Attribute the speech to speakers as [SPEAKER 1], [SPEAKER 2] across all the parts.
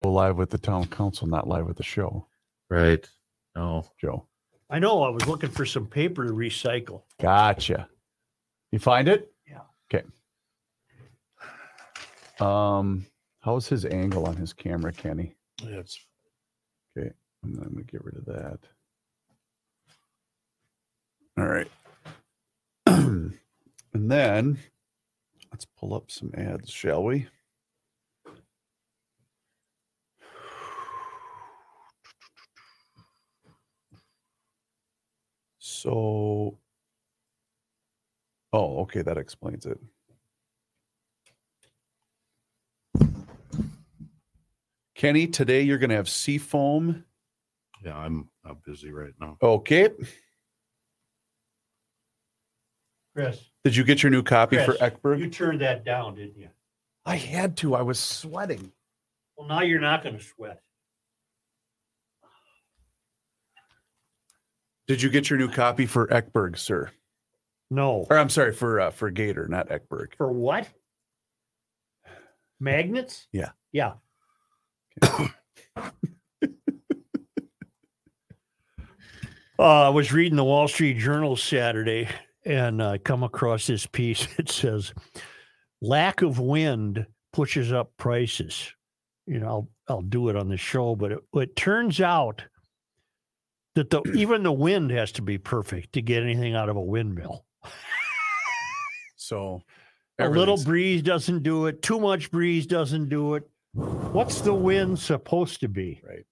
[SPEAKER 1] people live with the town council, not live with the show,
[SPEAKER 2] Right. No.
[SPEAKER 1] Joe.
[SPEAKER 3] I know. I was looking for some paper to recycle.
[SPEAKER 1] Gotcha. You find it?
[SPEAKER 3] Yeah.
[SPEAKER 1] Okay. Um, how's his angle on his camera, Kenny?
[SPEAKER 4] It's
[SPEAKER 1] And then I'm gonna get rid of that. All right. and then let's pull up some ads, shall we? So, oh, okay, that explains it. Kenny, today you're going to have seafoam
[SPEAKER 4] yeah. I'm not busy right now.
[SPEAKER 1] Okay.
[SPEAKER 3] Chris,
[SPEAKER 1] Did you get your new copy for
[SPEAKER 3] Chris, you
[SPEAKER 1] Eckberg?
[SPEAKER 3] turned that down, didn't you?
[SPEAKER 1] I had to. I was sweating.
[SPEAKER 3] Well, now you're not going to sweat.
[SPEAKER 1] Did you get your new copy for Eckberg, sir?
[SPEAKER 3] No.
[SPEAKER 1] Or I'm sorry, for uh, for Gator, not Eckberg.
[SPEAKER 3] For what? Magnets?
[SPEAKER 1] Yeah.
[SPEAKER 3] Yeah. uh, I was reading the Wall Street Journal Saturday and uh, come across this piece. It says, "Lack of wind pushes up prices." You know, I'll I'll do it on the show, but it, it turns out that the even the wind has to be perfect to get anything out of a windmill.
[SPEAKER 1] So
[SPEAKER 3] A little
[SPEAKER 1] everything's-
[SPEAKER 3] breeze doesn't do it. Too much breeze doesn't do it. What's the wind supposed to be?
[SPEAKER 1] right.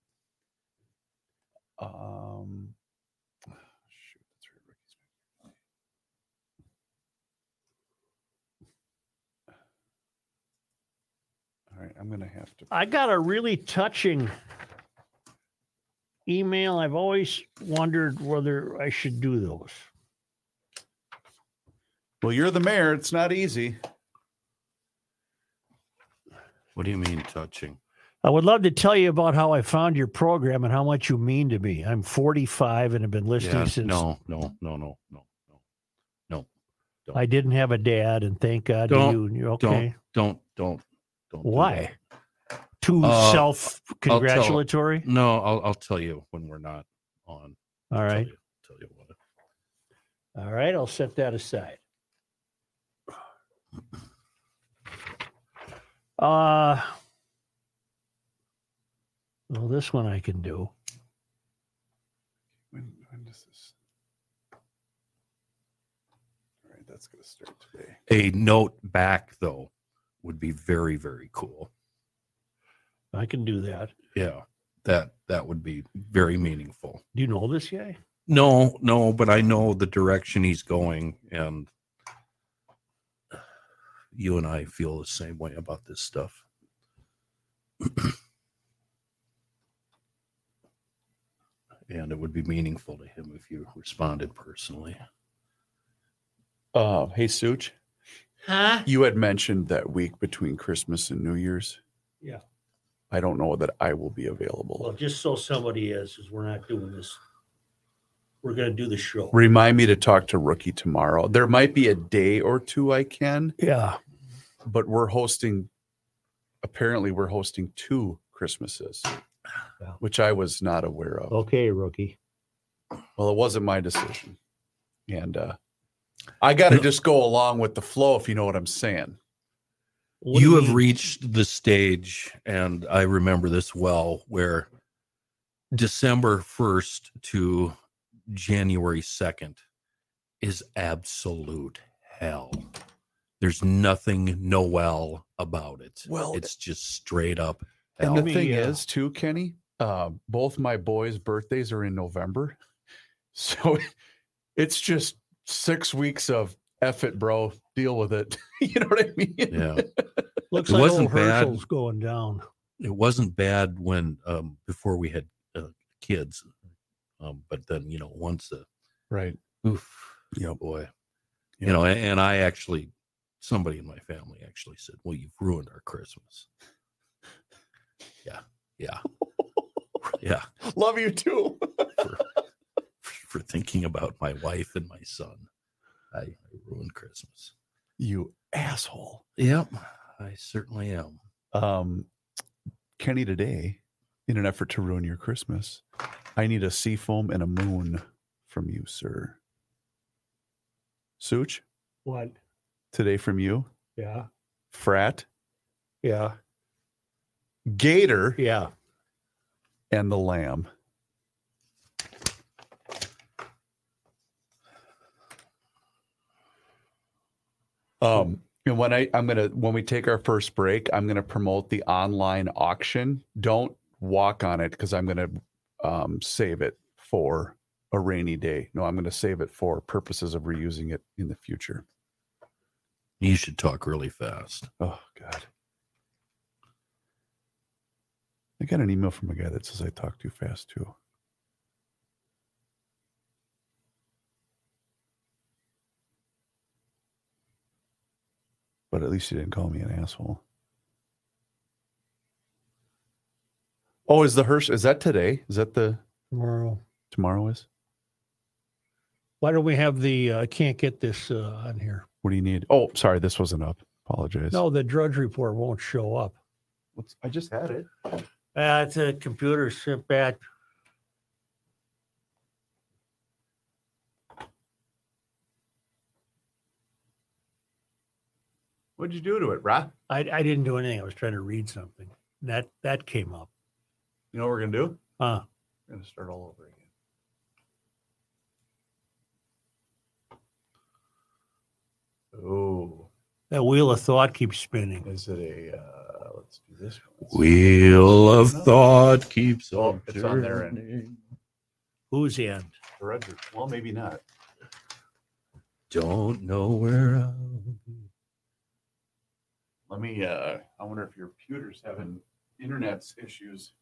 [SPEAKER 1] Um shoot, that's right, Ricky's- All right, I'm gonna have to
[SPEAKER 3] I got a really touching email. I've always wondered whether I should do those.
[SPEAKER 1] Well, you're the mayor. It's not easy.
[SPEAKER 4] What do you mean touching?
[SPEAKER 3] I would love to tell you about how I found your program and how much you mean to me. I'm 45 and have been listening
[SPEAKER 4] Yeah,
[SPEAKER 3] since
[SPEAKER 4] no, no, no, no, no, no.
[SPEAKER 3] I didn't have a dad, and thank God
[SPEAKER 4] Don't-
[SPEAKER 3] you. You're
[SPEAKER 4] Don't,
[SPEAKER 3] okay.
[SPEAKER 4] don't, don't, don't. do
[SPEAKER 3] Why?
[SPEAKER 4] that.
[SPEAKER 3] Too
[SPEAKER 4] Uh,
[SPEAKER 3] self congratulatory?
[SPEAKER 4] No, I'll, I'll tell you when we're not on.
[SPEAKER 3] All
[SPEAKER 4] I'll
[SPEAKER 3] right.
[SPEAKER 4] Tell you, tell you what.
[SPEAKER 3] All right, I'll set that aside. Uh well, this one I can do.
[SPEAKER 1] When, when does this? All right, that's going to start today.
[SPEAKER 4] A note back though would be very, very cool.
[SPEAKER 3] I can do that.
[SPEAKER 4] Yeah, that that would be very meaningful.
[SPEAKER 3] Do you know this guy?
[SPEAKER 4] No, no, but I know the direction he's going, and you and I feel the same way about this stuff. and it would be meaningful to him if you responded personally.
[SPEAKER 1] Uh, hey, Such,
[SPEAKER 3] Huh?
[SPEAKER 1] you had mentioned that week between Christmas and New Year's.
[SPEAKER 3] Yeah.
[SPEAKER 1] I don't know that I will be available.
[SPEAKER 3] Well, just so somebody is, is we're not doing this. We're gonna do the show.
[SPEAKER 1] Remind me to talk to Rookie tomorrow. There might be a day or two I can,
[SPEAKER 3] Yeah.
[SPEAKER 1] but we're hosting, apparently, we're hosting two Christmases,
[SPEAKER 3] Wow.
[SPEAKER 1] which I was not aware of.
[SPEAKER 3] Okay, rookie.
[SPEAKER 1] Well, it wasn't my decision. And uh, I got to just go along with the flow, if you know what I'm saying.
[SPEAKER 3] What
[SPEAKER 4] you
[SPEAKER 3] do
[SPEAKER 4] have reached the stage, and I remember this well, where December 1st to January 2nd is absolute hell. There's nothing Noel about it.
[SPEAKER 1] Well,
[SPEAKER 4] it's just straight up
[SPEAKER 1] And
[SPEAKER 4] hell.
[SPEAKER 1] the
[SPEAKER 3] me,
[SPEAKER 1] thing
[SPEAKER 3] uh,
[SPEAKER 1] is, too, Kenny, uh, both my boys' birthdays are in November. So it's just six weeks of F it, bro. Deal with it. you know what I mean?
[SPEAKER 4] yeah.
[SPEAKER 3] looks
[SPEAKER 4] it
[SPEAKER 3] like
[SPEAKER 4] wasn't
[SPEAKER 3] old
[SPEAKER 4] bad.
[SPEAKER 3] Herschel's going down.
[SPEAKER 4] It wasn't bad when, um, before we had uh, kids. Um, but then, you know, once the
[SPEAKER 1] Right.
[SPEAKER 4] Oof. Yeah, boy.
[SPEAKER 1] Yep.
[SPEAKER 4] You know, a- and, I actually, somebody in my family actually said, "Well, you've ruined our Christmas." Yeah, yeah, yeah.
[SPEAKER 1] Love you too.
[SPEAKER 4] For, for thinking about my wife and my son, I, I ruined Christmas.
[SPEAKER 1] you asshole.
[SPEAKER 4] Yep, I certainly am.
[SPEAKER 1] Um, Kenny today in an effort to ruin your Christmas. I need a sea foam and a moon from you, sir. Such,
[SPEAKER 3] What?
[SPEAKER 1] today from you,
[SPEAKER 3] Yeah.
[SPEAKER 1] frat,
[SPEAKER 3] Yeah.
[SPEAKER 1] gator,
[SPEAKER 3] Yeah.
[SPEAKER 1] and the lamb. Um, and when I I'm gonna when we take our first break, I'm gonna promote the online auction. Don't walk on it because I'm gonna um, save it for a rainy day. No, I'm gonna save it for purposes of reusing it in the future.
[SPEAKER 4] You should talk really fast.
[SPEAKER 1] Oh God. I got an email from a guy that says I talk too fast too. But at least he didn't call me an asshole. Oh, is the Hirsch is that today? Is that the
[SPEAKER 3] Tomorrow.
[SPEAKER 1] tomorrow is?
[SPEAKER 3] Why don't we have the? uh, I can't get this uh, on here.
[SPEAKER 1] What do you need? Oh, sorry, this wasn't up. Apologize.
[SPEAKER 3] No, the Drudge Report won't show up.
[SPEAKER 1] What's- I just had it.
[SPEAKER 3] Uh, it's a computer sent back.
[SPEAKER 1] What'd you do to it, Rod?
[SPEAKER 3] I, I didn't do anything. I was trying to read something. That that came up.
[SPEAKER 1] You know what we're gonna do?
[SPEAKER 3] Uh,
[SPEAKER 1] We're gonna start all over again. Oh,
[SPEAKER 3] that wheel of thought keeps spinning.
[SPEAKER 1] is it a? Uh, let's do this. one.
[SPEAKER 4] Wheel of thought keeps
[SPEAKER 1] Oh, it's on their end.
[SPEAKER 4] turning.
[SPEAKER 3] Who's in?
[SPEAKER 1] Roger. Well, maybe not.
[SPEAKER 4] Don't know where. I'm...
[SPEAKER 1] Let me. Uh, I wonder if your computer's having internet issues.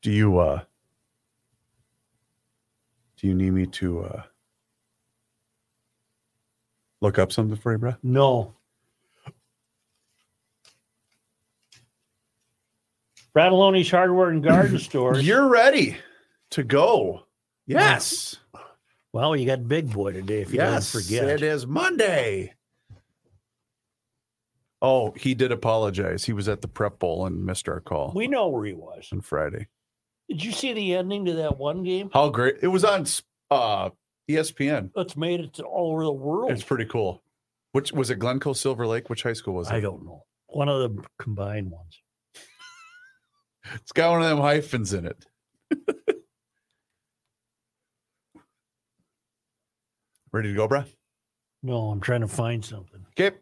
[SPEAKER 1] Do you? uh Do you need me to uh look up something for you, bruh?
[SPEAKER 3] No. Bratelloni's Hardware and Garden Store.
[SPEAKER 1] You're ready to go.
[SPEAKER 3] Yes. well, you got big boy today. If you don't forget,
[SPEAKER 1] It is Monday. Oh, he did apologize. He was at the prep bowl and missed our call
[SPEAKER 3] we know where he was.
[SPEAKER 1] on Friday.
[SPEAKER 3] Did you see the ending to that one game?
[SPEAKER 1] How great. It was on uh, ESPN.
[SPEAKER 3] It's made it to all over the world.
[SPEAKER 1] It's pretty cool. Which was it Glencoe Silver Lake? Which high school was it?
[SPEAKER 3] I don't know. One of the combined ones.
[SPEAKER 1] It's got one of them hyphens in it. Ready to go, bruh?
[SPEAKER 3] No, I'm trying to find something.
[SPEAKER 1] Okay.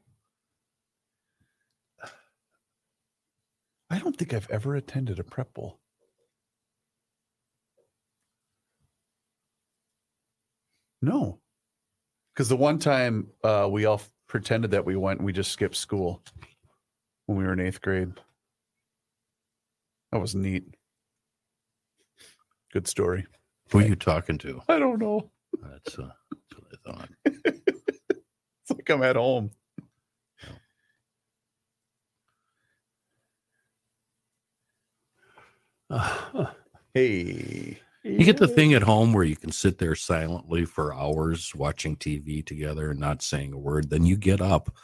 [SPEAKER 1] I don't think I've ever attended a prep bowl. No. Because the one time uh, we all f- pretended that we went, and we just skipped school when we were in eighth grade. That was neat. Good story.
[SPEAKER 4] Who are you talking to?
[SPEAKER 1] I don't know.
[SPEAKER 4] That's, uh, that's what I thought.
[SPEAKER 1] It's like I'm at home. Hey.
[SPEAKER 4] You get the thing at home where you can sit there silently for hours watching TV together and not saying a word. Then you get up,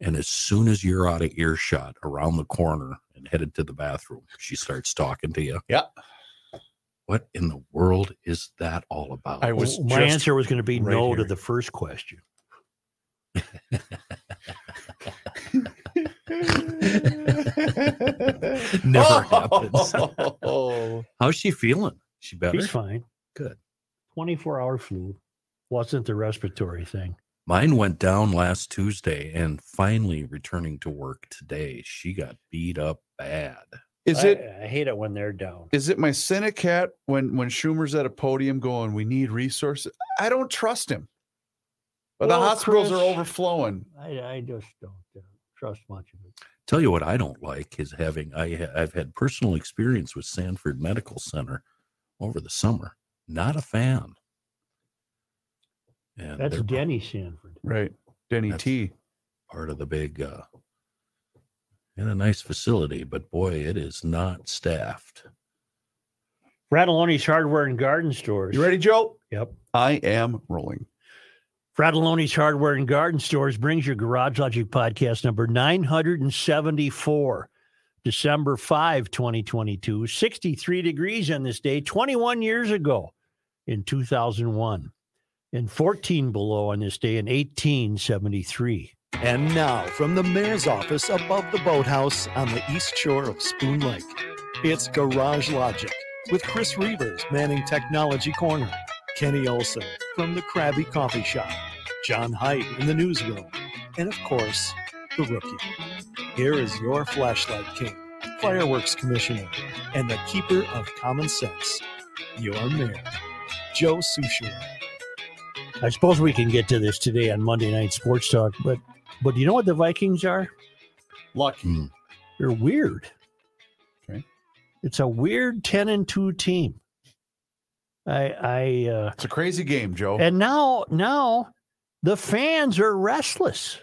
[SPEAKER 4] and as soon as you're out of earshot around the corner and headed to the bathroom, she starts talking to you.
[SPEAKER 1] Yeah.
[SPEAKER 4] What in the world is that all about?
[SPEAKER 1] I was
[SPEAKER 3] Was My
[SPEAKER 1] just
[SPEAKER 3] answer was going to be
[SPEAKER 1] right
[SPEAKER 3] no to
[SPEAKER 1] here.
[SPEAKER 3] the first question.
[SPEAKER 4] Never happens.
[SPEAKER 1] Oh.
[SPEAKER 4] How's she feeling? She better?
[SPEAKER 3] He's fine.
[SPEAKER 4] Good.
[SPEAKER 3] 24 hour flu wasn't the respiratory thing.
[SPEAKER 4] Mine went down last Tuesday, and finally returning to work today, she got beat up bad.
[SPEAKER 1] Is
[SPEAKER 3] I-
[SPEAKER 1] it
[SPEAKER 3] I, hate it when they're down.
[SPEAKER 1] is it my Cinecat when when Schumer's at a podium going, we need resources? I don't trust him. But the
[SPEAKER 3] Well,
[SPEAKER 1] hospitals
[SPEAKER 3] Chris-
[SPEAKER 1] are overflowing.
[SPEAKER 3] I, I just don't uh, trust much of it.
[SPEAKER 4] Tell you what I don't like is having I ha- I've had personal experience with Sanford Medical Center over the summer. Not a fan. And
[SPEAKER 3] That's
[SPEAKER 4] they're p-
[SPEAKER 3] Denny Sanford.
[SPEAKER 1] Right. Denny
[SPEAKER 4] That's-
[SPEAKER 1] T.
[SPEAKER 4] part of the big uh in a nice facility, but boy, it is not staffed.
[SPEAKER 3] Rattaloni's Hardware and Garden Stores.
[SPEAKER 1] You ready, Joe?
[SPEAKER 3] Yep.
[SPEAKER 1] I am rolling.
[SPEAKER 3] Fratelloni's Hardware and Garden Stores brings your Garage Logic podcast number 974, December 5, 2022. 63 degrees on this day, 21 years ago in 2001, and 14 below on this day in 1873.
[SPEAKER 5] And now, from the mayor's office above the boathouse on the east shore of Spoon Lake, it's Garage Logic with Chris Reavers manning Technology Corner, Kenny Olson from the Krabby Coffee Shop, John Haidt in the newsroom, and of course, the rookie. Here is your flashlight king, fireworks commissioner, and the keeper of common sense, your mayor, Joe Sushiro.
[SPEAKER 3] I suppose we can get to this today on Monday Night Sports Talk, but but do you know what the Vikings are?
[SPEAKER 1] Lucky.
[SPEAKER 3] They're weird.
[SPEAKER 1] Okay.
[SPEAKER 3] It's a weird 10 and 2 team. I I uh
[SPEAKER 1] It's a crazy game, Joe.
[SPEAKER 3] and now now the fans are restless.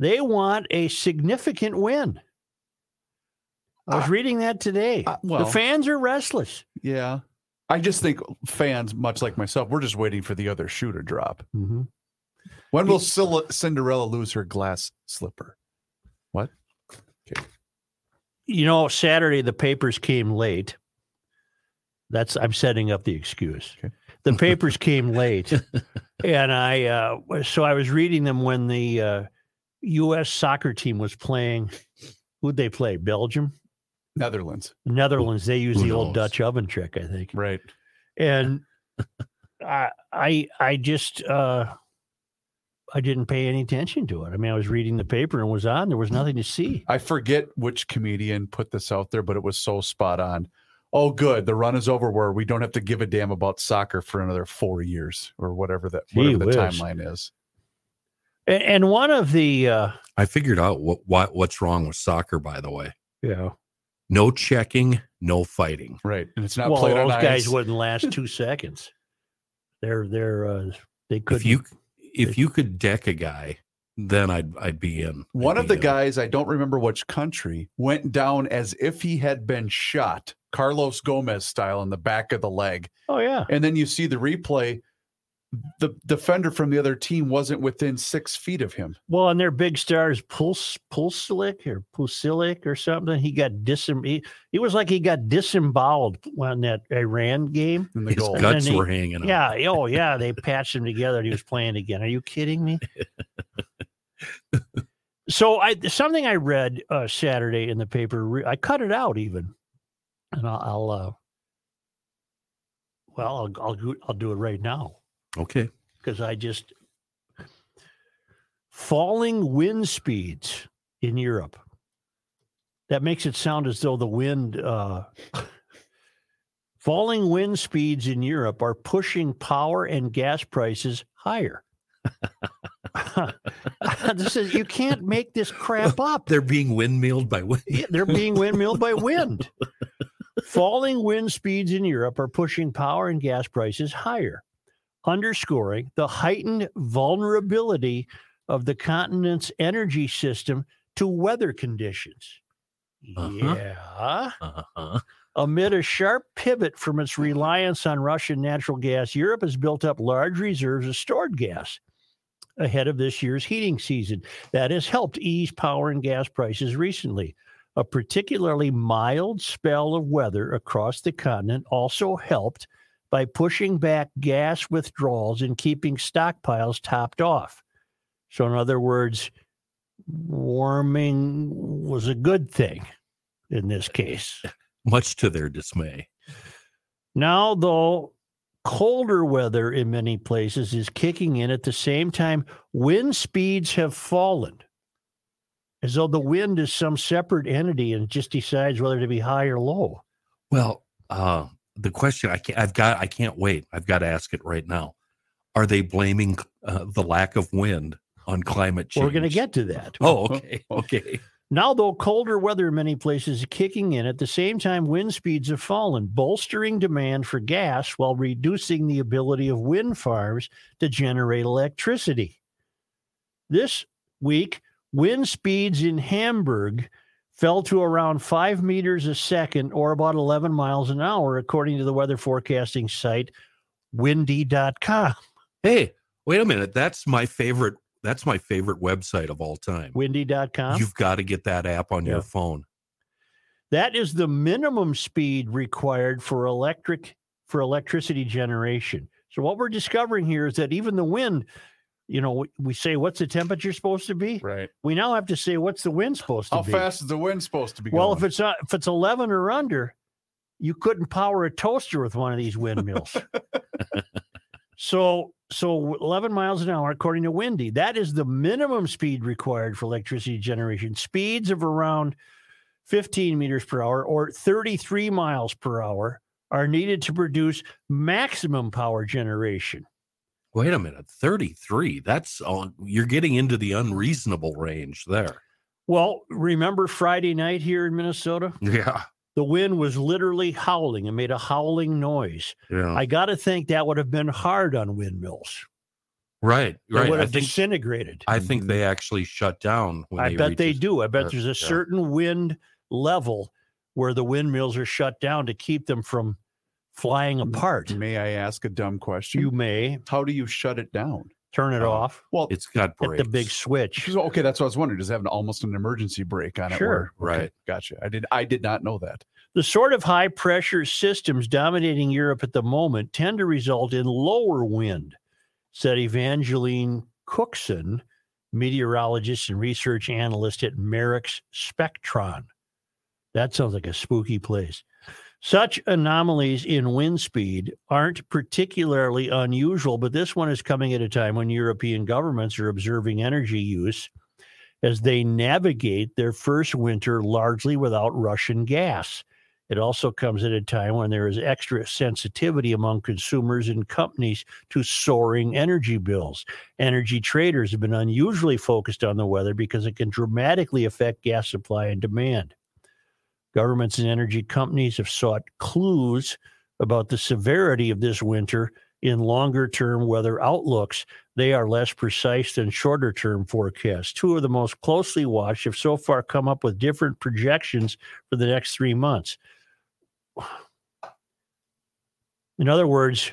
[SPEAKER 3] They want a significant win. I was
[SPEAKER 1] Ah.
[SPEAKER 3] reading that today.
[SPEAKER 1] Ah, well.
[SPEAKER 3] the fans are restless.
[SPEAKER 1] yeah. I just think fans, much like myself, we're just waiting for the other shoe to drop. When will Sil- Cinderella lose her glass slipper?
[SPEAKER 3] You know, Saturday the papers came late. That's I'm setting up the excuse.
[SPEAKER 1] Okay.
[SPEAKER 3] The papers came late, and I uh, so I was reading them when the uh, U.S. soccer team was playing. Who'd they play? Belgium.
[SPEAKER 1] Netherlands.
[SPEAKER 3] The Netherlands, they use
[SPEAKER 4] who
[SPEAKER 3] the old
[SPEAKER 4] knows?
[SPEAKER 3] Dutch oven trick, I think.
[SPEAKER 1] Right.
[SPEAKER 3] And I, I, I just, uh, I didn't pay any attention to it. I mean, I was reading the paper and it was on. There was nothing to see.
[SPEAKER 1] I forget which comedian put this out there, but it was so spot on. Oh, good. The run is over where we don't have to give a damn about soccer for another four years or whatever that
[SPEAKER 3] Gee
[SPEAKER 1] whatever the
[SPEAKER 3] whiz.
[SPEAKER 1] timeline is.
[SPEAKER 3] And, and one of the, uh,
[SPEAKER 4] I figured out what, what what's wrong with soccer. By the way,
[SPEAKER 3] yeah,
[SPEAKER 4] no checking, no fighting.
[SPEAKER 1] Right. And it's not
[SPEAKER 3] well,
[SPEAKER 1] played on
[SPEAKER 3] those
[SPEAKER 1] ice.
[SPEAKER 3] guys wouldn't last two seconds. They're, they're, uh, they could.
[SPEAKER 4] If you if you could deck a guy, then I'd I'd be in. I'd
[SPEAKER 1] One of
[SPEAKER 4] be
[SPEAKER 1] the
[SPEAKER 3] uh,
[SPEAKER 4] in.
[SPEAKER 1] guys, I don't remember which country, went down as if he had been shot, Carlos Gomez style, in the back of the leg.
[SPEAKER 3] oh yeah,
[SPEAKER 1] And then you see the replay. The defender from the other team wasn't within six feet of him.
[SPEAKER 3] Well, and their big stars, Puls Pulsilic or Pulsilic or something. He got disem. He, he was like he got disemboweled when that Iran game.
[SPEAKER 1] In the
[SPEAKER 4] his
[SPEAKER 1] goal.
[SPEAKER 3] And
[SPEAKER 4] guts
[SPEAKER 3] then he-
[SPEAKER 4] were hanging. out.
[SPEAKER 3] Yeah. Oh, yeah. They patched him together. and He was playing again. Are you kidding me? so I something I read uh, Saturday in the paper. re- I cut it out even, and I'll. I'll uh, well, I'll, I'll go- I'll do it right now
[SPEAKER 4] Okay.
[SPEAKER 3] because I just falling wind speeds in Europe. That makes it sound as though the wind uh, falling wind speeds in Europe are pushing power and gas prices higher. this is you can't make this crap up.
[SPEAKER 4] They're being windmilled by wind.
[SPEAKER 3] Yeah, they're being windmilled by wind. Falling wind speeds in Europe are pushing power and gas prices higher, underscoring the heightened vulnerability of the continent's energy system to weather conditions.
[SPEAKER 4] Uh-huh.
[SPEAKER 3] Yeah.
[SPEAKER 4] Uh-huh.
[SPEAKER 3] Amid a sharp pivot from its reliance on Russian natural gas, Europe has built up large reserves of stored gas ahead of this year's heating season. That has helped ease power and gas prices recently. A particularly mild spell of weather across the continent also helped by pushing back gas withdrawals and keeping stockpiles topped off. So, in other words, warming was a good thing in this case.
[SPEAKER 4] Much to their dismay.
[SPEAKER 3] Now, though, colder weather in many places is kicking in at the same time wind speeds have fallen, as though the wind is some separate entity and just decides whether to be high or low.
[SPEAKER 4] Well, uh, the question I can't, I've got, I can't wait. I've got to ask it right now. Are they blaming uh, the lack of wind on climate change?
[SPEAKER 3] We're going to get to that.
[SPEAKER 4] Oh, okay, okay.
[SPEAKER 3] Now, though, colder weather in many places is kicking in. At the same time, wind speeds have fallen, bolstering demand for gas while reducing the ability of wind farms to generate electricity. This week, wind speeds in Hamburg fell to around five meters a second or about 11 miles an hour, according to the weather forecasting site windy.com.
[SPEAKER 4] Hey, Wait a minute. That's my favorite. That's my favorite website of all time.
[SPEAKER 3] Windy.com.
[SPEAKER 4] You've got to get that app on
[SPEAKER 3] Yeah.
[SPEAKER 4] your phone.
[SPEAKER 3] That is the minimum speed required for electric for electricity generation. So what we're discovering here is that even the wind, you know, we- we say what's the temperature supposed to be.
[SPEAKER 1] Right.
[SPEAKER 3] We now have to say what's the wind supposed to
[SPEAKER 1] How
[SPEAKER 3] be.
[SPEAKER 1] fast is the wind supposed to be
[SPEAKER 3] well,
[SPEAKER 1] going?
[SPEAKER 3] if it's not, if it's eleven or under, you couldn't power a toaster with one of these windmills. so so eleven miles an hour, according to Windy, that is the minimum speed required for electricity generation. Speeds of around fifteen meters per hour or thirty-three miles per hour are needed to produce maximum power generation.
[SPEAKER 4] Wait a minute. 33. That's all. You're getting into the unreasonable range there.
[SPEAKER 3] Well, remember Friday night here in Minnesota?
[SPEAKER 4] Yeah.
[SPEAKER 3] The wind was literally howling. It made a howling noise.
[SPEAKER 4] Yeah.
[SPEAKER 3] I got to think that would have been hard on windmills.
[SPEAKER 4] right.
[SPEAKER 3] They
[SPEAKER 4] Right.
[SPEAKER 3] would
[SPEAKER 4] I
[SPEAKER 3] have
[SPEAKER 4] think,
[SPEAKER 3] disintegrated.
[SPEAKER 4] I think they actually shut down when
[SPEAKER 3] Mm-hmm. I
[SPEAKER 4] they
[SPEAKER 3] bet
[SPEAKER 4] reached
[SPEAKER 3] they
[SPEAKER 4] a-
[SPEAKER 3] do. I bet
[SPEAKER 4] uh,
[SPEAKER 3] there's a
[SPEAKER 4] yeah.
[SPEAKER 3] certain wind level where the windmills are shut down to keep them from flying
[SPEAKER 4] Mm,
[SPEAKER 3] apart. Mm-hmm.
[SPEAKER 1] May I ask a dumb question?
[SPEAKER 3] You may
[SPEAKER 1] How do you shut it down?
[SPEAKER 3] turn it
[SPEAKER 4] Oh,
[SPEAKER 3] off.
[SPEAKER 1] Well,
[SPEAKER 4] It's got
[SPEAKER 3] Hit
[SPEAKER 4] brakes.
[SPEAKER 3] the big switch.
[SPEAKER 1] okay, that's what I was wondering. Does it have an almost an emergency brake on it?
[SPEAKER 3] Sure.
[SPEAKER 1] where- okay,
[SPEAKER 4] Right.
[SPEAKER 1] Gotcha. I did. I did not know that.
[SPEAKER 3] The sort of high pressure systems dominating Europe at the moment tend to result in lower wind, said Evangeline Cookson, meteorologist and research analyst at Merrick's Spectron. That sounds like a spooky place. Such anomalies in wind speed aren't particularly unusual, but this one is coming at a time when European governments are observing energy use as they navigate their first winter largely without Russian gas. It also comes at a time when there is extra sensitivity among consumers and companies to soaring energy bills. Energy traders have been unusually focused on the weather because it can dramatically affect gas supply and demand. Governments and energy companies have sought clues about the severity of this winter in longer term weather outlooks. They are less precise than shorter term forecasts. Two of the most closely watched have so far come up with different projections for the next three months. In other words,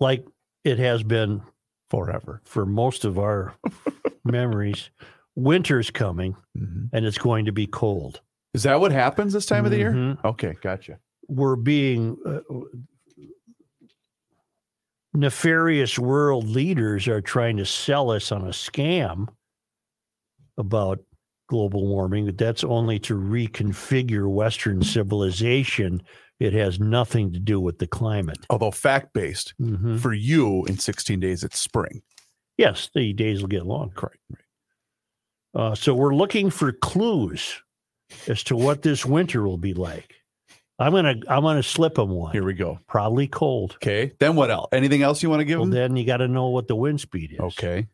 [SPEAKER 3] like it has been
[SPEAKER 1] Forever.
[SPEAKER 3] for most of our memories, winter's coming
[SPEAKER 1] Mhm.
[SPEAKER 3] and it's going to be cold.
[SPEAKER 1] Is that what happens this time of the year?
[SPEAKER 3] Mhm.
[SPEAKER 1] Okay, gotcha.
[SPEAKER 3] We're being uh, nefarious world leaders are trying to sell us on a scam about global warming, but that's only to reconfigure Western civilization. It has nothing to do with the climate.
[SPEAKER 1] Although fact based,
[SPEAKER 3] Mhm.
[SPEAKER 1] for you in 16 days it's spring.
[SPEAKER 3] Yes, the days will get longer.
[SPEAKER 1] Correct.
[SPEAKER 3] Uh, so we're looking for clues as to what this winter will be like. I'm gonna I'm gonna slip them one.
[SPEAKER 1] Here we go.
[SPEAKER 3] Probably cold.
[SPEAKER 1] Okay. Then what else? Anything else you want to give
[SPEAKER 3] Well,
[SPEAKER 1] them?
[SPEAKER 3] then you got to know what the wind speed is.
[SPEAKER 1] Okay.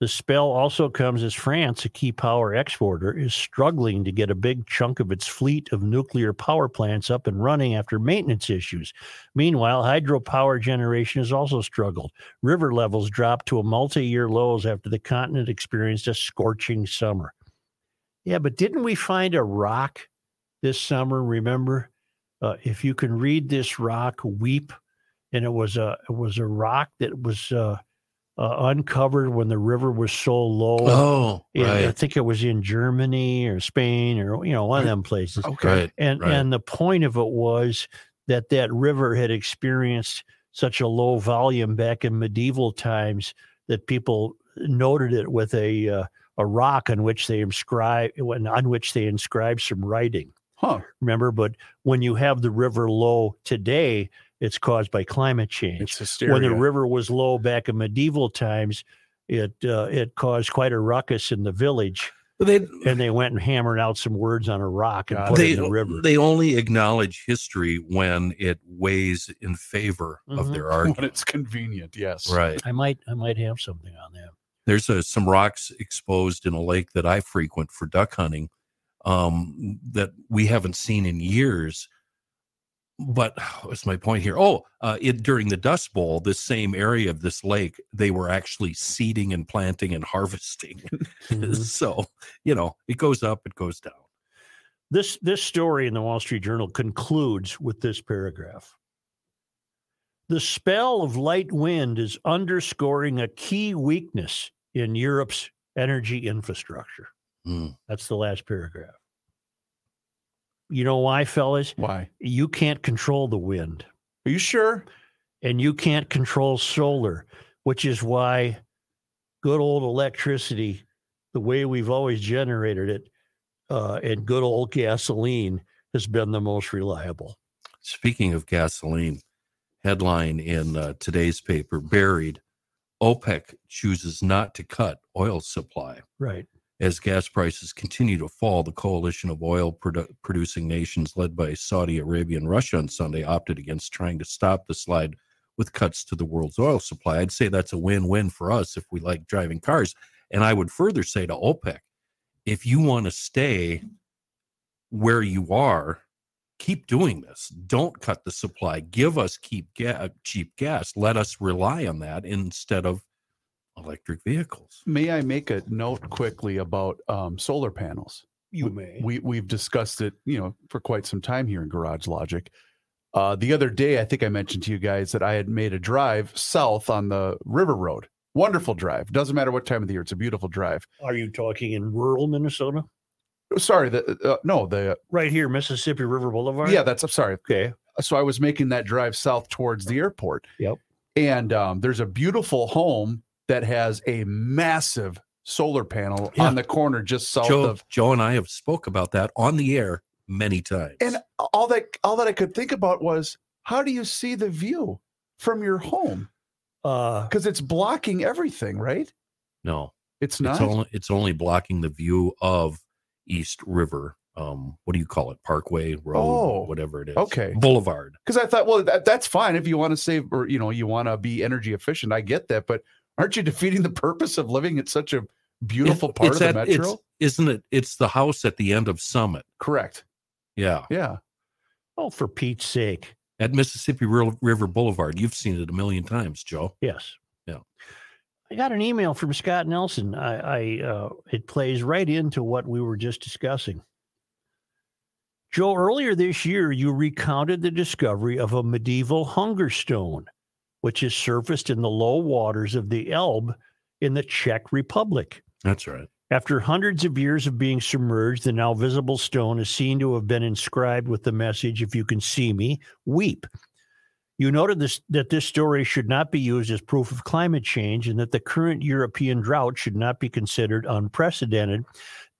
[SPEAKER 3] The spell also comes as France, a key power exporter, is struggling to get a big chunk of its fleet of nuclear power plants up and running after maintenance issues. Meanwhile, hydropower generation has also struggled. River levels dropped to a multi year lows after the continent experienced a scorching summer. Yeah, but didn't we find a rock this summer? Remember, uh, if you can read this rock, weep. And it was a it was a rock that was uh, uh, uncovered when the river was so low.
[SPEAKER 4] Oh,
[SPEAKER 3] in- I
[SPEAKER 4] right.
[SPEAKER 3] think it was in Germany or Spain or you know one of them places
[SPEAKER 1] Okay.
[SPEAKER 4] Right.
[SPEAKER 3] and
[SPEAKER 4] Right.
[SPEAKER 3] and the point of it was that that river had experienced such a low volume back in medieval times that people noted it with a uh, a rock on which they inscribe on which they inscribed some writing
[SPEAKER 1] Huh.
[SPEAKER 3] remember but when you have the river low today it's caused by climate change
[SPEAKER 1] It's hysteria.
[SPEAKER 3] when the river was low back in medieval times it uh, it caused quite a ruckus in the village
[SPEAKER 4] They,
[SPEAKER 3] and they went and hammered out some words on a rock and
[SPEAKER 1] Got
[SPEAKER 3] put
[SPEAKER 4] they,
[SPEAKER 3] it in the river
[SPEAKER 4] they only acknowledge history when it weighs in favor
[SPEAKER 3] Mhm.
[SPEAKER 4] of their
[SPEAKER 1] when
[SPEAKER 4] argument.
[SPEAKER 1] it's convenient, yes.
[SPEAKER 4] Right.
[SPEAKER 3] I might I might have something on that.
[SPEAKER 4] There's uh some rocks exposed in a lake that I frequent for duck hunting um, that we haven't seen in years. But what's my point here? Oh, uh, it, during the Dust Bowl, this same area of this lake, they were actually seeding and planting and harvesting. Mm-hmm.
[SPEAKER 3] Mm-hmm.
[SPEAKER 4] so, you know, it goes up, it goes down.
[SPEAKER 3] This this story in the Wall Street Journal concludes with this paragraph. The spell of light wind is underscoring a key weakness in Europe's energy infrastructure.
[SPEAKER 4] Hmm.
[SPEAKER 3] That's the last paragraph. You know why, fellas?
[SPEAKER 1] Why?
[SPEAKER 3] You can't control the wind
[SPEAKER 1] Are you sure?
[SPEAKER 3] and you can't control solar, which is why good old electricity, the way we've always generated it, uh, and good old gasoline has been the most reliable.
[SPEAKER 4] Speaking of gasoline, headline in uh, today's paper buried OPEC chooses not to cut oil supply.
[SPEAKER 3] Right.
[SPEAKER 4] As gas prices continue to fall, the coalition of oil produ- producing nations led by Saudi Arabia and Russia on Sunday opted against trying to stop the slide with cuts to the world's oil supply. I'd say that's a win win for us if we like driving cars. And I would further say to OPEC if you want to stay where you are, keep doing this. Don't cut the supply. Give us keep ga- cheap gas. Let us rely on that instead of electric vehicles.
[SPEAKER 1] May I make a note quickly about um, solar panels?
[SPEAKER 3] You
[SPEAKER 1] W-
[SPEAKER 3] may.
[SPEAKER 1] We we've discussed it, you know, for quite some time here in Garage Logic. Uh, the other day, I think I mentioned to you guys that I had made a drive south on the River Road. Wonderful drive. Doesn't matter what time of the year. It's a beautiful drive.
[SPEAKER 3] Are you talking in rural Minnesota?
[SPEAKER 1] Sorry, the uh, no the
[SPEAKER 3] Right here, Mississippi River Boulevard?
[SPEAKER 1] yeah that's I'm sorry. Okay, so I was making that drive south towards the airport.
[SPEAKER 3] Yep.
[SPEAKER 1] And um, there's a beautiful home that has a massive solar panel
[SPEAKER 4] Yeah.
[SPEAKER 1] on the corner just south
[SPEAKER 4] Joe,
[SPEAKER 1] of
[SPEAKER 4] Joe and I have spoke about that on the air many times.
[SPEAKER 1] And all that all that I could think about was how do you see the view from your home?
[SPEAKER 3] Uh,
[SPEAKER 1] Because it's blocking everything, right?
[SPEAKER 4] no,
[SPEAKER 1] It's
[SPEAKER 4] it's
[SPEAKER 1] not.
[SPEAKER 4] only it's only blocking the view of East River. Um, what do you call it? Parkway Road,
[SPEAKER 1] Oh,
[SPEAKER 4] whatever it is.
[SPEAKER 1] okay.
[SPEAKER 4] Boulevard.
[SPEAKER 1] Because I thought, well, that, that's fine if you want to save or you know you want to be energy efficient. I get that, but aren't you defeating the purpose of living in such a beautiful
[SPEAKER 4] It-
[SPEAKER 1] part
[SPEAKER 4] it's
[SPEAKER 1] of the
[SPEAKER 4] at- it's-
[SPEAKER 1] metro?
[SPEAKER 4] isn't it? It's the house at the end of Summit.
[SPEAKER 1] Correct.
[SPEAKER 4] Yeah,
[SPEAKER 1] Yeah.
[SPEAKER 3] oh, for Pete's sake.
[SPEAKER 4] at Mississippi Ri- River Boulevard. You've seen it a million times, Joe.
[SPEAKER 3] Yes.
[SPEAKER 4] Yeah.
[SPEAKER 3] I got an email from Scott Nelson. I, I uh, it plays right into what we were just discussing. Joe, earlier this year, you recounted the discovery of a medieval hunger stone, which is surfaced in the low waters of the Elbe in the Czech Republic.
[SPEAKER 4] That's right.
[SPEAKER 3] After hundreds of years of being submerged, the now visible stone is seen to have been inscribed with the message, If you can see me, weep. You noted this, that this story should not be used as proof of climate change and that the current European drought should not be considered unprecedented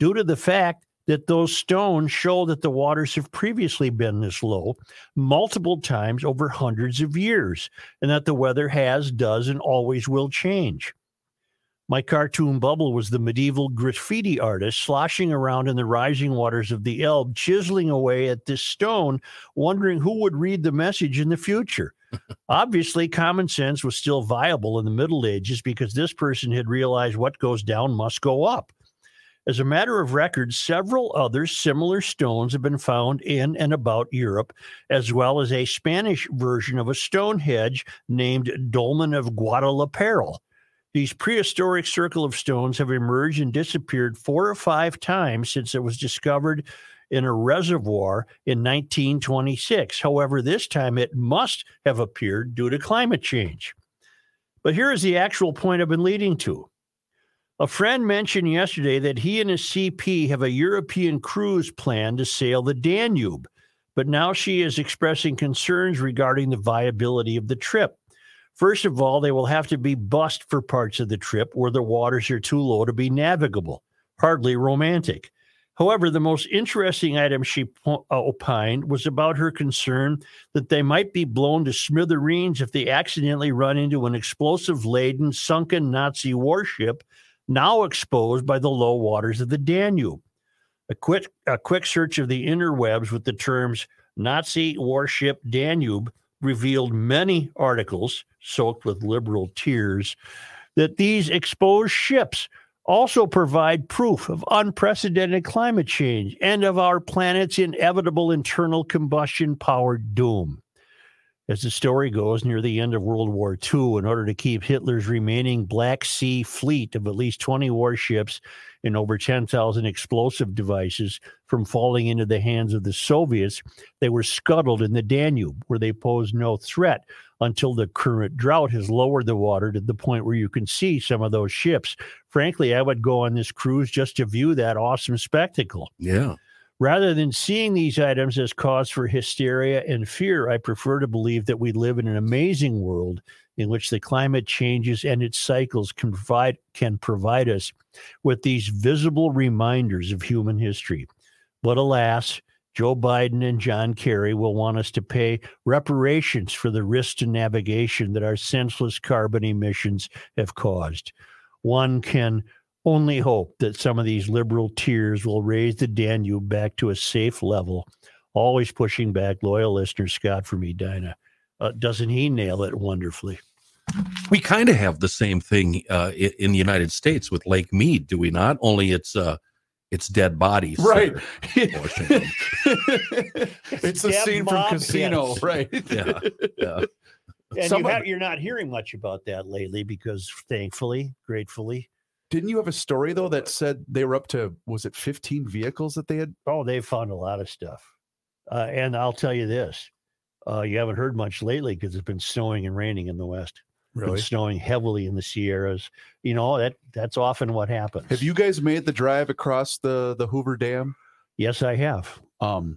[SPEAKER 3] due to the fact that those stones show that the waters have previously been this low multiple times over hundreds of years and that the weather has, does, and always will change. My cartoon bubble was the medieval graffiti artist sloshing around in the rising waters of the Elbe, chiseling away at this stone, wondering who would read the message in the future. Obviously, common sense was still viable in the Middle Ages because this person had realized what goes down must go up. As a matter of record, several other similar stones have been found in and about Europe, as well as a Spanish version of a Stonehenge named Dolmen of Guadalajara. These prehistoric circle of stones have emerged and disappeared four or five times since it was discovered in a reservoir in 1926. However, this time it must have appeared due to climate change. But here is the actual point I've been leading to. A friend mentioned yesterday that he and his CP have a European cruise plan to sail the Danube, but now she is expressing concerns regarding the viability of the trip. First of all, they will have to be bussed for parts of the trip where the waters are too low to be navigable. Hardly romantic. However, the most interesting item she po- uh, opined was about her concern that they might be blown to smithereens if they accidentally run into an explosive laden, sunken Nazi warship now exposed by the low waters of the Danube. A quick, a quick search of the interwebs with the terms Nazi warship Danube revealed many articles soaked with liberal tears that these exposed ships also provide proof of unprecedented climate change and of our planet's inevitable internal combustion powered doom. as the story goes, near the end of World War II in order to keep Hitler's remaining Black Sea fleet of at least 20 warships and over 10,000 explosive devices from falling into the hands of the Soviets. They were scuttled in the Danube, where they posed no threat until the current drought has lowered the water to the point where you can see some of those ships. Frankly, I would go on this cruise just to view that awesome spectacle.
[SPEAKER 4] Yeah.
[SPEAKER 3] Rather than seeing these items as cause for hysteria and fear, I prefer to believe that we live in an amazing world in which the climate changes and its cycles can provide, can provide us with these visible reminders of human history. But alas, Joe Biden and John Kerry will want us to pay reparations for the risk to navigation that our senseless carbon emissions have caused. One can only hope that some of these liberal tears will raise the Danube back to a safe level. Always pushing back, loyal listener Scott from Edina. Uh, doesn't he nail it wonderfully?
[SPEAKER 4] We kind of have the same thing uh, i- in the United States with Lake Mead, do we not? Only it's uh, it's dead bodies. that
[SPEAKER 1] Right.
[SPEAKER 4] are washing them.
[SPEAKER 1] it's a
[SPEAKER 3] Deb
[SPEAKER 1] scene from
[SPEAKER 3] Mom
[SPEAKER 1] Casino,
[SPEAKER 3] hits.
[SPEAKER 1] right?
[SPEAKER 4] Yeah. yeah.
[SPEAKER 3] And you
[SPEAKER 1] Someone-
[SPEAKER 3] have, you're not hearing much about that lately because, thankfully, gratefully,
[SPEAKER 1] Didn't you have a story though that said they were up to was it 15 vehicles that they had?
[SPEAKER 3] oh, they found a lot of stuff. Uh, and I'll tell you this: uh, you haven't heard much lately because it's been snowing and raining in the West. It's Been snowing heavily in the Sierras. You know that that's often what happens.
[SPEAKER 1] Have you guys made the drive across the the Hoover Dam?
[SPEAKER 3] Yes, I have.
[SPEAKER 1] Um,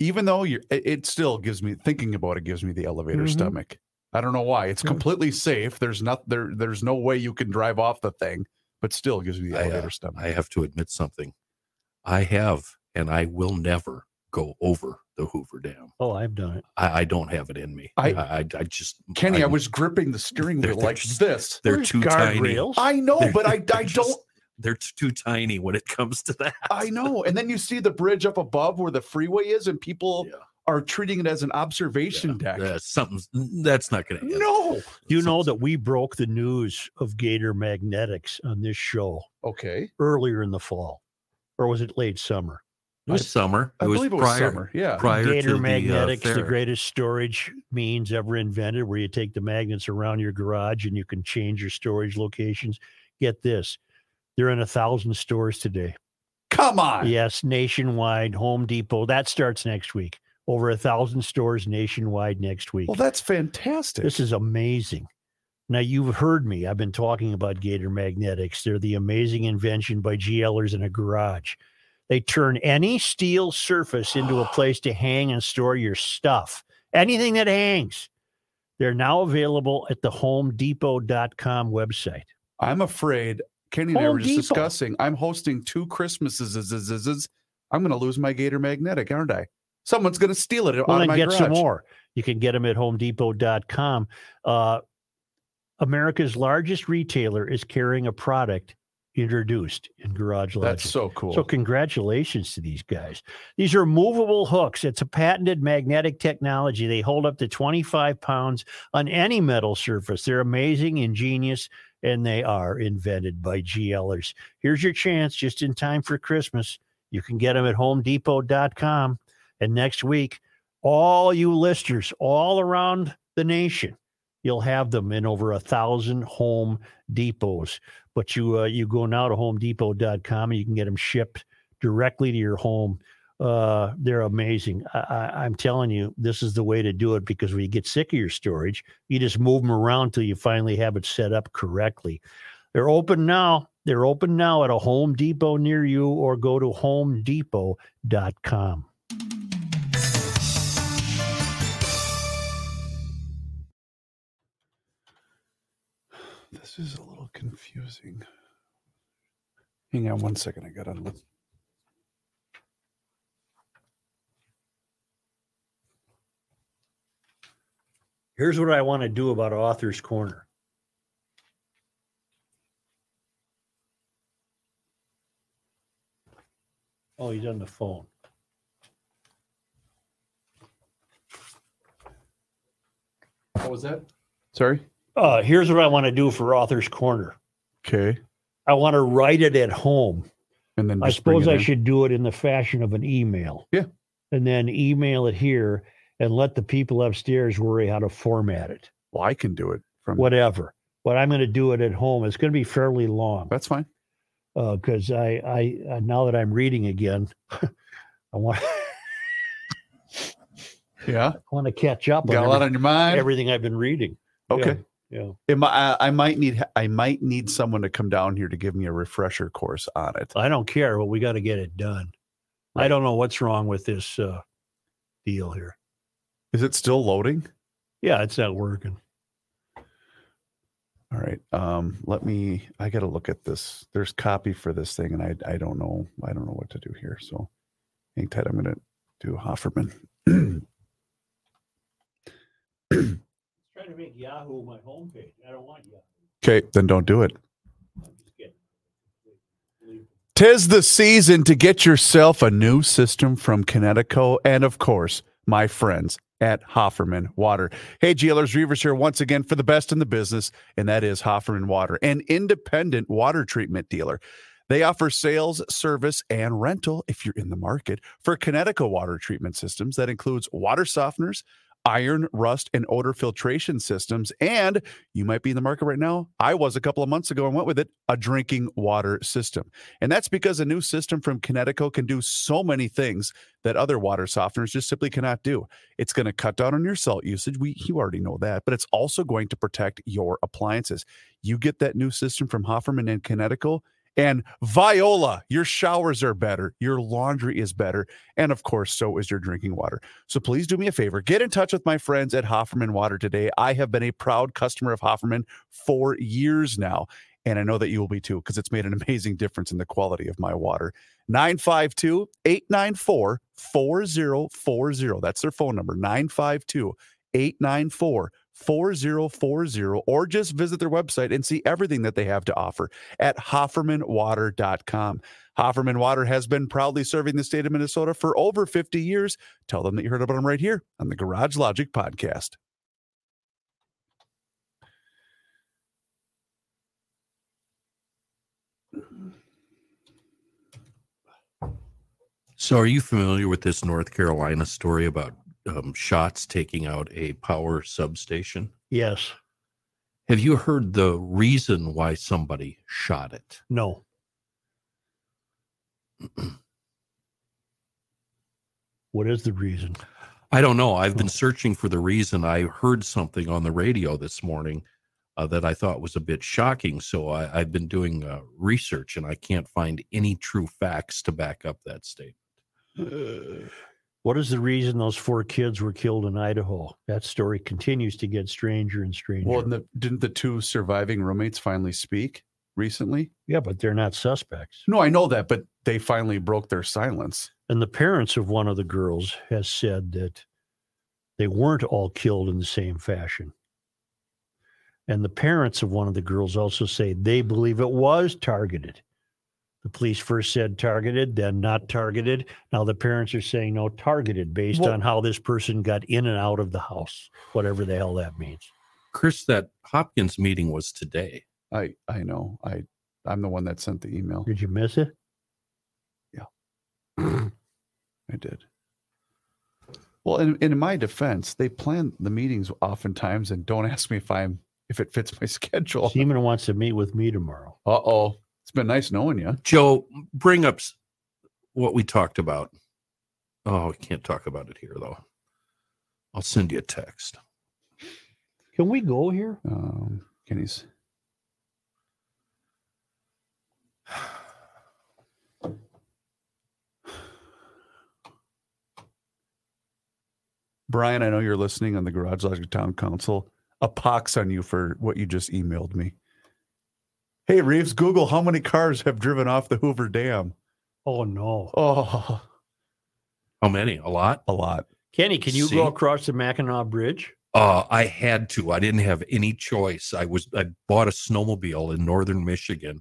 [SPEAKER 1] even though you're, it, it still gives me thinking about it gives me the elevator
[SPEAKER 3] Mhm.
[SPEAKER 1] stomach. I don't know why. It's
[SPEAKER 3] Yeah.
[SPEAKER 1] completely safe. There's not there. There's no way you can drive off the thing, but still gives me the
[SPEAKER 4] I, uh,
[SPEAKER 1] elevator stomach.
[SPEAKER 4] I have to admit something. I have, and I will never go over the Hoover Dam.
[SPEAKER 3] Oh, I've done it.
[SPEAKER 4] I, I don't have it in me.
[SPEAKER 1] I-
[SPEAKER 4] I, I, I just
[SPEAKER 1] Kenny, I
[SPEAKER 4] I'm-
[SPEAKER 1] was gripping the steering
[SPEAKER 4] They're-
[SPEAKER 1] wheel like
[SPEAKER 4] they're just-
[SPEAKER 1] this.
[SPEAKER 4] They're
[SPEAKER 3] There's
[SPEAKER 4] too tiny.
[SPEAKER 3] guardrails.
[SPEAKER 1] I know,
[SPEAKER 4] They're-
[SPEAKER 1] but I
[SPEAKER 4] they're
[SPEAKER 1] I
[SPEAKER 4] just-
[SPEAKER 1] don't
[SPEAKER 4] They're t- too tiny when it comes to that.
[SPEAKER 1] I know. And then you see the bridge up above where the freeway is, and people
[SPEAKER 4] Yeah.
[SPEAKER 1] are treating it as an observation deck.
[SPEAKER 4] Yeah, something's that's not going to.
[SPEAKER 1] No.
[SPEAKER 3] You know that we broke the news of Gator Magnetics on this show
[SPEAKER 1] Okay.
[SPEAKER 3] earlier in the fall, or was it late summer?
[SPEAKER 4] it was summer.
[SPEAKER 1] I
[SPEAKER 4] it was
[SPEAKER 1] believe
[SPEAKER 4] prior,
[SPEAKER 1] it was summer. Yeah.
[SPEAKER 4] Prior to
[SPEAKER 3] Gator
[SPEAKER 4] the, uh,
[SPEAKER 3] Magnetics, the,
[SPEAKER 4] fair.
[SPEAKER 3] greatest storage means ever invented, where you take the magnets around your garage and you can change your storage locations. Get this. They're in a thousand stores today.
[SPEAKER 1] Come on.
[SPEAKER 3] Yes, nationwide, Home Depot. That starts next week. Over a thousand stores nationwide next week.
[SPEAKER 1] Well, that's fantastic.
[SPEAKER 3] This is amazing. Now, you've heard me. I've been talking about Gator Magnetics. They're the amazing invention by GLers in a garage. They turn any steel surface into a place to hang and store your stuff, anything that hangs. They're now available at the homedepot.com website.
[SPEAKER 1] I'm afraid Kenny and I
[SPEAKER 3] Home
[SPEAKER 1] were just
[SPEAKER 3] Depot.
[SPEAKER 1] discussing. I'm hosting two Christmases. is- is- is- is. I'm going to lose my Gator Magnetic, aren't I? Someone's going to steal it
[SPEAKER 3] Well,
[SPEAKER 1] out of
[SPEAKER 3] then
[SPEAKER 1] my
[SPEAKER 3] get
[SPEAKER 1] garage.
[SPEAKER 3] some more. You can get them at homedepot.com. Uh, America's largest retailer is carrying a product introduced in Garage Logic.
[SPEAKER 1] That's so cool.
[SPEAKER 3] So congratulations to these guys. These are movable hooks. It's a patented magnetic technology. They hold up to 25 pounds on any metal surface. They're amazing, ingenious, and they are invented by GLers. Here's your chance just in time for Christmas. You can get them at homedepot.com. And next week, all you listeners all around the nation, you'll have them in over a thousand home depots but you uh, you go now to homedepot.com and you can get them shipped directly to your home uh, they're amazing I, I, i'm telling you this is the way to do it because when you get sick of your storage you just move them around till you finally have it set up correctly they're open now they're open now at a home depot near you or go to homedepot.com
[SPEAKER 1] this is a little confusing. Hang on one second. I got to look.
[SPEAKER 3] here's what i want to do about author's corner oh he's on the phone
[SPEAKER 1] What was that? Sorry.
[SPEAKER 3] uh, here's what I want to do for Author's Corner.
[SPEAKER 1] Okay.
[SPEAKER 3] I want to write it at home.
[SPEAKER 1] And then
[SPEAKER 3] I
[SPEAKER 1] just bring
[SPEAKER 3] suppose
[SPEAKER 1] it
[SPEAKER 3] I
[SPEAKER 1] in.
[SPEAKER 3] should do it in the fashion of an email.
[SPEAKER 1] Yeah.
[SPEAKER 3] And then email it here. and let the people upstairs worry how to format it,
[SPEAKER 1] Well, I can do it from
[SPEAKER 3] whatever. But I'm going to do it at home. It's going to be fairly long
[SPEAKER 1] That's fine.
[SPEAKER 3] because uh, I, I, uh now that I'm reading again, I want
[SPEAKER 1] Yeah.
[SPEAKER 3] want to catch up
[SPEAKER 1] Got a
[SPEAKER 3] on
[SPEAKER 1] lot
[SPEAKER 3] every-
[SPEAKER 1] on your mind.
[SPEAKER 3] everything I've been reading.
[SPEAKER 1] okay.
[SPEAKER 3] Yeah. yeah.
[SPEAKER 1] It mi- I, I might need I might need someone to come down here to give me a refresher course on it.
[SPEAKER 3] I don't care, but we got to get it done. I don't know what's wrong with this uh, deal here.
[SPEAKER 1] Is it still loading?
[SPEAKER 3] Yeah, it's not working.
[SPEAKER 1] All right. Um, let me I gotta look at this. There's copy for this thing, and I I don't know. I don't know what to do here. So hang tight. I'm gonna do Hofferman.
[SPEAKER 3] trying to make Yahoo my homepage. I don't want Yahoo.
[SPEAKER 1] okay, then don't do it.
[SPEAKER 3] I'm just kidding.
[SPEAKER 1] Tis the season to get yourself a new system from Connecticut and, of course, my friends at Hofferman Water. Hey, GLers, Reavers here once again for the best in the business, and that is Hofferman Water, an independent water treatment dealer. They offer sales, service, and rental if you're in the market for Connecticut water treatment systems. That includes water softeners, iron, rust, and odor filtration systems, and you might be in the market right now. I was a couple of months ago and went with it a drinking water system. And that's because a new system from Kinetico can do so many things that other water softeners just simply cannot do. It's going to cut down on your salt usage. We you already know that, but it's also going to protect your appliances. You get that new system from Hofferman and Kinetico and Viola, your showers are better, your laundry is better, and of course, so is your drinking water. So please do me a favor. Get in touch with my friends at Hofferman Water today. I have been a proud customer of Hofferman for years now. And I know that you will be too, because it's made an amazing difference in the quality of my water. 952 894 4040. That's their phone number 952 894 4040. Or just visit their website and see everything that they have to offer at HoffermanWater.com. Hofferman Water has been proudly serving the state of Minnesota for over 50 years. Tell them that you heard about them right here on the Garage Logic Podcast.
[SPEAKER 4] So, are you familiar with this North Carolina story about um, shots taking out a power substation?
[SPEAKER 3] Yes.
[SPEAKER 4] Have you heard the reason why somebody shot it?
[SPEAKER 3] No. what is the reason?
[SPEAKER 4] I don't know. I've been searching for the reason. I heard something on the radio this morning uh, that I thought was a bit shocking. So I, I've been doing uh, research and I can't find any true facts to back up that statement.
[SPEAKER 3] What is the reason those four kids were killed in Idaho? That story continues to get stranger and stranger.
[SPEAKER 1] Well, and the, didn't the two surviving roommates finally speak recently?
[SPEAKER 3] yeah, but they're not suspects.
[SPEAKER 1] No, I know that, but they finally broke their silence.
[SPEAKER 3] And the parents of one of the girls has said that they weren't all killed in the same fashion. And the parents of one of the girls also say they believe it was targeted. The police first said targeted, then not targeted. Now the parents are saying no, targeted based
[SPEAKER 1] Well-
[SPEAKER 3] on how this person got in and out of the house, whatever the hell that means.
[SPEAKER 4] Chris, that Hopkins meeting was today.
[SPEAKER 1] I I know. I I'm the one that sent the email.
[SPEAKER 3] Did you miss it?
[SPEAKER 1] I did. Well, in, in my defense, they plan the meetings oftentimes and don't ask me if I'm if it fits my schedule. Uh
[SPEAKER 3] Seaman wants to meet with me tomorrow.
[SPEAKER 1] oh. It's been nice knowing you.
[SPEAKER 4] Joe, bring up s- what we talked about. Oh, I can't talk about it here, though. I'll send you a text.
[SPEAKER 3] Can we go here?
[SPEAKER 1] Um Kenny's Brian, I know you're listening on the Garage Logic Town Council. A pox on you for what you just emailed me. Hey Reeves, Google how many cars have driven off the Hoover Dam.
[SPEAKER 3] Oh no.
[SPEAKER 1] Oh,
[SPEAKER 4] How many? A lot?
[SPEAKER 1] a lot.
[SPEAKER 3] Kenny, can you
[SPEAKER 4] See?
[SPEAKER 3] go across the Mackinac Bridge?
[SPEAKER 4] Uh, I had to. I didn't have any choice. I was I bought a snowmobile in northern Michigan,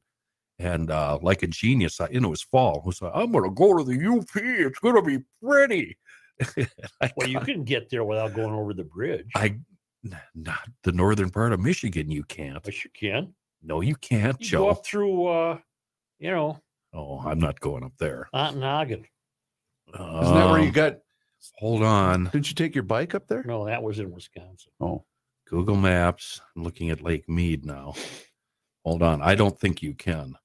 [SPEAKER 4] and uh, like a genius, I, and it was fall. I was like, I'm gonna go to the UP. It's gonna be pretty. I
[SPEAKER 3] Well, you
[SPEAKER 4] got-
[SPEAKER 3] can get there without going over the bridge.
[SPEAKER 4] I n- not the northern part of Michigan. You can't.
[SPEAKER 3] Yes, you can.
[SPEAKER 4] No, you can't,
[SPEAKER 3] You
[SPEAKER 4] Joe.
[SPEAKER 3] go up through, uh, you know,
[SPEAKER 4] Oh, I'm not going up there.
[SPEAKER 3] Ontonagon.
[SPEAKER 1] Isn't that where you
[SPEAKER 4] Um,
[SPEAKER 1] got
[SPEAKER 4] Hold on.
[SPEAKER 1] Didn't you take your bike up there?
[SPEAKER 3] No, that was in Wisconsin.
[SPEAKER 1] Oh,
[SPEAKER 4] Google Maps. I'm looking at Lake Mead now. Hold on. I don't think you can.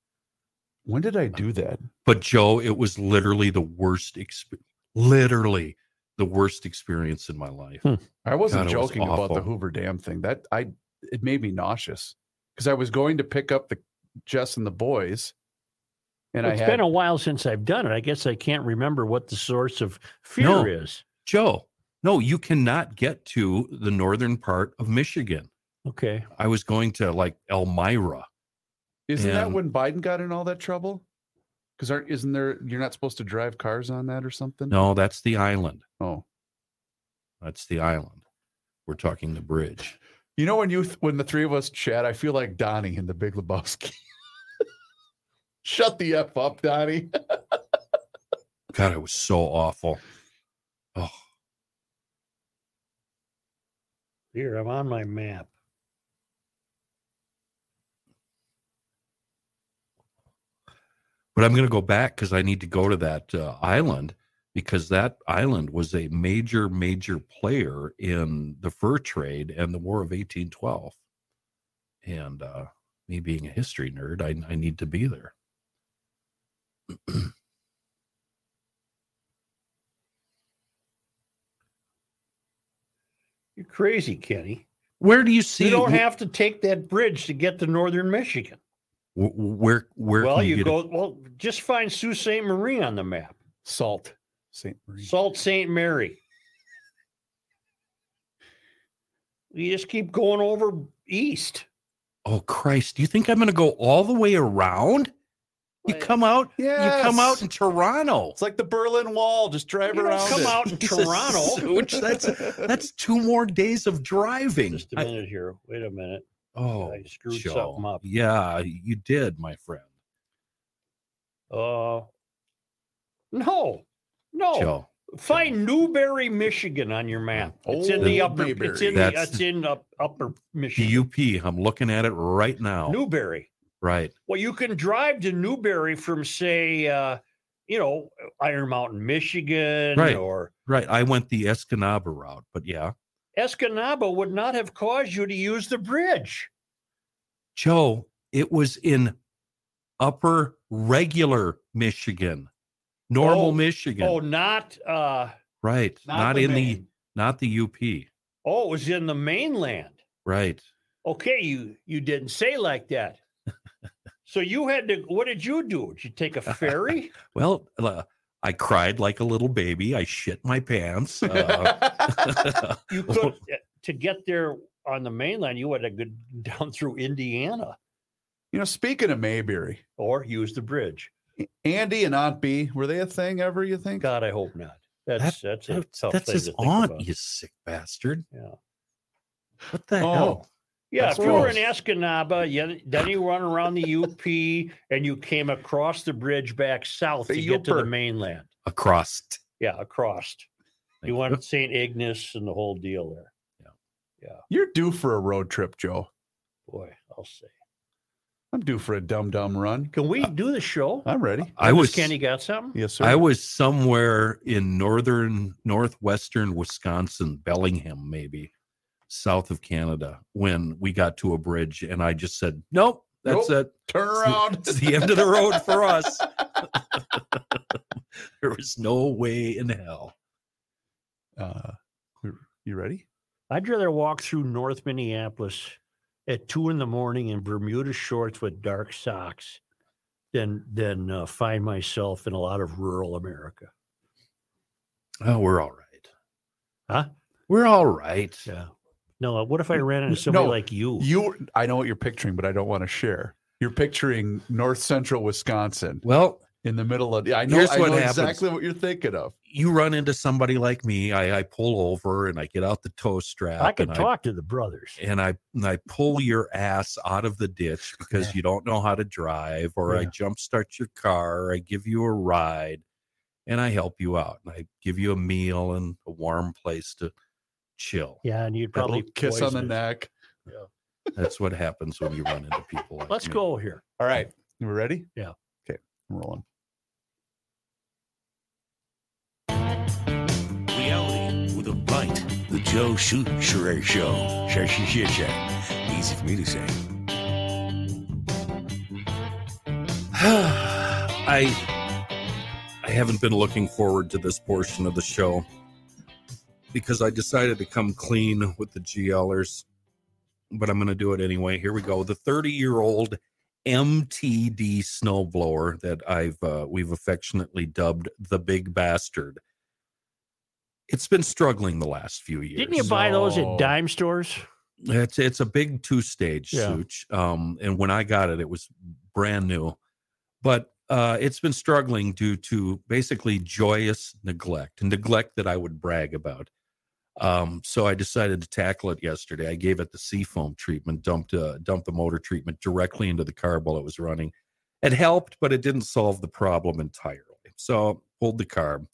[SPEAKER 1] when did I do that?
[SPEAKER 4] But Joe, it was literally the worst experience. Literally the worst experience in my life.
[SPEAKER 3] Hmm.
[SPEAKER 1] I wasn't
[SPEAKER 4] God, it was
[SPEAKER 1] joking about the
[SPEAKER 4] awful.
[SPEAKER 1] Hoover Dam thing. That I it made me nauseous because I was going to pick up the Jess and the boys, and
[SPEAKER 3] It's
[SPEAKER 1] I had
[SPEAKER 3] been a while since I've done it. I guess I can't remember what the source of fear
[SPEAKER 4] No.
[SPEAKER 3] is.
[SPEAKER 4] Joe, no, you cannot get to the northern part of Michigan.
[SPEAKER 3] Okay.
[SPEAKER 4] I was going to like Elmira.
[SPEAKER 1] Isn't that
[SPEAKER 4] And-
[SPEAKER 1] when Biden got in all that trouble? Because aren't isn't there you're not supposed to drive cars on that or something?
[SPEAKER 4] No, that's the island.
[SPEAKER 1] Oh,
[SPEAKER 4] That's the island. We're talking the bridge.
[SPEAKER 1] you know when you th- when the three of us chat, I feel like Donnie in The Big Lebowski. Shut the f up, Donnie.
[SPEAKER 4] God, it was so awful. Oh,
[SPEAKER 3] Here, I'm on my map.
[SPEAKER 4] but I'm going to go back because I need to go to that uh, island because that island was a major, major player in the fur trade and the War of 1812. And uh, me being a history nerd, I, I need to be there.
[SPEAKER 3] You're crazy, Kenny.
[SPEAKER 4] Where do you see?
[SPEAKER 3] you don't
[SPEAKER 4] wh-
[SPEAKER 3] have to take that bridge to get to northern Michigan.
[SPEAKER 4] wh- where where
[SPEAKER 3] well,
[SPEAKER 4] can you,
[SPEAKER 3] you,
[SPEAKER 4] get it?
[SPEAKER 3] go. Well, just find Sault Ste. Marie on the map.
[SPEAKER 1] Salt, Saint Marie.
[SPEAKER 3] Salt Ste. Mary. You just keep going over east.
[SPEAKER 4] Oh Christ! Do you think I'm going to go all the way around? You
[SPEAKER 3] Like,
[SPEAKER 4] come out. You come out
[SPEAKER 1] Yes!
[SPEAKER 4] in Toronto.
[SPEAKER 1] It's like the Berlin Wall. Just drive
[SPEAKER 3] you
[SPEAKER 1] around.
[SPEAKER 3] don't come
[SPEAKER 1] it.
[SPEAKER 3] out in Toronto.
[SPEAKER 4] which that's that's two more days of driving.
[SPEAKER 3] Just a
[SPEAKER 4] I-
[SPEAKER 3] minute here. Wait a minute.
[SPEAKER 4] oh,
[SPEAKER 3] I screwed
[SPEAKER 4] Joe.
[SPEAKER 3] something up.
[SPEAKER 4] Yeah, you did, my friend.
[SPEAKER 3] Uh, no, no.
[SPEAKER 4] Joe,
[SPEAKER 3] Find Newberry, Michigan on your map. It's in the
[SPEAKER 1] Oh,
[SPEAKER 3] upper. It's in the.
[SPEAKER 4] That's-
[SPEAKER 3] It's in up, upper Michigan.
[SPEAKER 4] DUP. I'm looking at it right now.
[SPEAKER 3] Newberry.
[SPEAKER 4] Right.
[SPEAKER 3] Well, you can drive to Newberry from say, uh, you know, Iron Mountain, Michigan,
[SPEAKER 4] Right.
[SPEAKER 3] or
[SPEAKER 4] Right. I went the Escanaba route, but yeah,
[SPEAKER 3] Escanaba would not have caused you to use the bridge.
[SPEAKER 4] Joe, it was in upper regular Michigan, normal
[SPEAKER 3] Oh,
[SPEAKER 4] Michigan.
[SPEAKER 3] Oh, not uh,
[SPEAKER 4] right. Not, in the
[SPEAKER 3] main.
[SPEAKER 4] not the UP.
[SPEAKER 3] Oh, it was in the mainland.
[SPEAKER 4] Right.
[SPEAKER 3] Okay, you you didn't say like that. so you had to. What did you do? Did you take a ferry?
[SPEAKER 4] Well, uh, I cried like a little baby. I shit my pants. Uh,
[SPEAKER 3] You could uh, to get there on the mainland. You had to go down through Indiana
[SPEAKER 1] you know, speaking of Mayberry,
[SPEAKER 3] or use the bridge.
[SPEAKER 1] Andy and Aunt B, were they a thing ever? You think?
[SPEAKER 3] God, I hope not. That's that's a
[SPEAKER 4] That's,
[SPEAKER 3] tough
[SPEAKER 4] that's
[SPEAKER 3] thing
[SPEAKER 4] his
[SPEAKER 3] to think
[SPEAKER 4] aunt,
[SPEAKER 3] about.
[SPEAKER 4] you sick bastard.
[SPEAKER 3] Yeah.
[SPEAKER 4] What the
[SPEAKER 1] Oh.
[SPEAKER 4] hell?
[SPEAKER 3] Yeah,
[SPEAKER 1] That's
[SPEAKER 3] if you were in
[SPEAKER 1] gross.
[SPEAKER 3] Escanaba, you, then you run around the UP and you came across the bridge back south
[SPEAKER 1] The
[SPEAKER 3] to get to the
[SPEAKER 1] Uper.
[SPEAKER 3] mainland.
[SPEAKER 4] Across.
[SPEAKER 3] Yeah, across.
[SPEAKER 4] Thank
[SPEAKER 3] You went St. Ignace and the whole deal there.
[SPEAKER 1] You're due for a road trip, Joe.
[SPEAKER 3] Boy, I'll say.
[SPEAKER 1] I'm due for a dumb dumb run.
[SPEAKER 3] Can we do the show?
[SPEAKER 1] I'm ready.
[SPEAKER 4] I was
[SPEAKER 3] Kenny got something?
[SPEAKER 1] Yes, sir.
[SPEAKER 4] I was somewhere in northern northwestern Wisconsin, Bellingham, maybe south of Canada, when we got to a bridge, and I just said, "Nope, that's it.
[SPEAKER 1] Turn
[SPEAKER 4] It's the-
[SPEAKER 1] around.
[SPEAKER 4] It's the end of the road for us." there was no way in hell.
[SPEAKER 1] Uh, you- you ready?
[SPEAKER 3] I'd rather walk through North Minneapolis at two in the morning in Bermuda shorts with dark socks than than uh, find myself in a lot of rural America.
[SPEAKER 4] Oh, we're all right.
[SPEAKER 3] Huh?
[SPEAKER 4] We're all right.
[SPEAKER 3] Yeah. No, what if I ran into somebody
[SPEAKER 1] no,
[SPEAKER 3] like you?
[SPEAKER 1] You, I know what you're picturing, but I don't want to share. You're picturing North Central Wisconsin
[SPEAKER 4] Well,
[SPEAKER 1] in the middle of. I know,
[SPEAKER 4] Here's
[SPEAKER 1] I
[SPEAKER 4] what
[SPEAKER 1] know
[SPEAKER 4] happens.
[SPEAKER 1] exactly what you're thinking of.
[SPEAKER 4] you run into somebody like me. I, I pull over and I get out the tow strap.
[SPEAKER 3] I could
[SPEAKER 4] and
[SPEAKER 3] talk to the brothers.
[SPEAKER 4] and I and I pull your ass out of the ditch because you don't know how to drive, or I
[SPEAKER 1] Yeah.
[SPEAKER 4] jump start your car, or I give you a ride, and I help you out, and I give you a meal and a warm place to chill.
[SPEAKER 3] Yeah, and you'd
[SPEAKER 1] That
[SPEAKER 3] probably
[SPEAKER 1] little kiss on the
[SPEAKER 3] poison it.
[SPEAKER 1] neck.
[SPEAKER 4] That's what happens when you run into people like
[SPEAKER 3] Let's
[SPEAKER 4] me.
[SPEAKER 3] go here.
[SPEAKER 1] All right, you ready?
[SPEAKER 3] Yeah.
[SPEAKER 1] Okay, I'm rolling.
[SPEAKER 6] We are Joe Shooting Charade Show. Sha- sha- sha- sha. Easy for me to say.
[SPEAKER 4] I I haven't been looking forward to this portion of the show because I decided to come clean with the GLers, but I'm going to do it anyway. Here we go. The 30 year old MTD snowblower that I've uh, we've affectionately dubbed the Big Bastard. It's been struggling the last few years.
[SPEAKER 3] Didn't you buy those
[SPEAKER 1] No.
[SPEAKER 3] at dime stores?
[SPEAKER 4] It's it's a big two stage
[SPEAKER 3] Yeah.
[SPEAKER 4] suit. Um, and when I got it, it was brand new, but uh, it's been struggling due to basically joyous neglect and neglect that I would brag about. Um, so I decided to tackle it yesterday. I gave it the seafoam treatment, dumped uh, dumped the motor treatment directly into the car while it was running. It helped, but it didn't solve the problem entirely. So pulled the carb.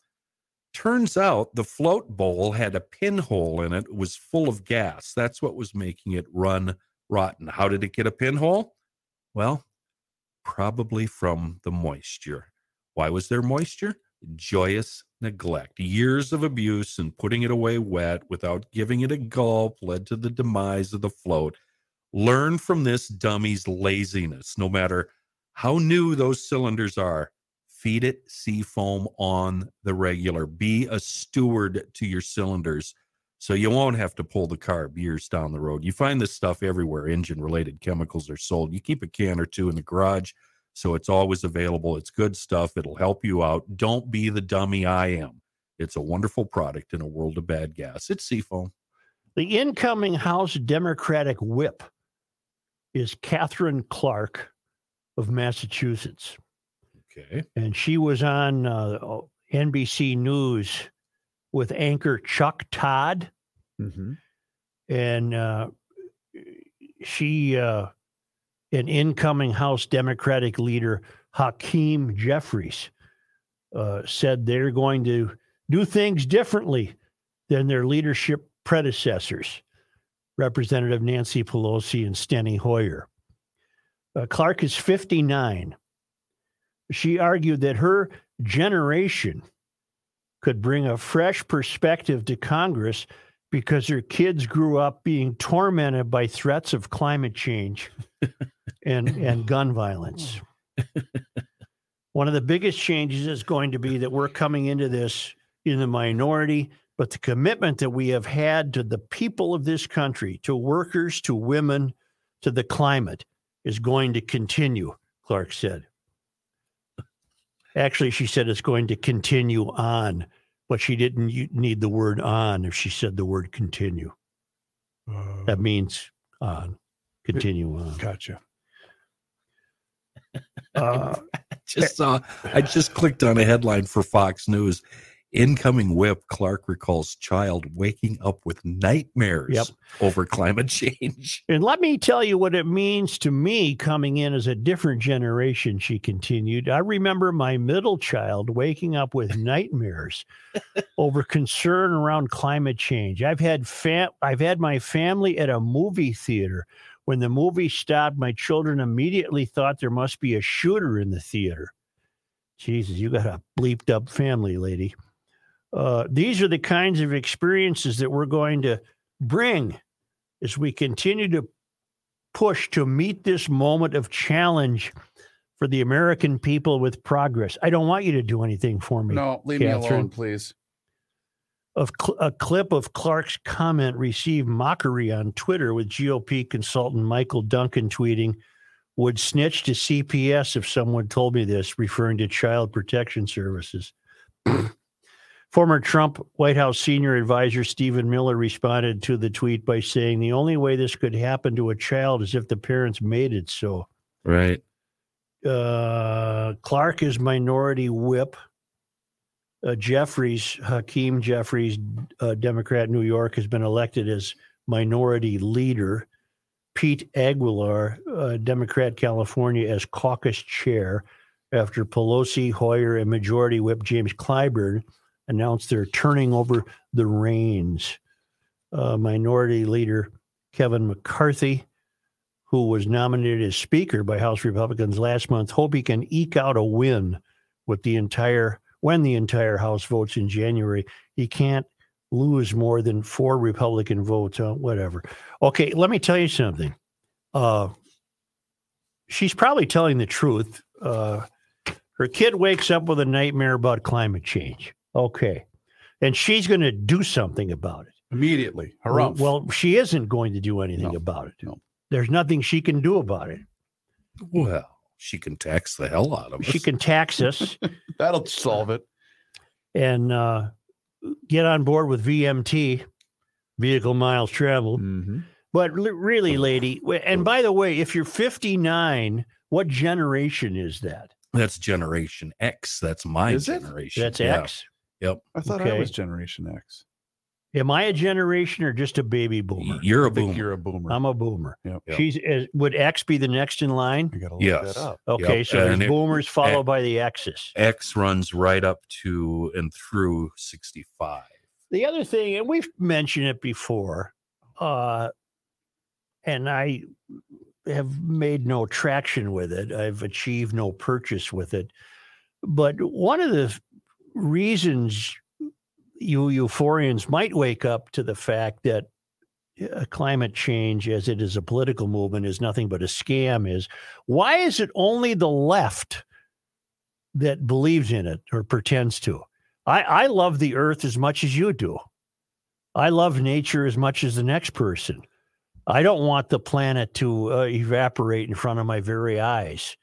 [SPEAKER 4] Turns out the float bowl had a pinhole in it, was full of gas. That's what was making it run rotten. How did it get a pinhole? Well, probably from the moisture. Why was there moisture? Joyous neglect. Years of abuse and putting it away wet without giving it a gulp led to the demise of the float. Learn from this dummy's laziness, no matter how new those cylinders are feed it seafoam on the regular. Be a steward to your cylinders so you won't have to pull the carb years down the road. You find this stuff everywhere. Engine related chemicals are sold. You keep a can or two in the garage so it's always available. It's good stuff. It'll help you out. Don't be the dummy I am. It's a wonderful product in a world of bad gas. It's seafoam.
[SPEAKER 3] The incoming House Democratic whip is Catherine Clark of Massachusetts.
[SPEAKER 4] Okay.
[SPEAKER 3] And she was on uh, NBC News with anchor Chuck Todd.
[SPEAKER 1] Mhm.
[SPEAKER 3] and uh, she uh, an incoming House Democratic leader Hakeem Jeffries uh, said they're going to do things differently than their leadership predecessors, Representative Nancy Pelosi and Steny Hoyer. Uh, Clark is 59. She argued that her generation could bring a fresh perspective to Congress because their kids grew up being tormented by threats of climate change and and gun violence. One of the biggest changes is going to be that we're coming into this in the minority, but the commitment that we have had to the people of this country, to workers, to women, to the climate is going to continue, Clark said. Actually, she said it's going to continue on but she didn't u- need the word on if she said the word continue. That means on, continue on.
[SPEAKER 1] Gotcha.
[SPEAKER 3] Uh,
[SPEAKER 4] just saw I just clicked on a headline for Fox News. Incoming whip Clark recalls child waking up with nightmares
[SPEAKER 3] Yep.
[SPEAKER 4] over climate change.
[SPEAKER 3] and let me tell you what it means to me coming in as a different generation, she continued. I remember my middle child waking up with nightmares over concern around climate change. I've had fam- I've had my family at a movie theater. When the movie stopped, my children immediately thought there must be a shooter in the theater. Jesus, you got a bleeped up family, lady. Uh, these are the kinds of experiences that we're going to bring as we continue to push to meet this moment of challenge for the American people with progress. I don't want you to do anything for me
[SPEAKER 1] No, leave me
[SPEAKER 3] Catherine.
[SPEAKER 1] alone, please.
[SPEAKER 3] of cl- a clip of Clark's comment received mockery on Twitter with GOP consultant Michael Duncan tweeting, "Would snitch to CPS if someone told me this," referring to Child Protection Services. Former Trump White House senior advisor Stephen Miller responded to the tweet by saying, "The only way this could happen to a child is if the parents made it so."
[SPEAKER 4] Right.
[SPEAKER 3] uh, Clark is minority whip. Uh, Jeffries, Hakeem Jeffries, uh, Democrat, New York, has been elected as minority leader. Pete Aguilar, uh, Democrat, California, as caucus chair after Pelosi, Hoyer, and Majority Whip James Clyburn announced they're turning over the reins. Uh, minority leader Kevin McCarthy who was nominated as Speaker by House Republicans last month, hope he can eke out a win with the entire when the entire House votes in January. He can't lose more than four Republican votes. Uh, whatever. Okay, let me tell you something. Uh, she's probably telling the truth. Uh, her kid wakes up with a nightmare about climate change. Okay, and she's going to do something about it.
[SPEAKER 1] Immediately.
[SPEAKER 3] Well-
[SPEAKER 1] Harumph.
[SPEAKER 3] Well, she isn't going to do anything
[SPEAKER 1] No,
[SPEAKER 3] about it.
[SPEAKER 1] no.
[SPEAKER 3] There's nothing she can do about it.
[SPEAKER 4] Well, she can tax the hell out of us.
[SPEAKER 3] She can tax us
[SPEAKER 1] that'll solve it.
[SPEAKER 3] and uh, get on board with VMT, vehicle miles traveled.
[SPEAKER 4] Mm.
[SPEAKER 1] Mm-hmm.
[SPEAKER 3] But l- really, lady, w- and by the way, if you're 59, what generation is that?
[SPEAKER 4] That's Generation X. That's my
[SPEAKER 1] Is it?
[SPEAKER 4] generation.
[SPEAKER 3] That's
[SPEAKER 4] Yeah.
[SPEAKER 3] X.
[SPEAKER 1] I thought I
[SPEAKER 3] Okay.
[SPEAKER 1] was Generation X.
[SPEAKER 3] Am I a generation or just a baby boomer?
[SPEAKER 4] You're a
[SPEAKER 1] I think
[SPEAKER 4] boomer.
[SPEAKER 1] you're a boomer.
[SPEAKER 3] I'm a boomer.
[SPEAKER 1] Yep.
[SPEAKER 4] Yep.
[SPEAKER 3] She's is, would X be the next in line?
[SPEAKER 1] I gotta look
[SPEAKER 4] Yes.
[SPEAKER 1] that up.
[SPEAKER 3] Okay,
[SPEAKER 4] Yep.
[SPEAKER 3] so there's
[SPEAKER 4] And it-
[SPEAKER 3] boomers followed by the X's.
[SPEAKER 4] X runs right up to and through 65.
[SPEAKER 3] The other thing, and we've mentioned it before, uh, and I have made no traction with it. I've achieved no purchase with it. But one of the reasons you euphorians might wake up to the fact that uh, climate change, as it is a political movement, is nothing but a scam is why is it only the left that believes in it or pretends to? I, I love the earth as much as you do. I love nature as much as the next person. I don't want the planet to uh, evaporate in front of my very eyes.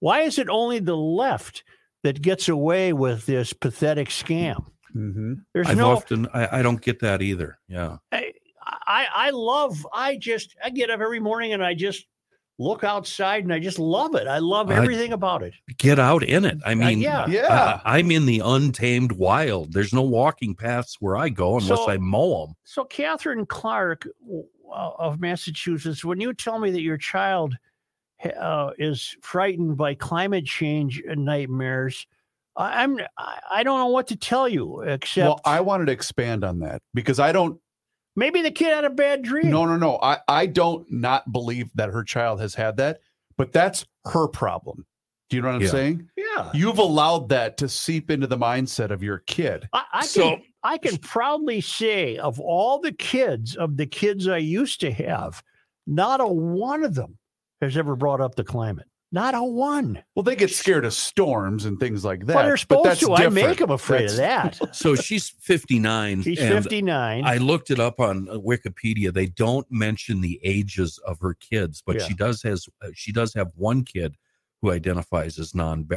[SPEAKER 3] Why is it only the left that gets away with this pathetic scam?
[SPEAKER 1] Mm-hmm.
[SPEAKER 3] There's
[SPEAKER 4] I've
[SPEAKER 3] no.
[SPEAKER 4] often, I, I don't get that either. Yeah.
[SPEAKER 3] I, I I love. I just I get up every morning and I just look outside and I just love it. I love
[SPEAKER 4] I-
[SPEAKER 3] everything about it.
[SPEAKER 4] Get out in it. I
[SPEAKER 3] Uh,
[SPEAKER 4] mean,
[SPEAKER 3] yeah.
[SPEAKER 1] Yeah.
[SPEAKER 4] I, am in the untamed wild. There's no walking paths where I go unless
[SPEAKER 3] So-
[SPEAKER 4] I mow them.
[SPEAKER 3] So, Catherine Clark w- uh, of Massachusetts, when you tell me that your child uh, is frightened by climate change and nightmares, I, I'm I I don't know what to tell you except
[SPEAKER 1] Well, I wanted to expand on that because I don't
[SPEAKER 3] maybe the kid had a bad dream.
[SPEAKER 1] No, no, no. I, I don't not believe that her child has had that, but that's her problem. Do you know what I'm
[SPEAKER 4] Yeah.
[SPEAKER 1] saying?
[SPEAKER 3] yeah,
[SPEAKER 1] You've allowed that to seep into the mindset of your kid.
[SPEAKER 3] I, I can
[SPEAKER 4] So-
[SPEAKER 3] I can proudly say of all the kids of the kids I used to have, not a one of them has ever brought up the climate. Not a one.
[SPEAKER 1] Well, they get scared of storms and things like that.
[SPEAKER 3] well, they're supposed
[SPEAKER 1] that's
[SPEAKER 3] to. I
[SPEAKER 1] different.
[SPEAKER 3] make them afraid of that.
[SPEAKER 4] So she's 59.
[SPEAKER 3] She's
[SPEAKER 4] and
[SPEAKER 3] 59.
[SPEAKER 4] I looked it up on uh, Wikipedia. They don't mention the ages of her kids, but
[SPEAKER 3] Yeah.
[SPEAKER 4] she does has uh, she does have one kid who identifies as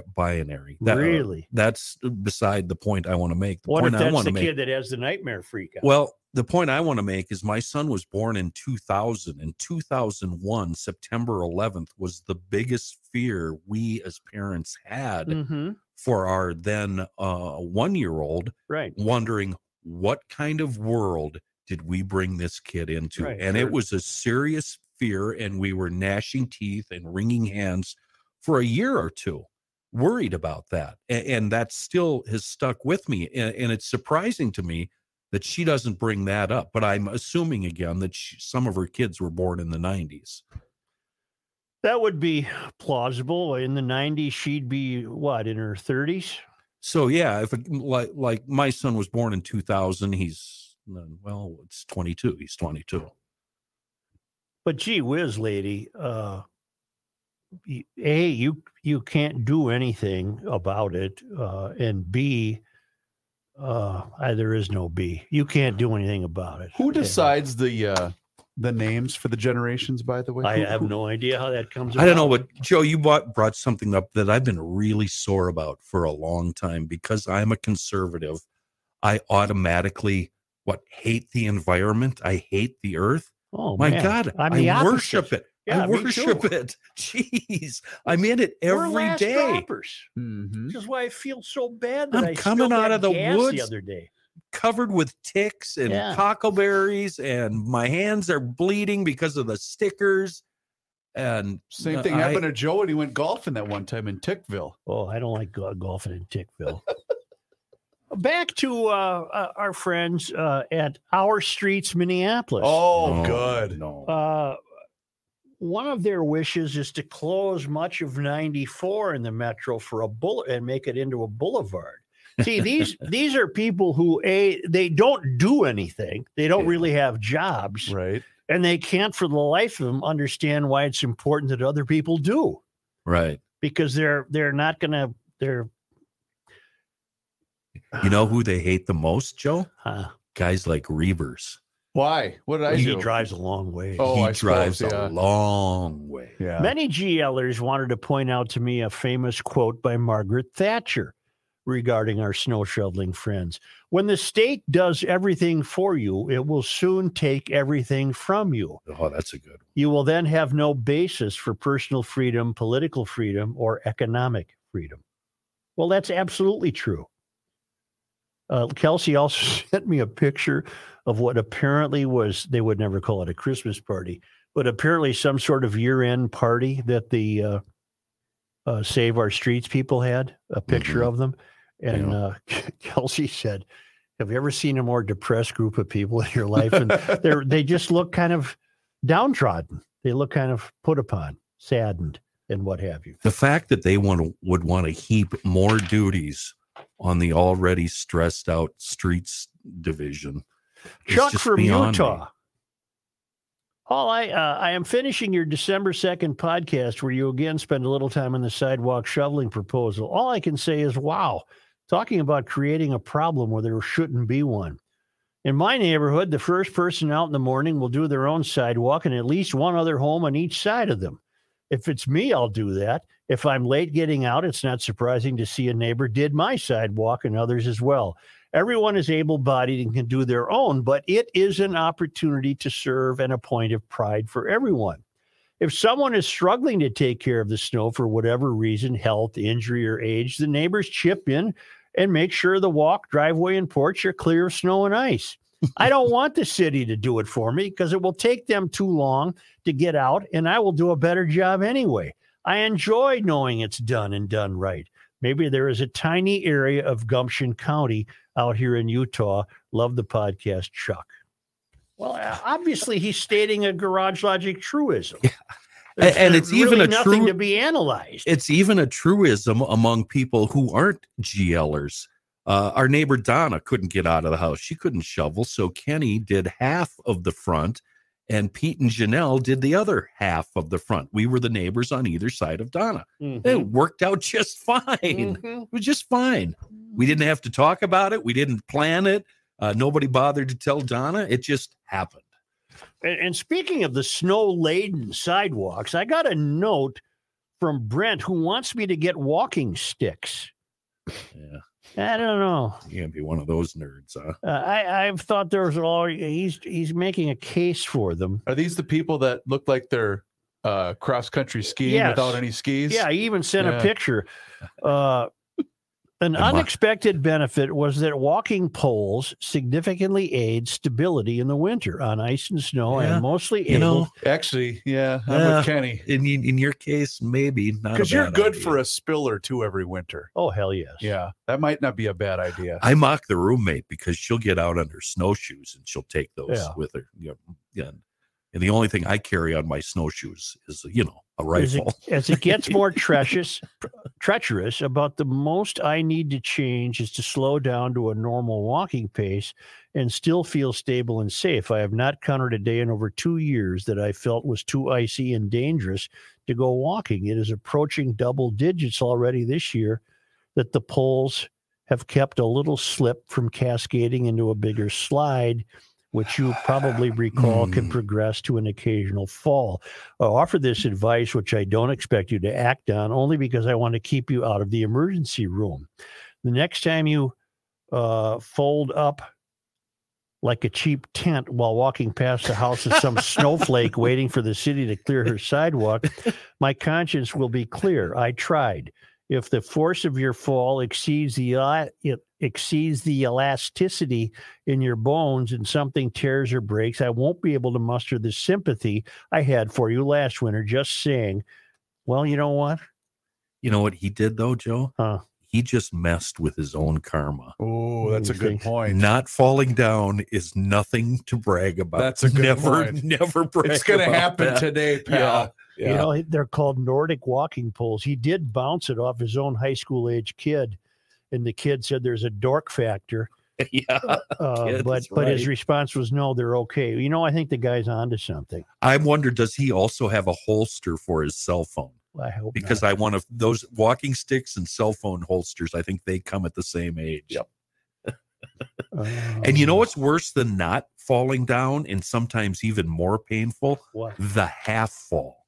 [SPEAKER 4] non-binary. uh,
[SPEAKER 3] Really?
[SPEAKER 4] That's beside the point I want to make. The
[SPEAKER 3] what if
[SPEAKER 4] point I
[SPEAKER 3] that's
[SPEAKER 4] want
[SPEAKER 3] the
[SPEAKER 4] to make.
[SPEAKER 3] kid that has the nightmare freak out?
[SPEAKER 4] Well, the point I want to make is my son was born in 2000. In 2001, September 11th was the biggest fear we as parents had
[SPEAKER 3] hmm
[SPEAKER 4] for our then uh, one-year-old
[SPEAKER 3] right.
[SPEAKER 4] wondering what kind of world did we bring this kid into?
[SPEAKER 3] Right,
[SPEAKER 4] and
[SPEAKER 3] sure.
[SPEAKER 4] it was a serious fear, and we were gnashing teeth and wringing hands for a year or two, worried about that. A- And, that still has stuck with me. And, and it's surprising to me that she doesn't bring that up. But I'm assuming again that she, some of her kids were born in the 90s.
[SPEAKER 3] That would be plausible. In the 90s, she'd be what, in her 30s?
[SPEAKER 4] So yeah, if it, like like my son was born in 2000, he's uh, well, it's 22. He's 22.
[SPEAKER 3] But gee whiz, lady, uh, y- A, you, you can't do anything about it. Uh, and B, uh, I, there is no B. You can't do anything about it.
[SPEAKER 1] Who
[SPEAKER 3] And
[SPEAKER 1] decides the uh, the names for the generations? By the way,
[SPEAKER 3] I
[SPEAKER 1] Who-
[SPEAKER 3] have no idea how that comes about.
[SPEAKER 4] I don't know, but Joe, you brought brought something up that I've been really sore about for a long time because I'm a conservative. I automatically what hate the environment. I hate the earth.
[SPEAKER 3] Oh,
[SPEAKER 4] My
[SPEAKER 3] man.
[SPEAKER 4] God,
[SPEAKER 3] I'm
[SPEAKER 4] I
[SPEAKER 3] the opposite.
[SPEAKER 4] worship it.
[SPEAKER 3] Yeah,
[SPEAKER 4] I
[SPEAKER 3] me
[SPEAKER 4] worship
[SPEAKER 3] too.
[SPEAKER 4] it. Jeez, I'm in it
[SPEAKER 3] We're
[SPEAKER 4] every
[SPEAKER 3] last
[SPEAKER 4] day.
[SPEAKER 3] droppers.
[SPEAKER 1] Mhm.
[SPEAKER 3] Which is why I feel so bad that
[SPEAKER 4] I'm
[SPEAKER 3] I
[SPEAKER 4] coming
[SPEAKER 3] spilled
[SPEAKER 4] out
[SPEAKER 3] that
[SPEAKER 4] of the
[SPEAKER 3] gas
[SPEAKER 4] woods.
[SPEAKER 3] the other day.
[SPEAKER 4] Covered with ticks and
[SPEAKER 3] Yeah.
[SPEAKER 4] cockleberries, and my hands are bleeding because of the stickers. And
[SPEAKER 1] Same
[SPEAKER 4] uh,
[SPEAKER 1] thing
[SPEAKER 4] I-
[SPEAKER 1] happened to Joe when he went golfing that one time in Tickville.
[SPEAKER 3] Oh, I don't like go- golfing in Tickville. Back to uh, uh, our friends uh, at Our Streets, Minneapolis.
[SPEAKER 1] Oh,
[SPEAKER 4] No,
[SPEAKER 1] good.
[SPEAKER 4] No.
[SPEAKER 3] Uh, one of their wishes is to close much of 94 in the metro for a bullet and make it into a boulevard. See, these these are people who a they don't do anything. They don't
[SPEAKER 4] Yeah.
[SPEAKER 3] really have jobs,
[SPEAKER 1] right?
[SPEAKER 3] and they can't for the life of them understand why it's important that other people do
[SPEAKER 4] Right.
[SPEAKER 3] because they're they're not gonna they're
[SPEAKER 4] You know who they hate the most, Joe?
[SPEAKER 3] uh,
[SPEAKER 4] Guys like Reavers.
[SPEAKER 1] Why? What did I
[SPEAKER 3] he
[SPEAKER 1] do?
[SPEAKER 3] drives a long way.
[SPEAKER 1] Oh,
[SPEAKER 4] he
[SPEAKER 1] I suppose,
[SPEAKER 4] drives
[SPEAKER 1] yeah.
[SPEAKER 4] a long way.
[SPEAKER 1] Yeah.
[SPEAKER 3] Many GLers wanted to point out to me a famous quote by Margaret Thatcher regarding our snow shoveling friends. When the state does everything for you, it will soon take everything from you.
[SPEAKER 4] Oh, that's a good
[SPEAKER 3] You will then have no basis for personal freedom, political freedom, or economic freedom. Well, that's absolutely true. Uh, Kelsey also sent me a picture of what apparently was, they would never call it a Christmas party, but apparently some sort of year end party that the uh, uh, Save Our Streets people had, a picture
[SPEAKER 4] Mhm.
[SPEAKER 3] of them. And
[SPEAKER 4] Yeah.
[SPEAKER 3] uh, Kelsey said, Have you ever seen a more depressed group of people in your life? And they are they just look kind of downtrodden. They look kind of put upon, saddened, and what have you.
[SPEAKER 4] the fact that they want to, would want to heap more duties on the already stressed out streets division. is
[SPEAKER 3] Chuck
[SPEAKER 4] just
[SPEAKER 3] from
[SPEAKER 4] beyond me.
[SPEAKER 3] Utah. All I uh, I am finishing your December second podcast where you again spend a little time on the sidewalk shoveling proposal. All I can say is wow, talking about creating a problem where there shouldn't be one. In my neighborhood, the first person out in the morning will do their own sidewalk and at least one other home on each side of them. If it's me, I'll do that. If I'm late getting out, it's not surprising to see a neighbor did my sidewalk and others as well. Everyone is able bodied and can do their own, but it is an opportunity to serve and a point of pride for everyone. If someone is struggling to take care of the snow for whatever reason health, injury, or age the neighbors chip in and make sure the walk, driveway, and porch are clear of snow and ice. I don't want the city to do it for me because it will take them too long to get out, and I will do a better job anyway. I enjoy knowing it's done and done right. Maybe there is a tiny area of Gumption County out here in Utah. Love the podcast, Chuck. Well, uh, obviously he's stating a garage logic truism. There's-
[SPEAKER 4] and
[SPEAKER 3] there's
[SPEAKER 4] it's even
[SPEAKER 3] really
[SPEAKER 4] a
[SPEAKER 3] nothing
[SPEAKER 4] tru-
[SPEAKER 3] to be analyzed.
[SPEAKER 4] It's even a truism among people who aren't GLers. Uh, our neighbor Donna couldn't get out of the house. She couldn't shovel. So Kenny did half of the front, and Pete and Janelle did the other half of the front. We were the neighbors on either side of Donna.
[SPEAKER 3] Mm-hmm.
[SPEAKER 4] It worked out just fine.
[SPEAKER 3] Mhm.
[SPEAKER 4] It was just fine. We didn't have to talk about it. We didn't plan it. Uh, nobody bothered to tell Donna. It just happened.
[SPEAKER 3] And, and speaking of the snow laden sidewalks, I got a note from Brent who wants me to get walking sticks.
[SPEAKER 4] Yeah,
[SPEAKER 3] I don't know.
[SPEAKER 4] you can't be one of those nerds, huh?
[SPEAKER 3] Uh, I I've thought there was all he's he's making a case for them.
[SPEAKER 1] Are these the people that look like they're uh, cross country skiing
[SPEAKER 3] Yes.
[SPEAKER 1] without any skis?
[SPEAKER 3] Yeah, he even sent a
[SPEAKER 1] Yeah.
[SPEAKER 3] picture. Uh, an
[SPEAKER 4] And wa-
[SPEAKER 3] unexpected benefit was that walking poles significantly aid stability in the winter on ice and snow,
[SPEAKER 4] Yeah,
[SPEAKER 3] and mostly
[SPEAKER 4] You know,
[SPEAKER 3] able.
[SPEAKER 1] Actually, yeah, I'm
[SPEAKER 4] Yeah.
[SPEAKER 1] with Kenny.
[SPEAKER 4] in in your case, maybe not a
[SPEAKER 1] Because you're
[SPEAKER 4] bad
[SPEAKER 1] good
[SPEAKER 4] idea.
[SPEAKER 1] for a spill or two every winter.
[SPEAKER 3] Oh hell yes!
[SPEAKER 1] Yeah, that might not be a bad idea.
[SPEAKER 4] I mock the roommate because she'll get out on her snowshoes and she'll take those
[SPEAKER 3] Yeah.
[SPEAKER 4] with her. You know, yeah. And the only thing I carry on my snowshoes is, you know, a
[SPEAKER 3] As it,
[SPEAKER 4] rifle.
[SPEAKER 3] as it gets more treacherous, treacherous, about the most I need to change is to slow down to a normal walking pace and still feel stable and safe. I have not counted a day in over two years that I felt was too icy and dangerous to go walking. It is approaching double digits already this year that the poles have kept a little slip from cascading into a bigger slide. Which you probably recall can
[SPEAKER 4] Hmm.
[SPEAKER 3] progress to an occasional fall. I offer this advice, which I don't expect you to act on, only because I want to keep you out of the emergency room. The next time you uh, fold up like a cheap tent while walking past the house of some snowflake waiting for the city to clear her sidewalk, my conscience will be clear. I tried. If the force of your fall exceeds the el- it exceeds the elasticity in your bones and something tears or breaks, I won't be able to muster the sympathy I had for you last winter. Just saying. Well, you know what?
[SPEAKER 4] you know what he did though, Joe?
[SPEAKER 3] Huh.
[SPEAKER 4] He just messed with his own karma.
[SPEAKER 1] Oh, that's a
[SPEAKER 3] You
[SPEAKER 1] good
[SPEAKER 3] think-
[SPEAKER 1] point.
[SPEAKER 4] Not falling down is nothing to brag about.
[SPEAKER 1] That's a good
[SPEAKER 4] never,
[SPEAKER 1] point.
[SPEAKER 4] never brag.
[SPEAKER 1] it's going to
[SPEAKER 4] about
[SPEAKER 1] happen
[SPEAKER 4] that.
[SPEAKER 1] today, pal. Yeah.
[SPEAKER 3] You know, they're called Nordic walking poles. He did bounce it off his own high school age kid and the kid said there's a dork factor.
[SPEAKER 4] yeah.
[SPEAKER 3] Uh,
[SPEAKER 4] Kid,
[SPEAKER 3] but
[SPEAKER 4] that's
[SPEAKER 3] but his
[SPEAKER 4] right.
[SPEAKER 3] response was no, they're okay. You know, I think the guy's onto something.
[SPEAKER 4] I wonder does he also have a holster for his cell phone?
[SPEAKER 3] I hope
[SPEAKER 4] Because I want to those walking sticks and cell phone holsters, I think they come at the same age.
[SPEAKER 1] Yep.
[SPEAKER 3] not.
[SPEAKER 4] And you know
[SPEAKER 3] Um,
[SPEAKER 4] what's worse than not falling down and sometimes even more painful?
[SPEAKER 3] what?
[SPEAKER 4] The half fall.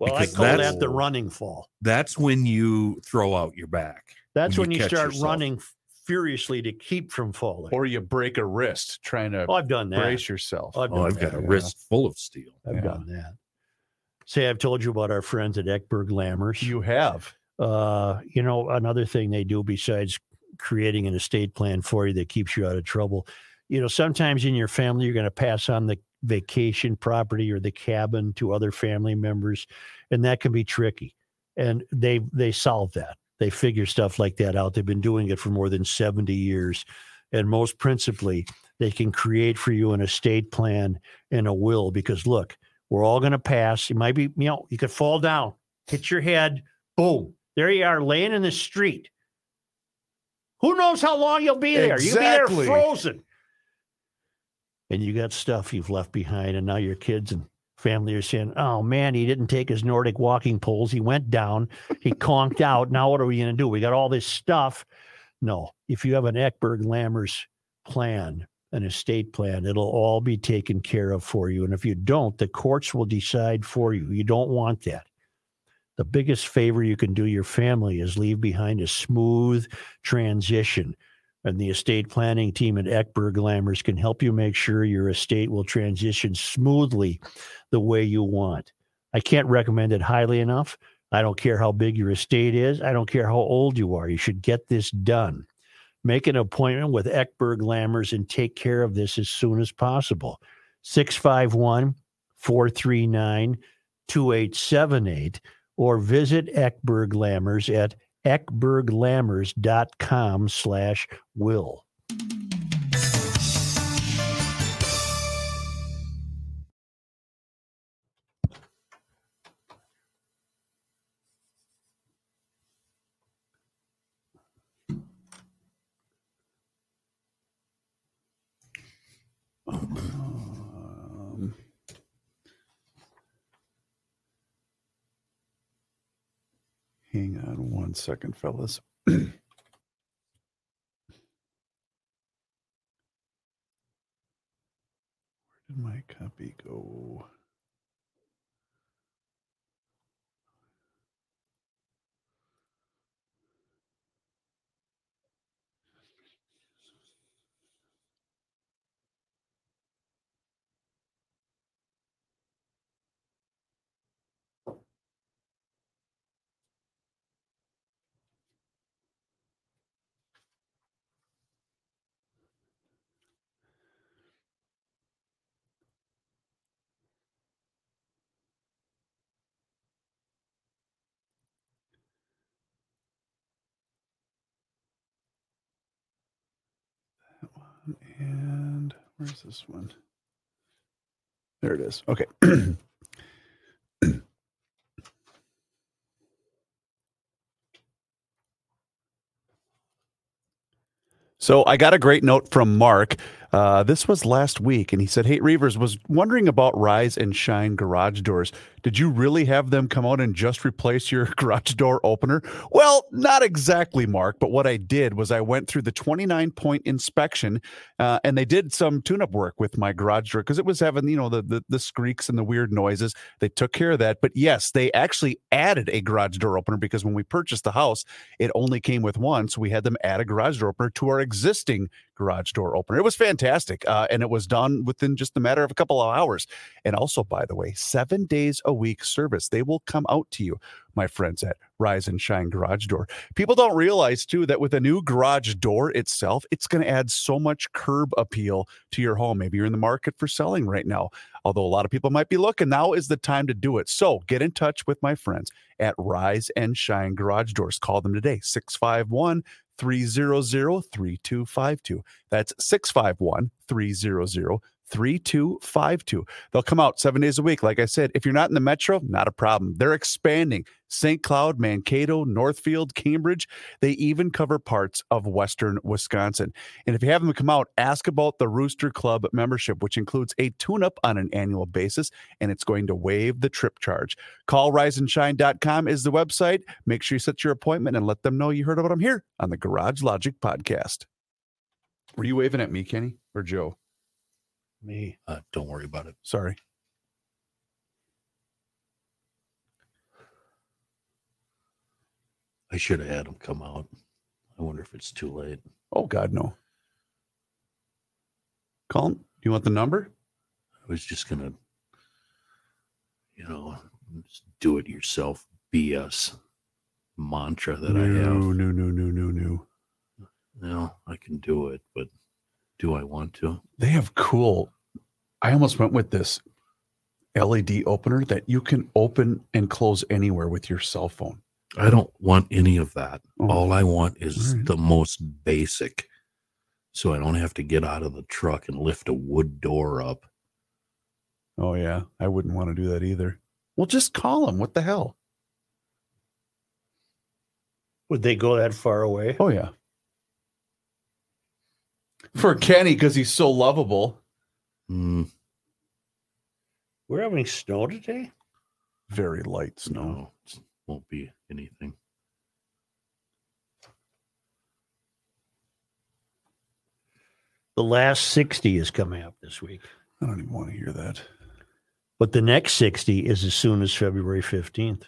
[SPEAKER 3] Well, I
[SPEAKER 4] Because
[SPEAKER 3] call
[SPEAKER 4] that's-
[SPEAKER 3] that the running fall.
[SPEAKER 4] That's when you throw out your back.
[SPEAKER 3] That's
[SPEAKER 4] when
[SPEAKER 3] when
[SPEAKER 4] you
[SPEAKER 3] you,
[SPEAKER 4] catch
[SPEAKER 3] start
[SPEAKER 4] yourself.
[SPEAKER 3] running f- furiously to keep from falling.
[SPEAKER 1] Or you break a wrist trying to
[SPEAKER 3] oh, I've done that.
[SPEAKER 1] brace yourself.
[SPEAKER 3] I've
[SPEAKER 4] Oh,
[SPEAKER 3] done
[SPEAKER 4] I've got
[SPEAKER 3] that.
[SPEAKER 4] a wrist full of steel.
[SPEAKER 3] I've
[SPEAKER 1] Yeah.
[SPEAKER 3] done that. Say, I've told you about our friends at Eckberg Lammers.
[SPEAKER 1] You have.
[SPEAKER 3] uh, you know, another thing they do besides creating an estate plan for you that keeps you out of trouble, you know, sometimes in your family, you're going to pass on the vacation property or the cabin to other family members, and that can be tricky. And they they solve that. They figure stuff like that out. They've been doing it for more than 70 years. And most principally, they can create for you an estate plan and a will because look, we're all going to pass. You might be, you know, you could fall down, hit your head, boom, there you are laying in the street. Who knows how long you'll be there? You'll be
[SPEAKER 1] Exactly.
[SPEAKER 3] there frozen. And you got stuff you've left behind, and now your kids and family are saying, "Oh man, he didn't take his Nordic walking poles. He went down. He conked out. Now what are we going to do? We got all this stuff." No, if you have an Eckberg Lammers plan, an estate plan, it'll all be taken care of for you. And if you don't, the courts will decide for you. You don't want that. The biggest favor you can do your family is leave behind a smooth transition. And the estate planning team at Eckberg Lammers can help you make sure your estate will transition smoothly the way you want. I can't recommend it highly enough. I don't care how big your estate is. I don't care how old you are. You should get this done. Make an appointment with Eckberg Lammers and take care of this as soon as possible. 651 439 2878 or visit Eckberg Lammers at eckberglammers.com slash will.
[SPEAKER 1] Um, hang on one second, fellas. Where did my copy go? That one and where's this one? There it is. Okay. So I got a great note from Mark. Uh, this was last week, and he said, "Hey, Reavers was wondering about Rise and Shine garage doors. Did you really have them come out and just replace your garage door opener?" Well, not exactly, Mark. But what I did was I went through the 29 point inspection, uh, and they did some tune up work with my garage door because it was having you know the, the the squeaks and the weird noises. They took care of that. But yes, they actually added a garage door opener because when we purchased the house, it only came with one. So we had them add a garage door opener to our existing garage door opener. It was fantastic. Uh, and it was done within just a matter of a couple of hours. And also, by the way, seven days a week service. They will come out to you, my friends at Rise and Shine Garage Door. People don't realize, too, that with a new garage door itself, it's going to add so much curb appeal to your home. Maybe you're in the market for selling right now, although a lot of people might be looking. Now is the time to do it. So get in touch with my friends at Rise and Shine Garage Doors. Call them today, 651 300 3252. That's 651 300 3252. They'll come out seven days a week. Like I said, if you're not in the metro, not a problem. They're expanding St. Cloud, Mankato, Northfield, Cambridge. They even cover parts of Western Wisconsin. And if you haven't come out, ask about the Rooster Club membership, which includes a tune up on an annual basis, and it's going to waive the trip charge. CallRiseandShine.com is the website. Make sure you set your appointment and let them know you heard about them here on the Garage Logic podcast. Were you waving at me, Kenny, or Joe?
[SPEAKER 3] Me.
[SPEAKER 4] Uh, don't worry about it.
[SPEAKER 1] Sorry.
[SPEAKER 4] I should have had him come out. I wonder if it's too late.
[SPEAKER 1] Oh God, no. Colin, do you want the number?
[SPEAKER 4] I was just gonna, you know, do it yourself BS mantra that I have.
[SPEAKER 1] no, no, no, no, no.
[SPEAKER 4] No, I can do it, but do I want to?
[SPEAKER 1] They have cool. I almost went with this LED opener that you can open and close anywhere with your cell phone.
[SPEAKER 4] I don't want any of that.
[SPEAKER 1] Oh.
[SPEAKER 4] All I want is
[SPEAKER 1] All right.
[SPEAKER 4] the most basic. So I don't have to get out of the truck and lift a wood door up.
[SPEAKER 1] Oh yeah, I wouldn't want to do that either. Well, just call them. What the hell?
[SPEAKER 3] Would they go that far away?
[SPEAKER 1] Oh yeah. For Kenny, because he's so lovable.
[SPEAKER 4] Hmm,
[SPEAKER 3] We're having snow today.
[SPEAKER 1] Very light snow.
[SPEAKER 4] no, it won't be anything.
[SPEAKER 3] The last 60 is coming up this week,
[SPEAKER 1] I don't even want to hear that.
[SPEAKER 3] but the next 60 is as soon as February 15th.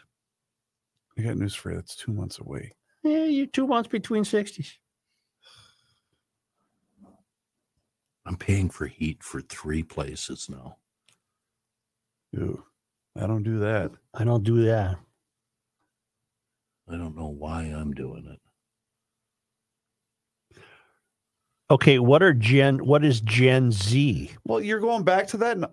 [SPEAKER 1] I got news for you. That's two months away.
[SPEAKER 3] Yeah, you two months between 60s.
[SPEAKER 4] I'm paying for heat for three places now.
[SPEAKER 1] Ew, I don't do that.
[SPEAKER 3] I don't do that.
[SPEAKER 4] I don't know why I'm doing it.
[SPEAKER 3] Okay, what are Gen what is Gen Z?
[SPEAKER 1] Well, you're going back to that. And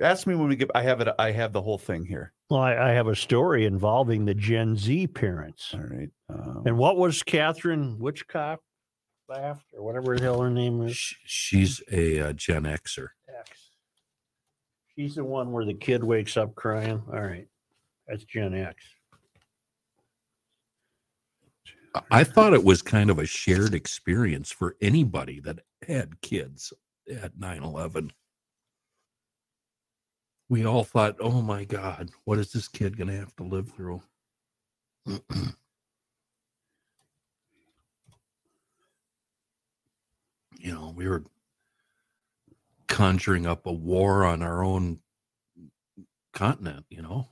[SPEAKER 1] ask me when we get. I have it. I have the whole thing here.
[SPEAKER 3] Well, I, I have a story involving the Gen Z parents.
[SPEAKER 1] All right. Um,
[SPEAKER 3] And what was Catherine Witchcock laughed or whatever the hell her name is?
[SPEAKER 4] Sh- She's a uh, Gen Xer.
[SPEAKER 3] X. She's the one where the kid wakes up crying. All right. That's Gen X.
[SPEAKER 4] I- I thought it was kind of a shared experience for anybody that had kids at 9 11. We all thought, oh my God, what is this kid going to have to live through? you know, we were conjuring up a war on our own continent, you know?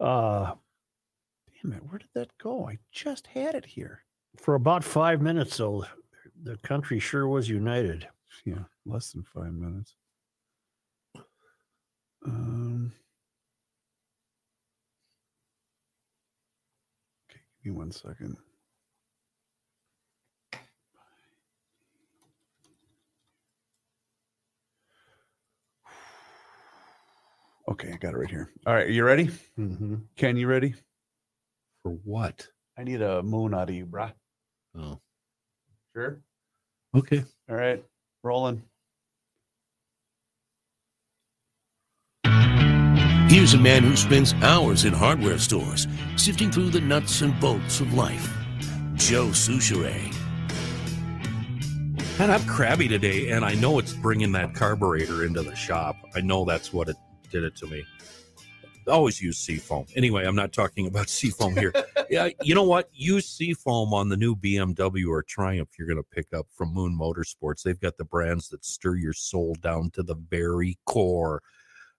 [SPEAKER 3] Uh,
[SPEAKER 1] damn it, where did that go? I just had it here.
[SPEAKER 3] for about five minutes, though, the country sure was united.
[SPEAKER 1] Yeah, less than five minutes. Um. Okay, give me one second. Okay, I got it right here. All right, you ready? Ken, you ready?
[SPEAKER 4] For what?
[SPEAKER 1] Mm-hmm. I need a moon out of you, bruh.
[SPEAKER 4] Oh,
[SPEAKER 1] Sure.
[SPEAKER 4] okay.
[SPEAKER 1] All right, rolling.
[SPEAKER 6] Here's a man who spends hours in hardware stores sifting through the nuts and bolts of life. Joe Souchere.
[SPEAKER 4] And I'm crabby today, and I know it's bringing that carburetor into the shop. I know that's what it did it to me. I always use seafoam. Anyway, I'm not talking about seafoam here. yeah, you know what? Use seafoam on the new BMW or Triumph you're going to pick up from Moon Motorsports. They've got the brands that stir your soul down to the very core.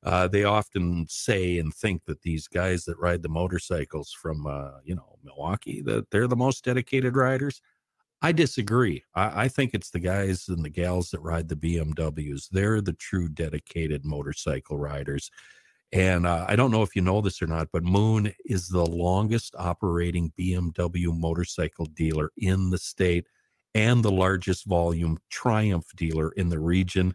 [SPEAKER 4] Uh, they often say and think that these guys that ride the motorcycles from, uh, you know, Milwaukee, that they're the most dedicated riders. I disagree. I, I think it's the guys and the gals that ride the BMWs. They're the true dedicated motorcycle riders. And uh, I don't know if you know this or not, but Moon is the longest operating BMW motorcycle dealer in the state and the largest volume Triumph dealer in the region.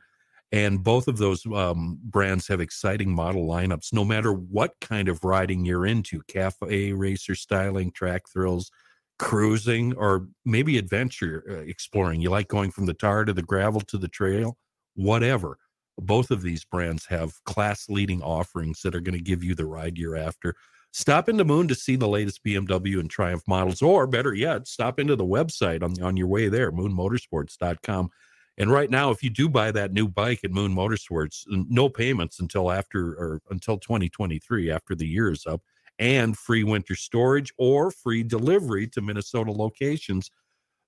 [SPEAKER 4] And both of those um, brands have exciting model lineups, no matter what kind of riding you're into cafe racer styling, track thrills cruising or maybe adventure uh, exploring. You like going from the tar to the gravel to the trail, whatever. Both of these brands have class leading offerings that are going to give you the ride you're after. Stop into Moon to see the latest BMW and Triumph models, or better yet, stop into the website on, on your way there, moonmotorsports.com. And right now, if you do buy that new bike at Moon Motorsports, n- no payments until after or until 2023, after the year is up, and free winter storage or free delivery to Minnesota locations.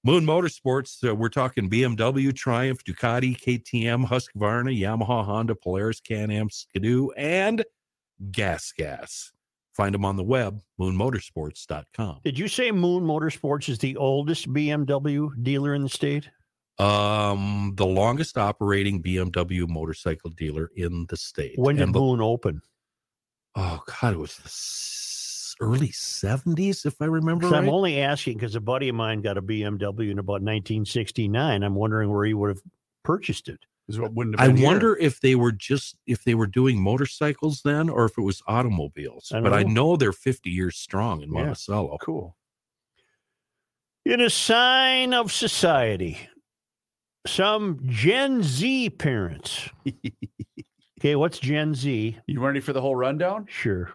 [SPEAKER 4] Moon Motorsports, uh, we're talking BMW, Triumph, Ducati, KTM, Husqvarna, Yamaha, Honda, Polaris, Can Am, Skidoo, and Gas Gas. Find them on the web, moonmotorsports.com.
[SPEAKER 3] Did you say Moon Motorsports is the oldest BMW dealer in the state?
[SPEAKER 4] Um, the longest operating BMW motorcycle dealer in the state.
[SPEAKER 3] When did
[SPEAKER 4] And the-
[SPEAKER 3] Moon open?
[SPEAKER 4] oh God, it was the s- early seventies, if I remember
[SPEAKER 3] 'Cause I'm
[SPEAKER 4] right.
[SPEAKER 3] only asking because a buddy of mine got a BMW in about 1969. I'm wondering where he would have purchased it.
[SPEAKER 1] Is what wouldn't
[SPEAKER 4] I
[SPEAKER 1] have been here.
[SPEAKER 4] wonder if they were just if they were doing motorcycles then, or if it was automobiles.
[SPEAKER 3] I don't
[SPEAKER 4] but I
[SPEAKER 3] know.
[SPEAKER 4] know they're fifty years strong in
[SPEAKER 3] Yeah.
[SPEAKER 4] Monticello.
[SPEAKER 1] Cool.
[SPEAKER 3] In a sign of society, some Gen Z parents. okay, what's Gen Z?
[SPEAKER 1] You ready for the whole rundown?
[SPEAKER 3] Sure.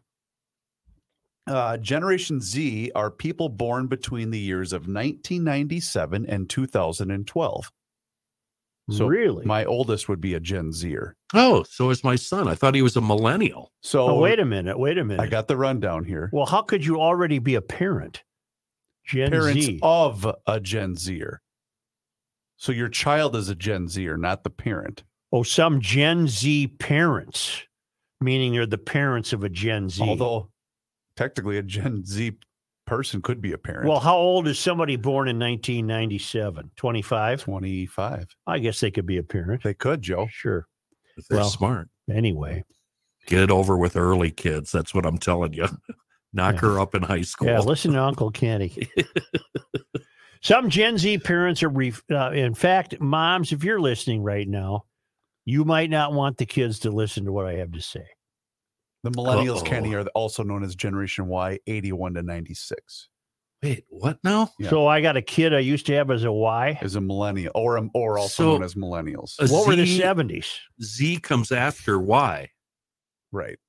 [SPEAKER 1] Uh, Generation Z are people born between the years of 1997 and 2012. So
[SPEAKER 3] really?
[SPEAKER 1] My oldest would be a Gen Zer.
[SPEAKER 4] Oh, so is my son. I thought he was a millennial.
[SPEAKER 1] So
[SPEAKER 3] oh, wait a minute. Wait a minute.
[SPEAKER 1] I got the rundown here.
[SPEAKER 3] well, how could you already be a parent? Gen
[SPEAKER 1] Parents
[SPEAKER 3] Z.
[SPEAKER 1] of a Gen Zer. So your child is a Gen Zer, not the parent.
[SPEAKER 3] Oh, some Gen Z parents, meaning they're the parents of a Gen Z.
[SPEAKER 1] Although technically a Gen Z person could be a parent.
[SPEAKER 3] well, how old is somebody born in 1997? 25?
[SPEAKER 1] 25.
[SPEAKER 3] I guess they could be a parent.
[SPEAKER 1] They could,
[SPEAKER 4] Oh.
[SPEAKER 1] Joe.
[SPEAKER 3] Sure.
[SPEAKER 4] If they're
[SPEAKER 3] Well-
[SPEAKER 4] smart.
[SPEAKER 3] Anyway,
[SPEAKER 4] Get it over with early, kids. That's what I'm telling you. Knock
[SPEAKER 3] Yeah.
[SPEAKER 4] her up in high school.
[SPEAKER 3] yeah, listen to Uncle Kenny. some Gen Z parents are, re- uh, in fact, moms, if you're listening right now, you might not want the kids to listen to what I have to say.
[SPEAKER 1] The millennials,
[SPEAKER 4] Uh-oh.
[SPEAKER 1] Kenny, are also known as Generation Y, 81 to 96.
[SPEAKER 4] Wait, what now?
[SPEAKER 1] Yeah.
[SPEAKER 3] So I got a kid I used to have as a Y.
[SPEAKER 1] Is a millennial, or a- or also
[SPEAKER 4] So-
[SPEAKER 1] known as millennials.
[SPEAKER 4] A
[SPEAKER 3] What were the
[SPEAKER 4] Z-
[SPEAKER 3] 70s?
[SPEAKER 4] Z comes after Y.
[SPEAKER 1] right.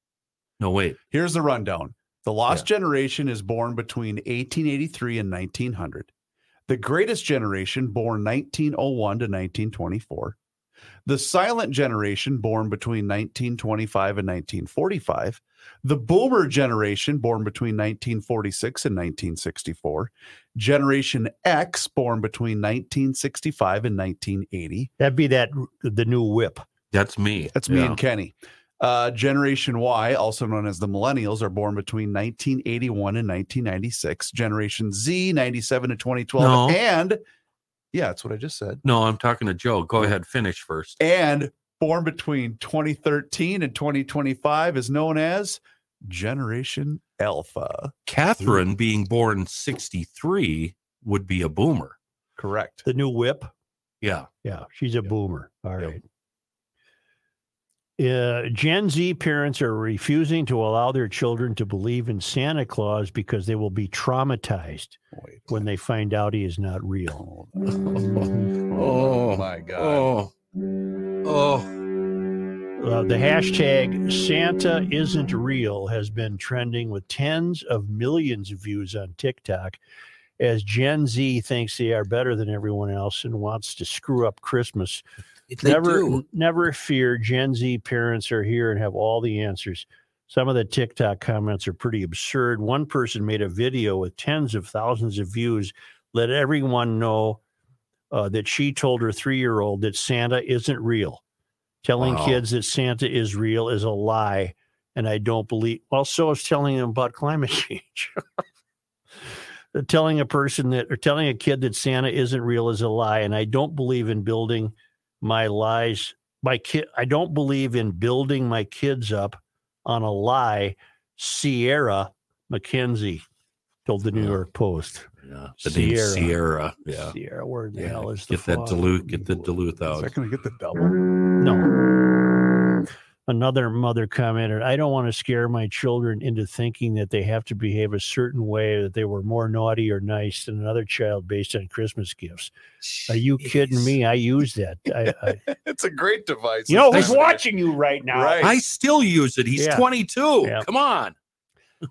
[SPEAKER 4] No, wait.
[SPEAKER 1] Here's the rundown. The lost generation is born between 1883 and 1900. The greatest generation born 1901 to 1924. The silent generation born between 1925 and 1945. The boomer generation born between 1946 and 1964. Generation X born between 1965 and 1980.
[SPEAKER 3] That'd be that the new whip.
[SPEAKER 4] That's me.
[SPEAKER 1] That's me
[SPEAKER 4] Yeah.
[SPEAKER 1] and Kenny. Uh, Generation Y, also known as the Millennials, are born between 1981 and 1996. Generation Z, 97 to 2012.
[SPEAKER 4] No.
[SPEAKER 1] And yeah, that's what I just said.
[SPEAKER 4] No, I'm talking to Joe. Go ahead, finish first.
[SPEAKER 1] And born between 2013 and 2025 is known as Generation Alpha.
[SPEAKER 4] Catherine being born 63 would be a boomer.
[SPEAKER 1] Correct.
[SPEAKER 3] The new whip.
[SPEAKER 4] Yeah.
[SPEAKER 3] Yeah, she's a boomer. All
[SPEAKER 4] Yep.
[SPEAKER 3] right. Uh, Gen Z parents are refusing to allow their children to believe in Santa Claus because they will be traumatized
[SPEAKER 1] Wait.
[SPEAKER 3] when they find out he is not real. Uh,
[SPEAKER 1] Oh,
[SPEAKER 4] Oh,
[SPEAKER 1] my God.
[SPEAKER 4] Oh. Oh.
[SPEAKER 3] Uh, the hashtag Santa isn't real has been trending with tens of millions of views on TikTok as Gen Z thinks they are better than everyone else and wants to screw up Christmas
[SPEAKER 4] They
[SPEAKER 3] never,
[SPEAKER 4] do.
[SPEAKER 3] never fear. Gen Z parents are here and have all the answers. Some of the TikTok comments are pretty absurd. One person made a video with tens of thousands of views, let everyone know uh, that she told her three year old that Santa isn't real. Telling
[SPEAKER 4] Wow.
[SPEAKER 3] kids that Santa is real is a lie. And I don't believe, well, so is telling them about climate change. telling a person that, or telling a kid that Santa isn't real is a lie. And I don't believe in building my lies my kid i don't believe in building my kids up on a lie sierra mckenzie told the new
[SPEAKER 4] Yeah.
[SPEAKER 3] york post
[SPEAKER 4] Yeah. The name
[SPEAKER 3] Sierra.
[SPEAKER 4] Sierra. Yeah.
[SPEAKER 3] sierra where the
[SPEAKER 4] Yeah.
[SPEAKER 3] hell is the
[SPEAKER 4] Get that
[SPEAKER 3] fog?
[SPEAKER 4] Duluth. Get the Duluth
[SPEAKER 1] Is
[SPEAKER 4] out.
[SPEAKER 1] that going to get the double?
[SPEAKER 3] no Another mother commented, I don't want to scare my children into thinking that they have to behave a certain way, that they were more naughty or nice than another child based on Christmas gifts. Are you kidding me? I use that. I, I,
[SPEAKER 1] it's a great device.
[SPEAKER 3] you know
[SPEAKER 1] It's
[SPEAKER 3] who's
[SPEAKER 1] fascinating.
[SPEAKER 3] watching you right now?
[SPEAKER 1] Right.
[SPEAKER 4] I still use it. He's
[SPEAKER 3] Yeah.
[SPEAKER 4] 22.
[SPEAKER 3] Yeah.
[SPEAKER 4] Come on.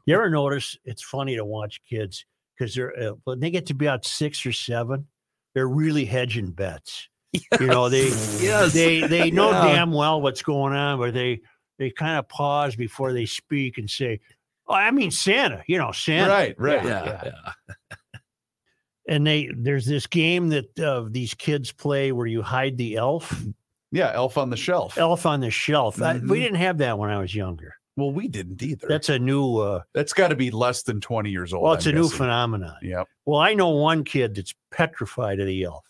[SPEAKER 3] You ever notice it's funny to watch kids because they're uh, when they get to be about six or seven, they're really hedging bets. You know, they
[SPEAKER 4] Yes.
[SPEAKER 3] they they know
[SPEAKER 4] Yeah.
[SPEAKER 3] damn well what's going on, but they they kind of pause before they speak and say, "Oh, I mean Santa," you know, Santa.
[SPEAKER 1] Right, right.
[SPEAKER 4] yeah,
[SPEAKER 3] Yeah.
[SPEAKER 4] yeah.
[SPEAKER 3] And they there's this game that uh, these kids play where you hide the elf,
[SPEAKER 1] Yeah, Elf on the Shelf.
[SPEAKER 3] elf on the shelf. I- we
[SPEAKER 1] Mhm.
[SPEAKER 3] didn't have that when I was younger.
[SPEAKER 1] Well, we didn't either.
[SPEAKER 3] That's a new. Uh,
[SPEAKER 1] that's got to be less than 20 years old.
[SPEAKER 3] well, it's a
[SPEAKER 1] Oh, I'm
[SPEAKER 3] new
[SPEAKER 1] guessing.
[SPEAKER 3] phenomenon.
[SPEAKER 1] Yep.
[SPEAKER 3] Well, I know one kid that's petrified of the elf.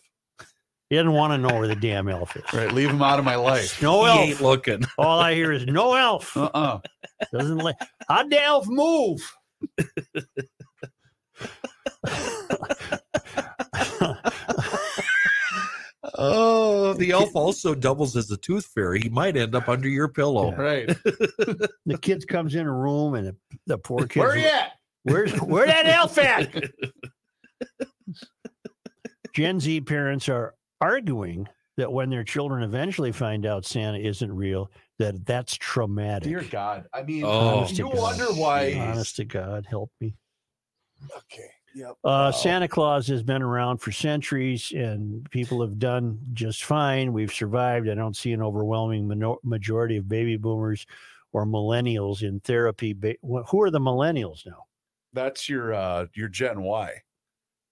[SPEAKER 3] He doesn't want to know where the damn elf is.
[SPEAKER 1] Right. Leave him out of my life.
[SPEAKER 3] No
[SPEAKER 4] he
[SPEAKER 3] elf.
[SPEAKER 4] ain't looking.
[SPEAKER 3] All I hear is no elf.
[SPEAKER 1] Uh uh
[SPEAKER 3] Doesn't let how'd the elf move?
[SPEAKER 4] Oh, the elf also doubles as a tooth fairy. He might end up under your pillow.
[SPEAKER 1] Right.
[SPEAKER 3] the kid comes in a room and the, the poor kid.
[SPEAKER 1] Where are you at?
[SPEAKER 3] Where's where that elf at? Gen Z parents are arguing that when their children eventually find out Santa isn't real, that that's traumatic.
[SPEAKER 1] Dear God. I mean,
[SPEAKER 4] Oh,
[SPEAKER 3] Honest to
[SPEAKER 1] you
[SPEAKER 3] God.
[SPEAKER 1] wonder why.
[SPEAKER 3] Honest to God, help me.
[SPEAKER 1] Okay. Yep.
[SPEAKER 3] Uh, Santa Claus has been around for centuries, and people have done just fine. We've survived. I don't see an overwhelming minor- majority of baby boomers or millennials in therapy. Ba- wh- Who are the millennials now?
[SPEAKER 1] That's your uh your Gen Y.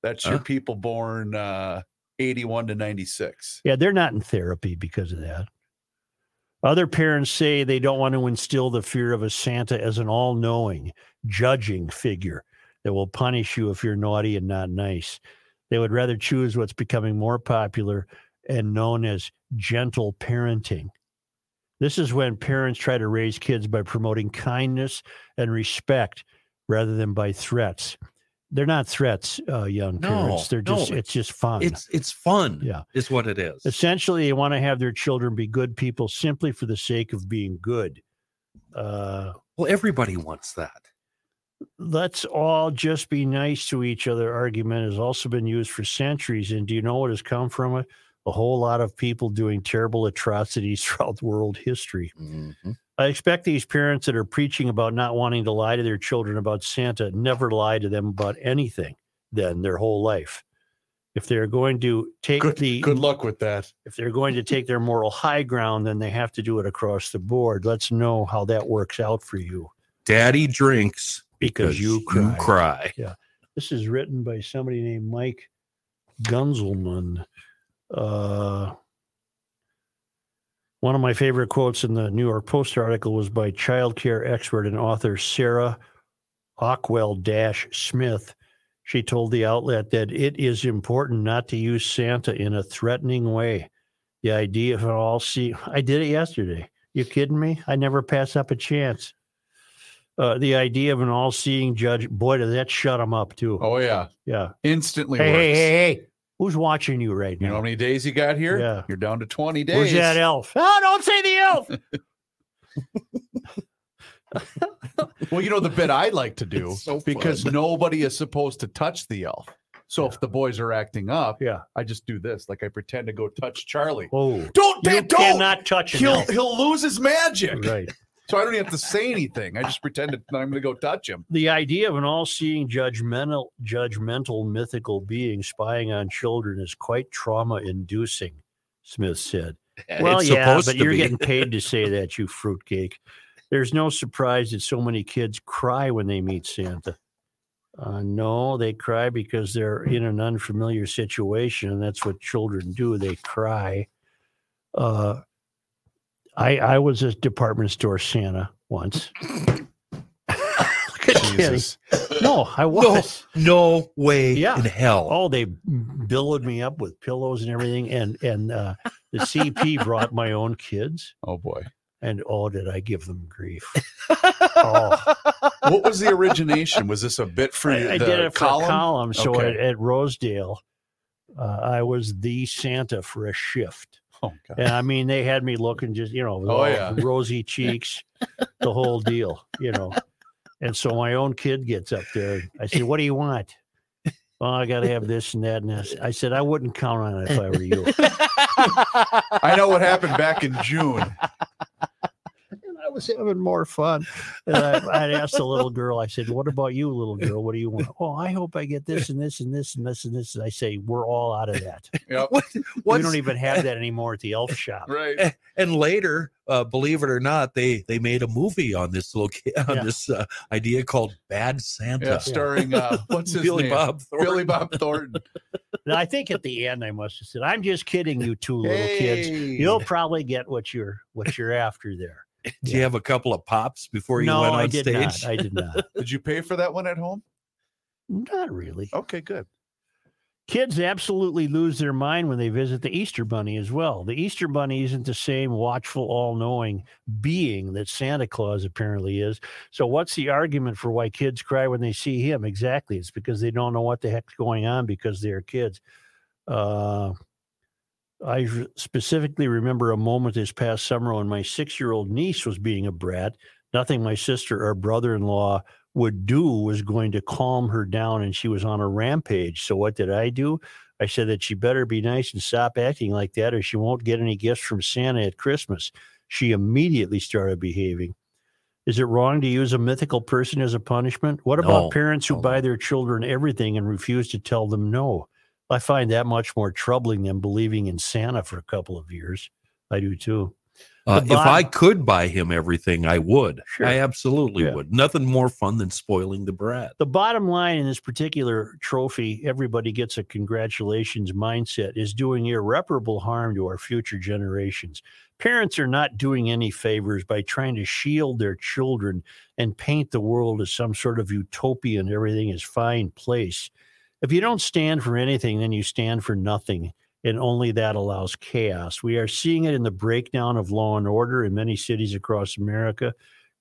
[SPEAKER 1] That's your
[SPEAKER 4] Huh?
[SPEAKER 1] people born uh 81 to 96.
[SPEAKER 3] Yeah, they're not in therapy because of that. Other parents say they don't want to instill the fear of a Santa as an all knowing, judging figure that will punish you if you're naughty and not nice. They would rather choose what's becoming more popular and known as gentle parenting. This is when parents try to raise kids by promoting kindness and respect rather than by threats. They're not threats, uh, young
[SPEAKER 4] No,
[SPEAKER 3] parents. They're
[SPEAKER 4] no.
[SPEAKER 3] just, it's just fun.
[SPEAKER 4] It's it's fun.
[SPEAKER 3] Yeah.
[SPEAKER 4] Is what it is.
[SPEAKER 3] Essentially, they want to have their children be good people simply for the sake of being good. Uh,
[SPEAKER 4] well, everybody wants that.
[SPEAKER 3] let's all just be nice to each other argument has also been used for centuries. And do you know what has come from it? A whole lot of people doing terrible atrocities throughout world history.
[SPEAKER 4] Mhm.
[SPEAKER 3] I expect these parents that are preaching about not wanting to lie to their children about Santa never lie to them about anything, then their whole life. If they're going to take
[SPEAKER 1] Good,
[SPEAKER 3] the
[SPEAKER 1] good luck with that.
[SPEAKER 3] if they're going to take their moral high ground, then they have to do it across the board. Let's know how that works out for you.
[SPEAKER 4] Daddy drinks
[SPEAKER 3] Because you cry.
[SPEAKER 4] cry.
[SPEAKER 3] This is written by somebody named Mike Gunzelman. Uh, one of my favorite quotes in the New York Post article was by childcare expert and author Sarah Ockwell Dash Smith. She told the outlet that it is important not to use Santa in a threatening way. The idea of an all see I did it yesterday. You kidding me? I never pass up a chance. Uh, the idea of an all-seeing judge, boy, does that shut him up too.
[SPEAKER 1] Oh yeah.
[SPEAKER 3] Yeah.
[SPEAKER 1] Instantly
[SPEAKER 3] Hey,
[SPEAKER 1] works.
[SPEAKER 3] hey, hey, hey. Who's watching you right
[SPEAKER 1] You know
[SPEAKER 3] now?
[SPEAKER 1] how many days you got here?
[SPEAKER 3] Yeah.
[SPEAKER 1] You're down to 20 days.
[SPEAKER 3] Who's that elf? Oh, don't say the elf.
[SPEAKER 1] Well, you know the bit I like to do
[SPEAKER 4] It's so
[SPEAKER 1] because nobody is supposed to touch the elf. So if the boys are acting up,
[SPEAKER 3] Yeah.
[SPEAKER 1] I just do this. Like I pretend to go touch Charlie.
[SPEAKER 3] Oh,
[SPEAKER 1] Don't,
[SPEAKER 3] you
[SPEAKER 1] Dad, don't.
[SPEAKER 3] cannot touch an
[SPEAKER 1] He'll
[SPEAKER 3] elf.
[SPEAKER 1] he'll lose his magic.
[SPEAKER 3] Right.
[SPEAKER 1] So I don't even have to say anything. I just pretend that I'm going to go touch him.
[SPEAKER 3] The idea of an all-seeing, judgmental, judgmental, mythical being spying on children is quite trauma-inducing. Smith said. Well,
[SPEAKER 4] It's
[SPEAKER 3] yeah,
[SPEAKER 4] supposed
[SPEAKER 3] but
[SPEAKER 4] to
[SPEAKER 3] you're
[SPEAKER 4] be.
[SPEAKER 3] getting paid to say that, you fruitcake. There's no surprise that so many kids cry when they meet Santa. Uh, no, they cry because they're in an unfamiliar situation, and that's what children do. They cry. Uh, I I was a department store Santa once. Look at Kenny.
[SPEAKER 1] Jesus.
[SPEAKER 3] No, I was.
[SPEAKER 4] no way
[SPEAKER 3] Yeah.
[SPEAKER 4] in hell.
[SPEAKER 3] Oh, they billowed me up with pillows and everything, and and uh, the CP brought my own kids,
[SPEAKER 1] Oh boy.
[SPEAKER 3] and oh, did I give them grief? Oh,
[SPEAKER 1] What was the origination? Was this a bit for
[SPEAKER 3] I,
[SPEAKER 1] the
[SPEAKER 3] I did it for
[SPEAKER 1] column?
[SPEAKER 3] a column. So
[SPEAKER 1] Okay.
[SPEAKER 3] at, at Rosedale, uh, I was the Santa for a shift.
[SPEAKER 1] Oh, God.
[SPEAKER 3] And I mean, they had me looking just, you know, with
[SPEAKER 1] Oh,
[SPEAKER 3] all
[SPEAKER 1] yeah.
[SPEAKER 3] rosy cheeks, the whole deal, you know. And so my own kid gets up there. and I said, What do you want? Well, I got to have this and that. And this. I said, I wouldn't count on it if I were you.
[SPEAKER 1] I know what happened back in June.
[SPEAKER 3] And I was having more fun. And I, I'd asked the little girl, I said, What about you, little girl? What do you want? Oh, I hope I get this and this and this and this and this. And I say, We're all out of that.
[SPEAKER 1] Yep.
[SPEAKER 4] What,
[SPEAKER 3] We
[SPEAKER 4] what's,
[SPEAKER 3] don't e even have that anymore at the elf shop.
[SPEAKER 1] Right.
[SPEAKER 4] and later, uh, believe it or not, they they made a movie on this little on
[SPEAKER 3] Yeah.
[SPEAKER 4] this uh, idea called Bad Santa.
[SPEAKER 1] Yeah, starring uh, what's his
[SPEAKER 4] Billy
[SPEAKER 1] name?
[SPEAKER 4] Bob Thornton.
[SPEAKER 1] Billy Bob Thornton.
[SPEAKER 3] And I think at the end, I must have said, I'm just kidding, you two little kids.
[SPEAKER 1] Hey.
[SPEAKER 3] You'll probably get what you're what you're after there.
[SPEAKER 4] Did you have a couple of pops before you
[SPEAKER 3] no,
[SPEAKER 4] went on
[SPEAKER 3] I did
[SPEAKER 4] stage?
[SPEAKER 3] not. I did not.
[SPEAKER 1] Did you pay for that one at home?
[SPEAKER 3] Not really.
[SPEAKER 1] Okay, good.
[SPEAKER 3] Kids absolutely lose their mind when they visit the Easter Bunny as well. The Easter Bunny isn't the same watchful, all knowing being that Santa Claus apparently is. So, what's the argument for why kids cry when they see him? Exactly. It's because they don't know what the heck's going on because they're kids. Uh, I r- specifically remember a moment this past summer when my six year old niece was being a brat. Nothing my sister or brother in law would do was going to calm her down and she was on a rampage. So what did I do? I said that she better be nice and stop acting like that or she won't get any gifts from Santa at Christmas. She immediately started behaving. Is it wrong to use a mythical person as a punishment? What
[SPEAKER 4] No.
[SPEAKER 3] about parents who
[SPEAKER 4] No, no.
[SPEAKER 3] buy their children everything and refuse to tell them no? I find that much more troubling than believing in Santa for a couple of years. I do too.
[SPEAKER 4] Uh, if
[SPEAKER 3] The bottom-
[SPEAKER 4] I could buy him everything, I would.
[SPEAKER 3] Sure.
[SPEAKER 4] I absolutely
[SPEAKER 3] Yeah.
[SPEAKER 4] would. Nothing more fun than spoiling the brat.
[SPEAKER 3] the bottom line in this particular trophy, everybody gets a congratulations mindset, is doing irreparable harm to our future generations. Parents are not doing any favors by trying to shield their children and paint the world as some sort of utopian, everything is fine place. If you don't stand for anything, then you stand for nothing. And only that allows chaos. We are seeing it in the breakdown of law and order in many cities across America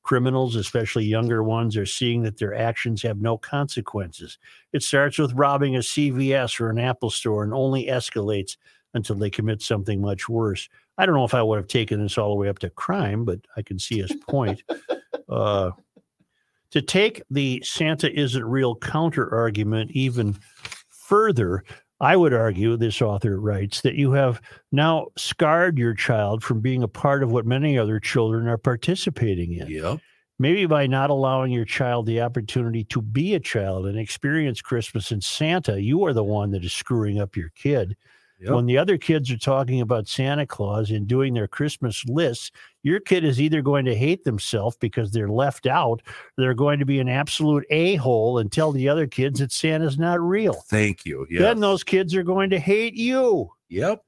[SPEAKER 3] criminals, especially younger ones, are seeing that their actions have no consequences. It starts with robbing a CVS or an Apple store and only escalates until they commit something much worse. I don't know if I would have taken this all the way up to crime, but I can see his point. uh, to take the Santa isn't real counter argument even further, I would argue, this author writes, that you have now scarred your child from being a part of what many other children are participating in
[SPEAKER 4] Yep.
[SPEAKER 3] maybe by not allowing your child the opportunity to be a child and experience Christmas and Santa, you are the one that is screwing up your kid.
[SPEAKER 4] Yep.
[SPEAKER 3] When the other kids are talking about Santa Claus and doing their Christmas lists, your kid is either going to hate themselves because they're left out, or they're going to be an absolute a hole and tell the other kids that Santa's not real.
[SPEAKER 4] Thank you. Yeah.
[SPEAKER 3] Then those kids are going to hate you.
[SPEAKER 4] yep.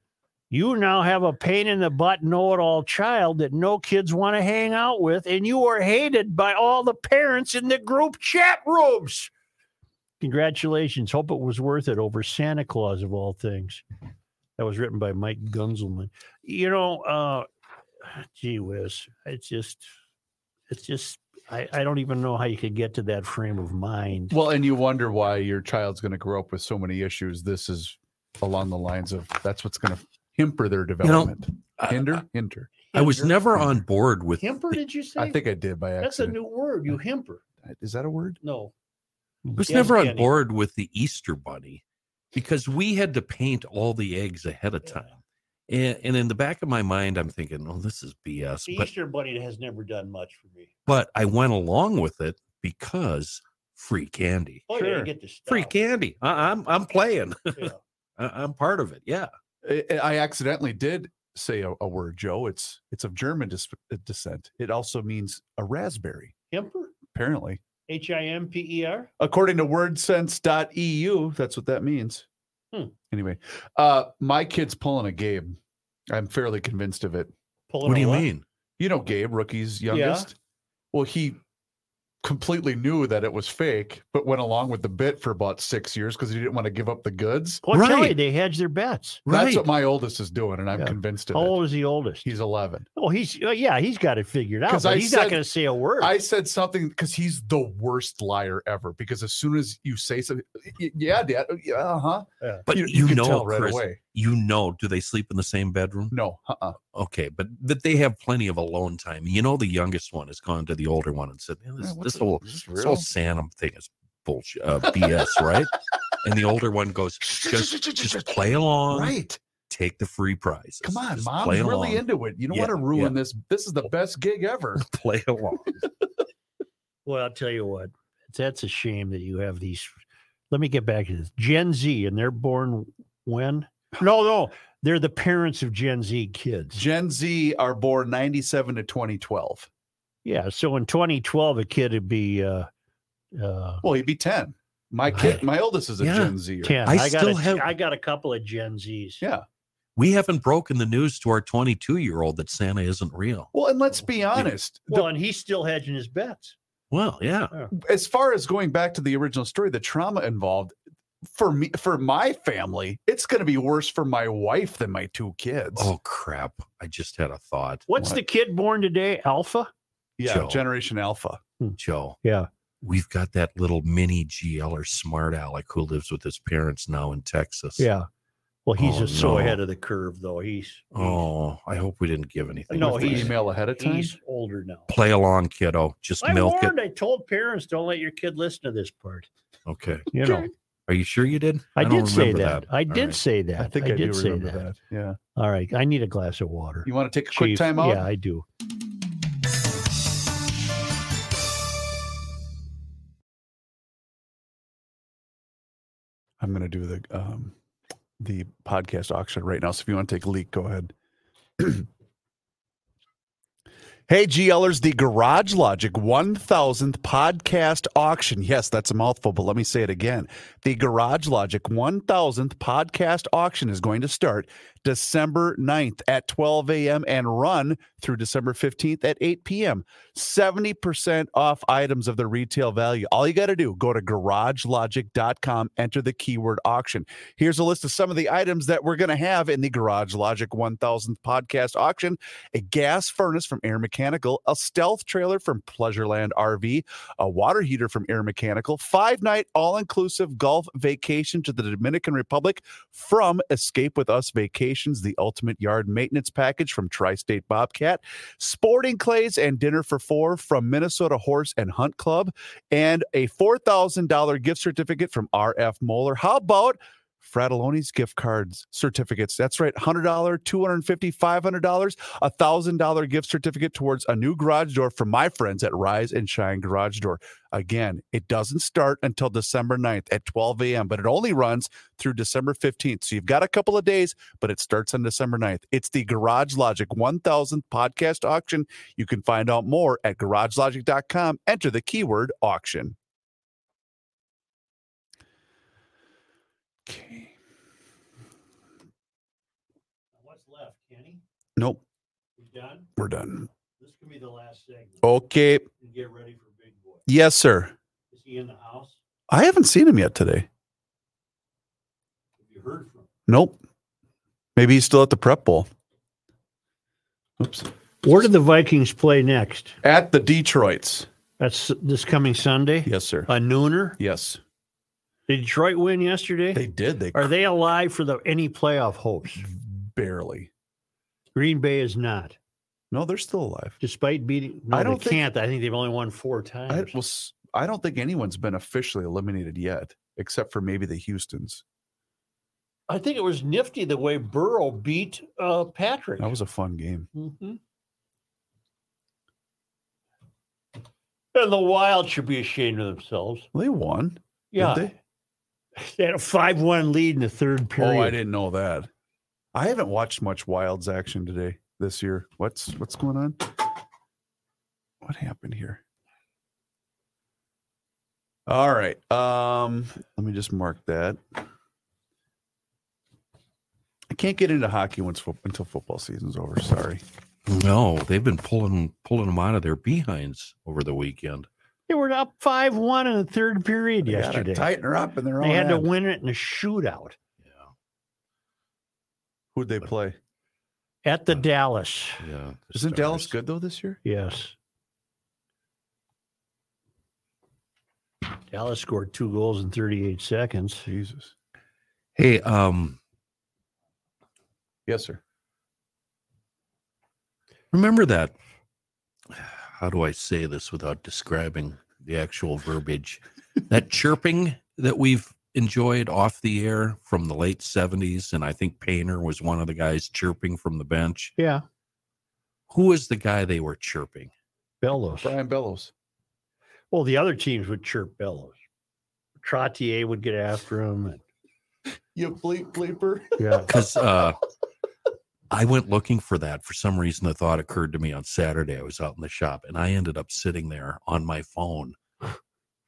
[SPEAKER 3] You now have a pain in the butt, know it all child that no kids want to hang out with, and you are hated by all the parents in the group chat rooms. Congratulations. Hope it was worth it over Santa Claus, of all things. That was written by Mike Gunzelman. You know, uh, gee whiz, it's just, it's just, I, I don't even know how you could get to that frame of mind.
[SPEAKER 1] Well, and you wonder why your child's going to grow up with so many issues. This is along the lines of that's what's going to hamper their development.
[SPEAKER 4] I-
[SPEAKER 3] uh,
[SPEAKER 1] hinder, hinder.
[SPEAKER 4] I was
[SPEAKER 3] Himper-
[SPEAKER 4] never on board with
[SPEAKER 3] Himper, did you say?
[SPEAKER 1] I think I did by
[SPEAKER 3] that's a
[SPEAKER 1] accident.
[SPEAKER 3] new word. You himper.
[SPEAKER 1] is that a word?
[SPEAKER 3] No.
[SPEAKER 4] I was
[SPEAKER 3] Yes,
[SPEAKER 4] never on
[SPEAKER 3] Kenny.
[SPEAKER 4] board with the Easter Bunny because we had to paint all the eggs ahead of
[SPEAKER 3] Yeah.
[SPEAKER 4] time. And, and in the back of my mind, I'm thinking, oh, this is BS.
[SPEAKER 3] The
[SPEAKER 4] But
[SPEAKER 3] Easter Bunny has never done much for me.
[SPEAKER 4] but I went along with it because free candy,
[SPEAKER 3] Oh, yeah, you
[SPEAKER 1] Sure.
[SPEAKER 3] get the stuff.
[SPEAKER 4] free candy. I, I'm I'm playing.
[SPEAKER 3] Yeah.
[SPEAKER 4] I, I'm part of it. Yeah.
[SPEAKER 1] I, I accidentally did say a, a word, Joe. It's it's of German dis- uh, descent. It also means a raspberry,
[SPEAKER 3] Himper?
[SPEAKER 1] apparently.
[SPEAKER 3] H I M P E R?
[SPEAKER 1] According to wordsense.eu, that's what that means.
[SPEAKER 3] Hmm.
[SPEAKER 1] Anyway, uh, my kid's pulling a Gabe. I'm fairly convinced of it.
[SPEAKER 3] Pulling
[SPEAKER 4] What
[SPEAKER 3] a
[SPEAKER 4] do you mean?
[SPEAKER 1] You know, Gabe, rookie's youngest. Well, he completely knew that it was fake, but went along with the bit for about six years because he didn't want to give up the goods.
[SPEAKER 3] Well, I tell you,
[SPEAKER 4] Right.
[SPEAKER 3] they hedge their bets.
[SPEAKER 1] That's what my oldest is doing, and I'm
[SPEAKER 3] Yeah.
[SPEAKER 1] convinced of
[SPEAKER 3] How
[SPEAKER 1] it.
[SPEAKER 3] old is the oldest?
[SPEAKER 1] He's 11.
[SPEAKER 3] oh, he's uh, yeah, he's got it figured out.
[SPEAKER 1] 'Cause
[SPEAKER 3] But
[SPEAKER 1] I
[SPEAKER 3] he's
[SPEAKER 1] said-
[SPEAKER 3] not going to say a word.
[SPEAKER 1] I said something because he's the worst liar ever. Because as soon as you say something, "Y- yeah, dad, uh huh,
[SPEAKER 4] But you,
[SPEAKER 1] can
[SPEAKER 4] know,
[SPEAKER 1] tell right
[SPEAKER 4] Chris,
[SPEAKER 1] away.
[SPEAKER 4] you know, do they sleep in the same bedroom?
[SPEAKER 1] No, uh-uh.
[SPEAKER 4] Okay, but that they have plenty of alone time. You know, the youngest one has gone to the older one and said, "Man,
[SPEAKER 1] Yeah,
[SPEAKER 4] "This,
[SPEAKER 1] Oh, what's
[SPEAKER 4] this
[SPEAKER 1] it-
[SPEAKER 4] whole
[SPEAKER 1] is this
[SPEAKER 4] this whole
[SPEAKER 1] real?
[SPEAKER 4] Santa thing is bullshit, uh, BS, right?" And the older one goes, "Just, just play along,
[SPEAKER 1] Right.
[SPEAKER 4] take the free prize.
[SPEAKER 1] Come on,
[SPEAKER 4] just
[SPEAKER 1] mom's
[SPEAKER 4] play
[SPEAKER 1] really
[SPEAKER 4] along,
[SPEAKER 1] into it. You don't
[SPEAKER 4] Yeah,
[SPEAKER 1] want to ruin this. This is the best gig ever.
[SPEAKER 4] play along."
[SPEAKER 3] Well, I'll tell you what, that's a shame that you have these. Let me get back to this. Gen Z, and they're born when? No, no, they're the parents of Gen Z kids.
[SPEAKER 1] Gen Z are born 97 to 2012.
[SPEAKER 3] yeah, so in 2012, a kid would be uh, uh,
[SPEAKER 1] Well, he'd be 10. My kid, my oldest is a
[SPEAKER 4] Yeah.
[SPEAKER 1] Gen Z.
[SPEAKER 3] ten.
[SPEAKER 4] I
[SPEAKER 3] got
[SPEAKER 4] still
[SPEAKER 3] a,
[SPEAKER 4] have-
[SPEAKER 3] I got a couple of Gen Zs.
[SPEAKER 1] Yeah.
[SPEAKER 4] we haven't broken the news to our 22 year old that Santa isn't real.
[SPEAKER 1] Well, and let's be honest. the-
[SPEAKER 3] Well, and he's still hedging his bets.
[SPEAKER 4] Well, yeah,
[SPEAKER 1] as far as going back to the original story, the trauma involved for me, for my family, it's going to be worse for my wife than my two kids.
[SPEAKER 4] Oh crap! I just had a thought,
[SPEAKER 3] What's
[SPEAKER 1] What?
[SPEAKER 3] the kid born today? Alpha.
[SPEAKER 1] yeah,
[SPEAKER 4] Joe.
[SPEAKER 1] Generation Alpha.
[SPEAKER 4] Joe.
[SPEAKER 3] Yeah.
[SPEAKER 4] We've got that little mini GL or smart Alec who lives with his parents now in Texas.
[SPEAKER 3] Yeah. Well, he's
[SPEAKER 4] Oh,
[SPEAKER 3] just so
[SPEAKER 4] no.
[SPEAKER 3] ahead of the curve, though. He's, he's
[SPEAKER 4] Oh, I hope we didn't give anything.
[SPEAKER 3] No,
[SPEAKER 1] With
[SPEAKER 4] away.
[SPEAKER 1] the
[SPEAKER 3] he's-
[SPEAKER 1] email ahead of time.
[SPEAKER 3] he's older now.
[SPEAKER 4] play along, kiddo. Just
[SPEAKER 3] I
[SPEAKER 4] milk it.
[SPEAKER 3] warned. I told parents don't let your kid listen to this part.
[SPEAKER 4] Okay.
[SPEAKER 3] You know,
[SPEAKER 4] Are you sure you did?
[SPEAKER 3] I,
[SPEAKER 4] don't
[SPEAKER 3] did say
[SPEAKER 4] remember
[SPEAKER 3] that. I
[SPEAKER 4] All
[SPEAKER 3] did
[SPEAKER 4] right.
[SPEAKER 3] say that.
[SPEAKER 1] I think I,
[SPEAKER 3] did
[SPEAKER 1] do
[SPEAKER 3] say
[SPEAKER 1] remember
[SPEAKER 3] that.
[SPEAKER 1] that. Yeah.
[SPEAKER 3] All right, I need a glass of water.
[SPEAKER 1] You want to take a quick
[SPEAKER 3] Chief.
[SPEAKER 1] time out?
[SPEAKER 3] Yeah, I do.
[SPEAKER 1] I'm going to do the um, the podcast auction right now. So if you want to take a leak, go ahead. hey, GLers, the Garage Logic 1000th podcast auction. Yes, that's a mouthful, but let me say it again. The Garage Logic 1000th podcast auction is going to start December 9th at 12 a.m. and run through December 15th at 8 p.m. 70% off items of the retail value. All you got to do, go to garagelogic.com, enter the keyword auction. Here's a list of some of the items that we're going to have in the Garage Logic 1000th podcast auction a gas furnace from Air Mechanical, a stealth trailer from Pleasureland RV, a water heater from Air Mechanical, five night all inclusive golf vacation to the Dominican Republic from Escape with Us Vacations, the ultimate yard maintenance package from Tri State Bobcat sporting clays and dinner for four from Minnesota Horse and Hunt Club, and a $4,000 gift certificate from RF Moeller. How about Fratelloni's gift cards certificates? That's right, $100, $250, $500, a $1,000 gift certificate towards a new garage door from my friends at Rise and Shine Garage Door. Again, it doesn't start until December 9th at 12 a.m., but it only runs through December 15th. So you've got a couple of days but it starts on December 9th. It's the Garage Logic 1000th podcast auction. You can find out more at garagelogic.com. Enter the keyword auction. Okay.
[SPEAKER 3] What's left, Kenny?
[SPEAKER 1] Nope,
[SPEAKER 3] We done?
[SPEAKER 1] we're done.
[SPEAKER 3] This could be the last segment.
[SPEAKER 1] Oh. Okay.
[SPEAKER 3] And get ready for Big Boy.
[SPEAKER 1] Yes, sir.
[SPEAKER 3] Is he in the house?
[SPEAKER 1] I haven't seen him yet today.
[SPEAKER 3] Have you heard from?
[SPEAKER 1] Nope. Maybe he's still at the prep bowl. Oops.
[SPEAKER 3] Where do the Vikings play next?
[SPEAKER 1] At the Detroits.
[SPEAKER 3] That's this coming Sunday.
[SPEAKER 1] Yes, sir.
[SPEAKER 3] A nooner.
[SPEAKER 1] Yes.
[SPEAKER 3] Did Detroit win yesterday?
[SPEAKER 1] They did. They
[SPEAKER 3] Are they alive for the any playoff hopes?
[SPEAKER 1] barely.
[SPEAKER 3] Green Bay is not,
[SPEAKER 1] No, they're still alive.
[SPEAKER 3] despite beating. No,
[SPEAKER 1] I don't
[SPEAKER 3] they
[SPEAKER 1] think-
[SPEAKER 3] can't. I think they've only won four times.
[SPEAKER 1] I, well, s- I don't think anyone's been officially eliminated yet, except for maybe the Houston's.
[SPEAKER 3] I think it was nifty the way Burrow beat uh, Patrick.
[SPEAKER 1] That was a fun game.
[SPEAKER 3] Mhm. And the Wild should be ashamed of themselves.
[SPEAKER 1] Well, They won.
[SPEAKER 3] Yeah.
[SPEAKER 1] Did
[SPEAKER 3] They? had a 5 1 lead in the third period.
[SPEAKER 1] Oh, I didn't know that. I haven't watched much Wilds action today this year. What's what's going on? What happened here? All right. Um, let me just mark that. I can't get into hockey once fo- until football season's over. Sorry.
[SPEAKER 4] No, they've been pulling pulling them out of their behinds over the weekend.
[SPEAKER 3] They were up 5 1 in the third period yesterday.
[SPEAKER 1] tighten her up in their own.
[SPEAKER 3] They had to
[SPEAKER 1] end.
[SPEAKER 3] win it in a shootout
[SPEAKER 1] Who'd they play?
[SPEAKER 3] at the Dallas.
[SPEAKER 4] Yeah. the
[SPEAKER 1] Isn't Dallas
[SPEAKER 4] Stars.
[SPEAKER 1] good though this year?
[SPEAKER 3] Yes. Dallas scored two goals in 38 seconds.
[SPEAKER 1] Jesus.
[SPEAKER 4] Hey, um,
[SPEAKER 1] Yes, sir.
[SPEAKER 4] remember that. How do I say this without describing the actual verbiage? that chirping that we've enjoyed off the air from the late 70s, and I think Painter was one of the guys chirping from the bench.
[SPEAKER 3] Yeah.
[SPEAKER 4] Who is the guy they were chirping?
[SPEAKER 3] Bellows.
[SPEAKER 1] Brian Bellows.
[SPEAKER 3] Well, the other teams would chirp Bellows. Trottier would get after him. and-
[SPEAKER 1] You bleep bleeper.
[SPEAKER 3] yeah.
[SPEAKER 4] because uh, I went looking for that for some reason. The thought occurred to me on Saturday. I was out in the shop, and I ended up sitting there on my phone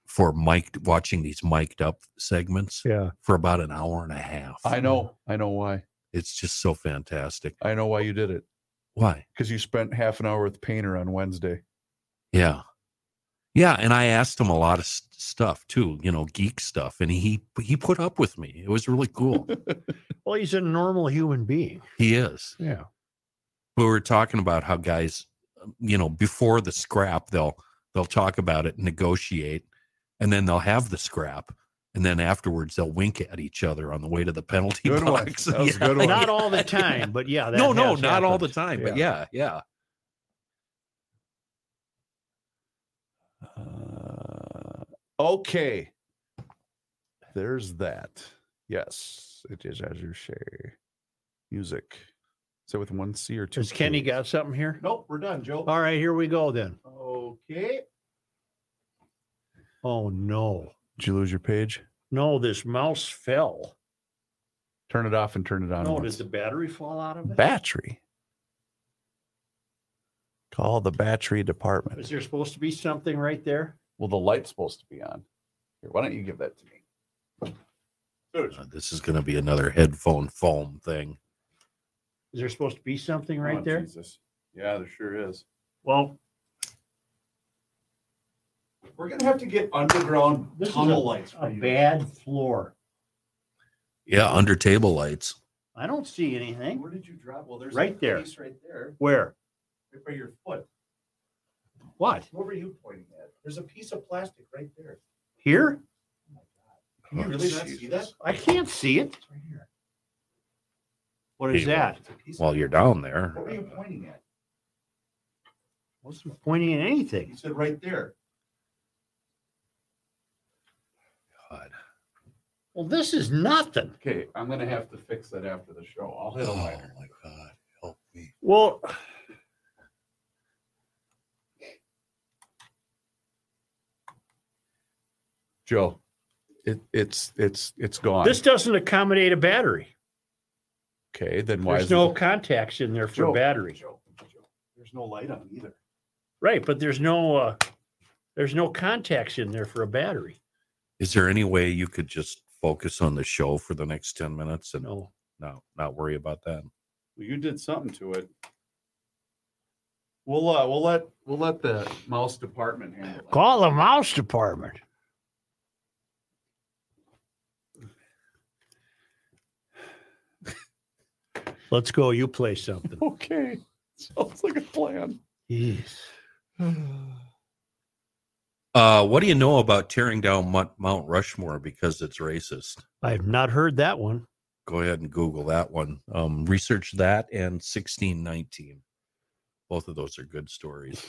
[SPEAKER 4] for mic watching these mic'd up segments
[SPEAKER 3] Yeah.
[SPEAKER 4] for about an hour and a half.
[SPEAKER 1] I know. I know why.
[SPEAKER 4] it's just so fantastic.
[SPEAKER 1] I know why you did it.
[SPEAKER 4] Why?
[SPEAKER 1] Because you spent half an hour with Painter on Wednesday.
[SPEAKER 4] Yeah, yeah. And I asked him a lot of s- stuff too, you know, geek stuff, and he he put up with me. It was really cool.
[SPEAKER 3] Well, he's a normal human being.
[SPEAKER 4] he is.
[SPEAKER 3] Yeah.
[SPEAKER 4] we were talking about how guys you know before the scrap they'll they'll talk about it negotiate and then they'll have the scrap and then afterwards they'll wink at each other on the way to the penalty
[SPEAKER 1] Good one.
[SPEAKER 4] box
[SPEAKER 1] That was a
[SPEAKER 4] Yeah.
[SPEAKER 1] good one.
[SPEAKER 3] Not all the time, but yeah. that
[SPEAKER 4] no no
[SPEAKER 3] has
[SPEAKER 4] not all
[SPEAKER 3] happened.
[SPEAKER 4] the time but yeah yeah
[SPEAKER 1] Uh, okay. There's that. Yes, it is Azure Share. Music. Is that with one C or two?
[SPEAKER 3] Has Kenny
[SPEAKER 1] Ks?
[SPEAKER 3] got something here?
[SPEAKER 1] Nope, we're done, Joe.
[SPEAKER 3] All right, here we go then.
[SPEAKER 1] Okay.
[SPEAKER 3] Oh, no.
[SPEAKER 1] Did you lose your page?
[SPEAKER 3] No, this mouse fell.
[SPEAKER 1] Turn it off and turn it on.
[SPEAKER 3] No,
[SPEAKER 1] once.
[SPEAKER 3] did the battery fall out of it?
[SPEAKER 1] battery. Call the battery
[SPEAKER 3] Is
[SPEAKER 1] department.
[SPEAKER 3] there supposed to be something right there?
[SPEAKER 1] Well, the light's supposed to be on. Here, why don't you give that to me?
[SPEAKER 4] Uh, this is going to be another headphone foam thing
[SPEAKER 3] Is there supposed to be something right
[SPEAKER 1] Oh,
[SPEAKER 3] there?
[SPEAKER 1] Jesus. Yeah, there sure is.
[SPEAKER 3] Well,
[SPEAKER 1] We're gonna have to get underground
[SPEAKER 3] This is
[SPEAKER 1] tunnel lights.
[SPEAKER 3] a
[SPEAKER 1] for you.
[SPEAKER 3] bad floor.
[SPEAKER 4] yeah under table lights
[SPEAKER 3] I don't see anything.
[SPEAKER 1] Where did you drop? Well, there's
[SPEAKER 3] Right
[SPEAKER 1] a
[SPEAKER 3] there.
[SPEAKER 1] piece right there,
[SPEAKER 3] Where?
[SPEAKER 1] right by your foot.
[SPEAKER 3] What?
[SPEAKER 1] What were you pointing at? There's a piece of plastic right there.
[SPEAKER 3] Here?
[SPEAKER 1] Can you
[SPEAKER 4] Oh,
[SPEAKER 1] really not see that?
[SPEAKER 4] Jesus.
[SPEAKER 3] I can't see it.
[SPEAKER 1] It's right here.
[SPEAKER 3] What is
[SPEAKER 4] Hey, well-
[SPEAKER 3] that?
[SPEAKER 1] It's a piece
[SPEAKER 4] while
[SPEAKER 1] of-
[SPEAKER 4] you're down there
[SPEAKER 1] What were you pointing at?
[SPEAKER 3] Wasn't pointing at
[SPEAKER 1] You
[SPEAKER 3] anything.
[SPEAKER 1] said right there.
[SPEAKER 4] God.
[SPEAKER 3] Well, this is nothing.
[SPEAKER 1] Okay, I'm gonna have to fix that after the show. I'll hit a
[SPEAKER 4] oh
[SPEAKER 1] lighter.
[SPEAKER 4] my god help me
[SPEAKER 3] Well,
[SPEAKER 1] Joe, it, it's it's it's gone.
[SPEAKER 3] this doesn't accommodate a battery.
[SPEAKER 1] okay, then why
[SPEAKER 3] There's
[SPEAKER 1] is
[SPEAKER 3] no
[SPEAKER 1] it-
[SPEAKER 3] contacts in there for
[SPEAKER 1] Joe,
[SPEAKER 3] batteries.
[SPEAKER 1] Joe, Joe, there's no light on either.
[SPEAKER 3] Right, but there's no uh there's no contacts in there for a battery.
[SPEAKER 4] is there any way you could just focus on the show for the next 10 minutes and
[SPEAKER 3] No.
[SPEAKER 4] not not worry about that
[SPEAKER 1] Well, you did something to it. We'll uh, we'll let we'll let the mouse department handle it.
[SPEAKER 3] Call the mouse department. Let's go. You play something.
[SPEAKER 1] Okay, sounds like a plan.
[SPEAKER 3] Yes.
[SPEAKER 4] Uh, what do you know about tearing down Mount, Mount Rushmore because it's racist?
[SPEAKER 3] I've not heard that one.
[SPEAKER 4] Go ahead and Google that one. Um, research that and 1619. Both of those are good stories.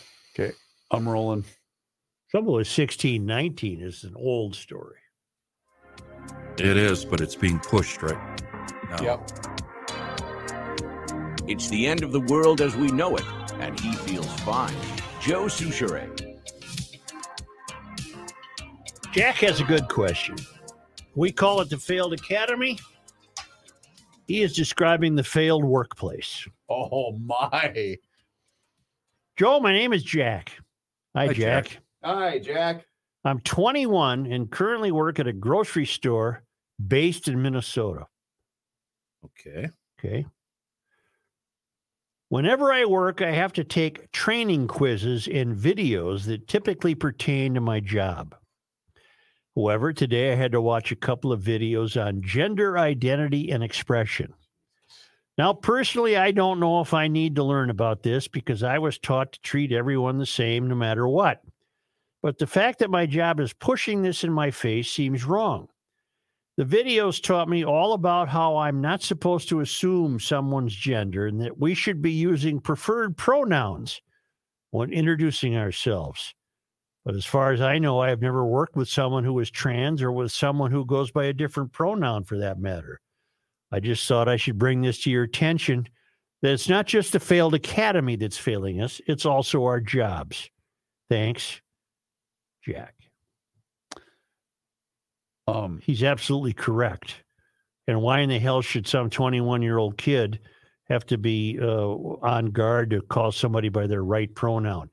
[SPEAKER 1] I'm rolling.
[SPEAKER 3] Trouble with 1619 is an old story.
[SPEAKER 4] It is, but it's being pushed right now.
[SPEAKER 1] Yep.
[SPEAKER 6] It's the end of the world as we know it, and he feels fine. Joe Souchere.
[SPEAKER 3] Jack has a good question. We call it the failed academy. He is describing the failed workplace.
[SPEAKER 1] Oh my!
[SPEAKER 3] Joe, my name is Jack. Hi,
[SPEAKER 4] Hi, Jack.
[SPEAKER 3] Jack.
[SPEAKER 1] Hi, Jack.
[SPEAKER 3] I'm 21 and currently work at a grocery store based in Minnesota.
[SPEAKER 4] Okay.
[SPEAKER 3] Okay. Whenever I work, I have to take training quizzes and videos that typically pertain to my job. However, today I had to watch a couple of videos on gender identity and expression. Now, personally, I don't know if I need to learn about this because I was taught to treat everyone the same no matter what. But the fact that my job is pushing this in my face seems wrong. The videos taught me all about how I'm not supposed to assume someone's gender and that we should be using preferred pronouns when introducing ourselves. But as far as I know, I have never worked with someone who is trans or with someone who goes by a different pronoun for that matter. I just thought I should bring this to your attention that it's not just the failed academy that's failing us, it's also our jobs. Thanks, Jack.
[SPEAKER 1] Um,
[SPEAKER 3] He's absolutely correct. And why in the hell should some 21 year old kid have to be uh, on guard to call somebody by their right pronoun?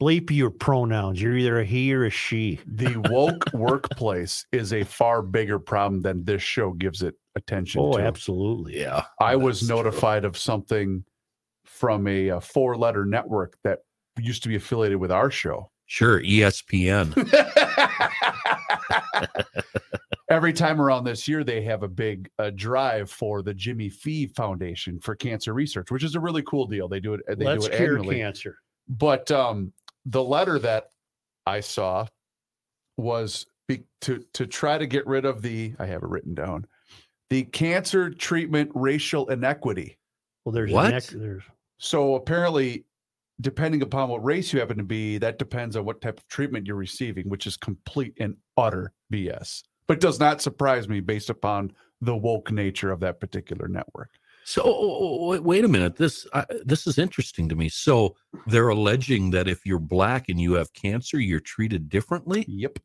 [SPEAKER 3] Bleep your pronouns. You're either a he or a she.
[SPEAKER 1] the woke workplace is a far bigger problem than this show gives it attention
[SPEAKER 3] Oh,
[SPEAKER 1] to.
[SPEAKER 3] absolutely.
[SPEAKER 4] Yeah.
[SPEAKER 1] I was
[SPEAKER 4] That's true.
[SPEAKER 1] notified of something from a, a four letter network that used to be affiliated with our show.
[SPEAKER 4] Sure. E ESPN.
[SPEAKER 1] Every time around this year, they have a big uh, drive for the Jimmy Fee Foundation for Cancer Research, which is a really cool deal. They do it. They
[SPEAKER 3] Let's
[SPEAKER 1] do it
[SPEAKER 3] cure
[SPEAKER 1] annually.
[SPEAKER 3] cancer.
[SPEAKER 1] But um, the letter that I saw was be, to to try to get rid of the. I have it written down. The cancer treatment racial inequity.
[SPEAKER 3] Well, there's
[SPEAKER 4] What?
[SPEAKER 3] An ec- there's
[SPEAKER 1] So apparently, depending upon what race you happen to be, that depends on what type of treatment you're receiving, which is complete and utter BS. But does not surprise me based upon the woke nature of that particular network.
[SPEAKER 4] So oh, oh, oh, wait a minute. This I this is interesting to me. So they're alleging that if you're black and you have cancer, you're treated differently.
[SPEAKER 1] Yep,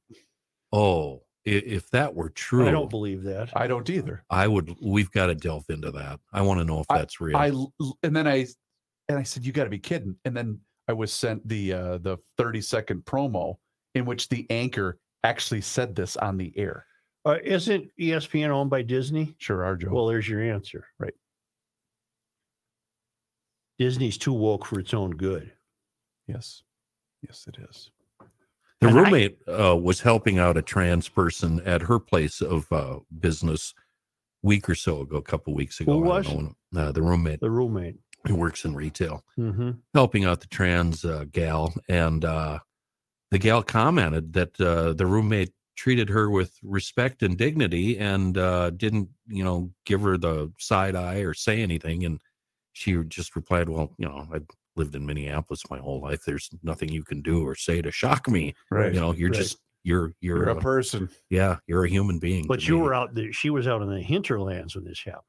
[SPEAKER 4] Oh, i- if that were true,
[SPEAKER 3] I don't believe that.
[SPEAKER 1] I don't either.
[SPEAKER 4] I would. We've got to delve into that. I want to know if that's real.
[SPEAKER 1] I l- l- and then I and I said, "You got to be kidding!" And then I was sent the uh, the thirty second promo in which the anchor actually said this on the air.
[SPEAKER 3] Uh, isn't ESPN owned by Disney?
[SPEAKER 1] Sure, are Joe.
[SPEAKER 3] Well, there's your answer.
[SPEAKER 1] Right.
[SPEAKER 3] Disney's too woke for its own good.
[SPEAKER 1] yes, yes, it is.
[SPEAKER 4] The
[SPEAKER 3] And I-
[SPEAKER 4] roommate uh, was helping out a trans person at her place of uh, business week or so ago, a couple weeks ago.
[SPEAKER 3] Who
[SPEAKER 4] I don't
[SPEAKER 3] was?
[SPEAKER 4] know when- uh, the roommate
[SPEAKER 3] The roommate.
[SPEAKER 4] who works in retail,
[SPEAKER 3] Mm-hmm.
[SPEAKER 4] helping out the trans uh, gal, and uh, the gal commented that uh, the roommate treated her with respect and dignity, and uh, didn't, you know, give her the side eye or say anything. And she just replied, "Well, you know, I've lived in Minneapolis my whole life. There's nothing you can do or say to shock me."
[SPEAKER 1] Right,
[SPEAKER 4] you know you're
[SPEAKER 3] right.
[SPEAKER 4] just you're you're,
[SPEAKER 1] you're a
[SPEAKER 4] a-
[SPEAKER 1] person.
[SPEAKER 4] yeah you're a human being
[SPEAKER 3] But
[SPEAKER 4] to
[SPEAKER 3] you
[SPEAKER 4] me.
[SPEAKER 3] were out there. She was out in the hinterlands when this happened.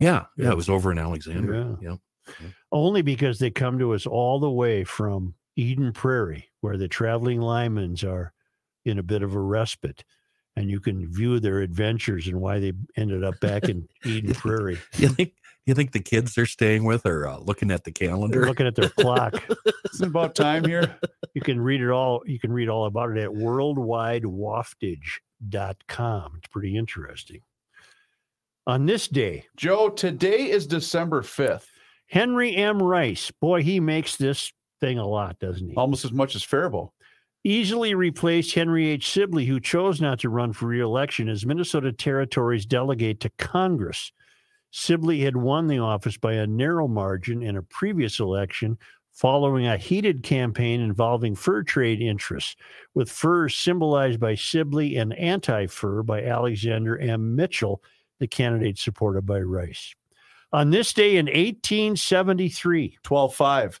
[SPEAKER 4] yeah yeah it was over in alexandria yeah,
[SPEAKER 3] Only because they come to us all the way from Eden Prairie, where the traveling Lymans are in a bit of a respite. And you can view their adventures and why they ended up back in Eden Prairie.
[SPEAKER 4] you think you think the kids they're staying with are uh, looking at the
[SPEAKER 3] They're
[SPEAKER 4] calendar
[SPEAKER 3] looking at their clock.
[SPEAKER 1] It's about time here.
[SPEAKER 3] You can read it all. You can read all about it at worldwidewaftage.com. It's pretty interesting. On this day,
[SPEAKER 1] Joe, today is December 5th,
[SPEAKER 3] Henry M. Rice, boy, he makes this thing a lot, doesn't he?
[SPEAKER 1] almost as much as Faribault.
[SPEAKER 3] Easily replaced Henry H. Sibley, who chose not to run for reelection as Minnesota Territory's delegate to Congress. Sibley had won the office by a narrow margin in a previous election following a heated campaign involving fur trade interests, with fur symbolized by Sibley and anti fur by Alexander M. Mitchell, the candidate supported by Rice. On this day in 1873,
[SPEAKER 1] 12 5.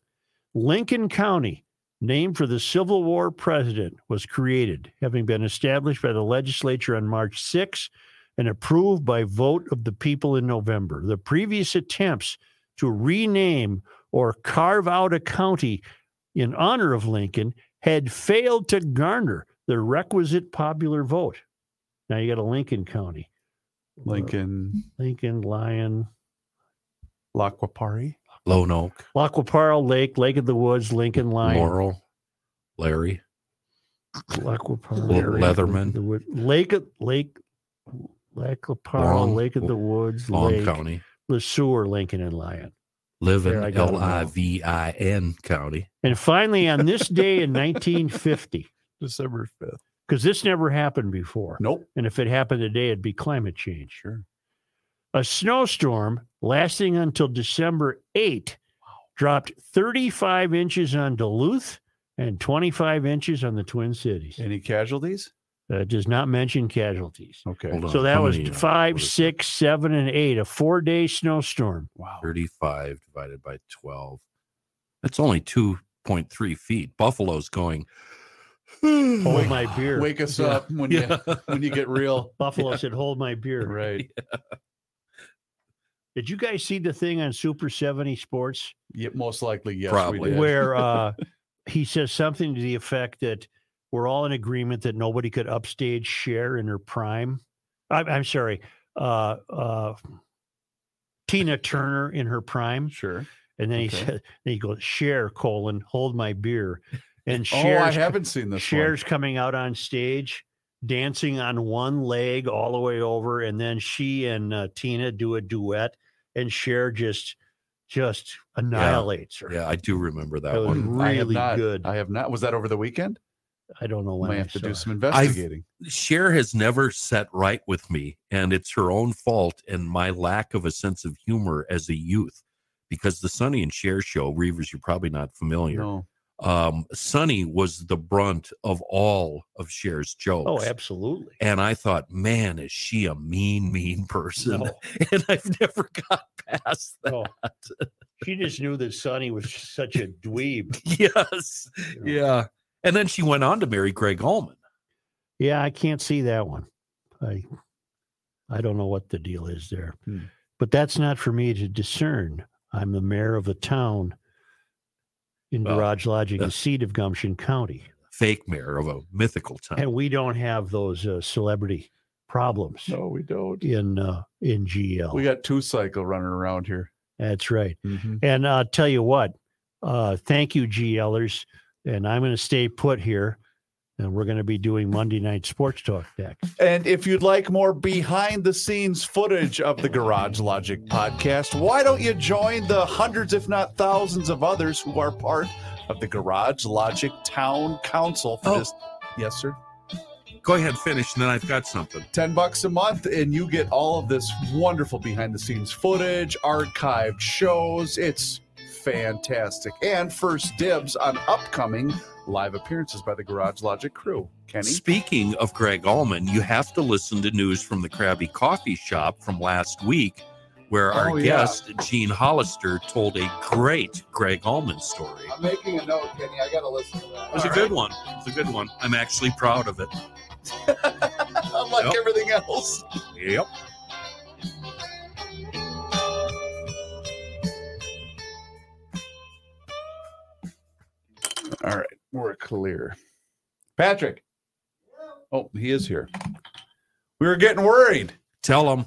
[SPEAKER 3] Lincoln County, named for the Civil War president, was created, having been established by the legislature on March 6 and approved by vote of the people in November. The previous attempts to rename or carve out a county in honor of Lincoln had failed to garner the requisite popular vote. Now you got a Lincoln County. Uh,
[SPEAKER 1] Lincoln,
[SPEAKER 3] Lincoln, Lyon,
[SPEAKER 1] Laquapari.
[SPEAKER 4] lone oak
[SPEAKER 3] Laquaparl Lake, Lake of the Woods, Lincoln, Lyon.
[SPEAKER 4] laurel larry
[SPEAKER 3] Laquapar,
[SPEAKER 4] Little Leatherman.
[SPEAKER 3] The wood, Lake of Lake Lacapara,
[SPEAKER 4] Long-
[SPEAKER 3] Lake of the Woods,
[SPEAKER 4] long
[SPEAKER 3] Lake
[SPEAKER 4] county
[SPEAKER 3] Le Sueur, Lincoln and Lyon.
[SPEAKER 4] Live
[SPEAKER 2] There, I
[SPEAKER 4] in
[SPEAKER 2] got it now.
[SPEAKER 4] L I V I N County.
[SPEAKER 3] And finally, on this day in 1950,
[SPEAKER 1] December 5th.
[SPEAKER 3] because this never happened before,
[SPEAKER 1] Nope.
[SPEAKER 3] and if it happened today, it'd be climate change. Sure. A snowstorm lasting until December 8 dropped 35 inches on Duluth and 25 inches on the Twin Cities.
[SPEAKER 1] Any casualties?
[SPEAKER 3] Uh, it does not mention casualties.
[SPEAKER 1] Okay.
[SPEAKER 4] Hold on.
[SPEAKER 3] So that
[SPEAKER 4] how
[SPEAKER 3] was
[SPEAKER 4] many, uh,
[SPEAKER 3] five,
[SPEAKER 4] what is
[SPEAKER 3] six, seven, and eight, a four day snowstorm.
[SPEAKER 1] Wow.
[SPEAKER 4] 35 divided by 12. That's only 2.3 feet. Buffalo's going,
[SPEAKER 3] Hold
[SPEAKER 1] wait.
[SPEAKER 3] Oh my beer.
[SPEAKER 1] Wake us
[SPEAKER 4] Yeah.
[SPEAKER 1] up when you when you get real.
[SPEAKER 3] Buffalo said, hold my beer.
[SPEAKER 1] Right.
[SPEAKER 3] Did you guys see the thing on Super 70 Sports?
[SPEAKER 1] Yeah, most likely, yes.
[SPEAKER 4] Probably.
[SPEAKER 1] We did.
[SPEAKER 3] where uh, he says something to the effect that we're all in agreement that nobody could upstage Cher in her prime. I'm, I'm sorry, uh, uh, Tina Turner in her prime.
[SPEAKER 1] Sure.
[SPEAKER 3] And then he
[SPEAKER 1] Okay.
[SPEAKER 3] said, then he goes, Cher, colon, hold my beer. And
[SPEAKER 1] Oh, I
[SPEAKER 3] Cher's,
[SPEAKER 1] haven't seen this
[SPEAKER 3] Cher's coming out on stage, dancing on one leg all the way over. And then she and uh, Tina do a duet, and Cher just, just annihilates her.
[SPEAKER 4] yeah, I do remember that
[SPEAKER 3] That was
[SPEAKER 4] one.
[SPEAKER 1] one. Hmm, I have
[SPEAKER 3] really
[SPEAKER 1] not-
[SPEAKER 3] good.
[SPEAKER 1] I have not. Was that over the weekend?
[SPEAKER 3] I don't know when
[SPEAKER 1] Might
[SPEAKER 3] I
[SPEAKER 1] have to
[SPEAKER 3] saw
[SPEAKER 1] do
[SPEAKER 3] it.
[SPEAKER 1] some
[SPEAKER 4] I've-
[SPEAKER 1] investigating.
[SPEAKER 4] Cher has never set right with me, and it's her own fault and my lack of a sense of humor as a youth. Because the Sonny and Cher show, Reavers, you're probably not familiar.
[SPEAKER 1] No.
[SPEAKER 4] Um, Sonny was the brunt of all of Cher's jokes.
[SPEAKER 3] Oh, absolutely.
[SPEAKER 4] and I thought, man, is she a mean, mean person?
[SPEAKER 3] No.
[SPEAKER 4] And I've never got past that.
[SPEAKER 3] Oh, she just knew that Sonny was such a dweeb.
[SPEAKER 4] Yes.
[SPEAKER 3] you know.
[SPEAKER 4] Yeah. And then she went on to marry Greg Allman.
[SPEAKER 3] Yeah, I can't see that one. I I don't know what the deal is there.
[SPEAKER 1] Hmm.
[SPEAKER 3] But that's not for me to discern. I'm the mayor of a town in
[SPEAKER 4] Well,
[SPEAKER 3] Garage Logic,
[SPEAKER 4] yeah.
[SPEAKER 3] the seat of Gumption County.
[SPEAKER 4] Fake mayor of a mythical town.
[SPEAKER 3] And we don't have those uh, celebrity problems
[SPEAKER 1] No, we don't.
[SPEAKER 3] in uh, in GL.
[SPEAKER 1] We got two cycle running around here.
[SPEAKER 3] that's right. And I'll tell you what, uh, thank you, GLers. And I'm going to stay put here. And we're going to be doing Monday Night Sports Talk next.
[SPEAKER 1] And if you'd like more behind the scenes footage of the Garage Logic podcast, why don't you join the hundreds, if not thousands, of others who are part of the Garage Logic Town Council for
[SPEAKER 4] Oh.
[SPEAKER 1] this? Yes, sir.
[SPEAKER 4] Go ahead, finish, and then I've got something.
[SPEAKER 1] 10 bucks a month, and you get all of this wonderful behind the scenes footage, archived shows. It's fantastic. And first dibs on upcoming live appearances by the Garage Logic crew. Kenny?
[SPEAKER 4] Speaking of Greg Allman, you have to listen to news from the Krabby Coffee Shop from last week, where our
[SPEAKER 1] Oh, yeah.
[SPEAKER 4] guest, Gene Hollister, told a great Greg Allman story.
[SPEAKER 1] I'm making a note, Kenny. I got to listen to that.
[SPEAKER 4] It was a good one. It was a good one. I'm actually proud of it.
[SPEAKER 1] Unlike
[SPEAKER 4] Yep.
[SPEAKER 1] everything else.
[SPEAKER 4] Yep.
[SPEAKER 1] All right, we're clear. Patrick. Oh, he is here. We were getting worried.
[SPEAKER 4] Tell them.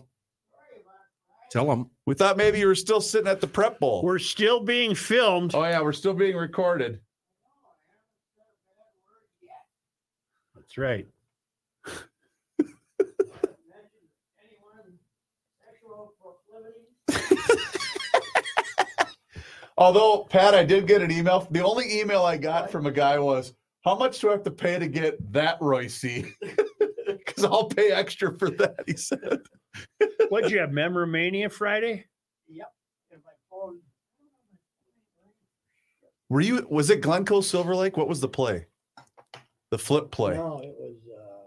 [SPEAKER 4] Tell them.
[SPEAKER 1] We thought maybe you were still sitting at the prep bowl.
[SPEAKER 3] We're still being filmed.
[SPEAKER 1] oh yeah, we're still being recorded.
[SPEAKER 3] That's right.
[SPEAKER 1] Although Pat, I did get an email. The only email I got from a guy was, "How much do I have to pay to get that Royce?" Because I'll pay extra for that. He said.
[SPEAKER 3] What'd you have, Memoromania Friday?
[SPEAKER 1] Were you? Was it Glencoe Silver Lake? What was the play? The flip play.
[SPEAKER 7] No, it was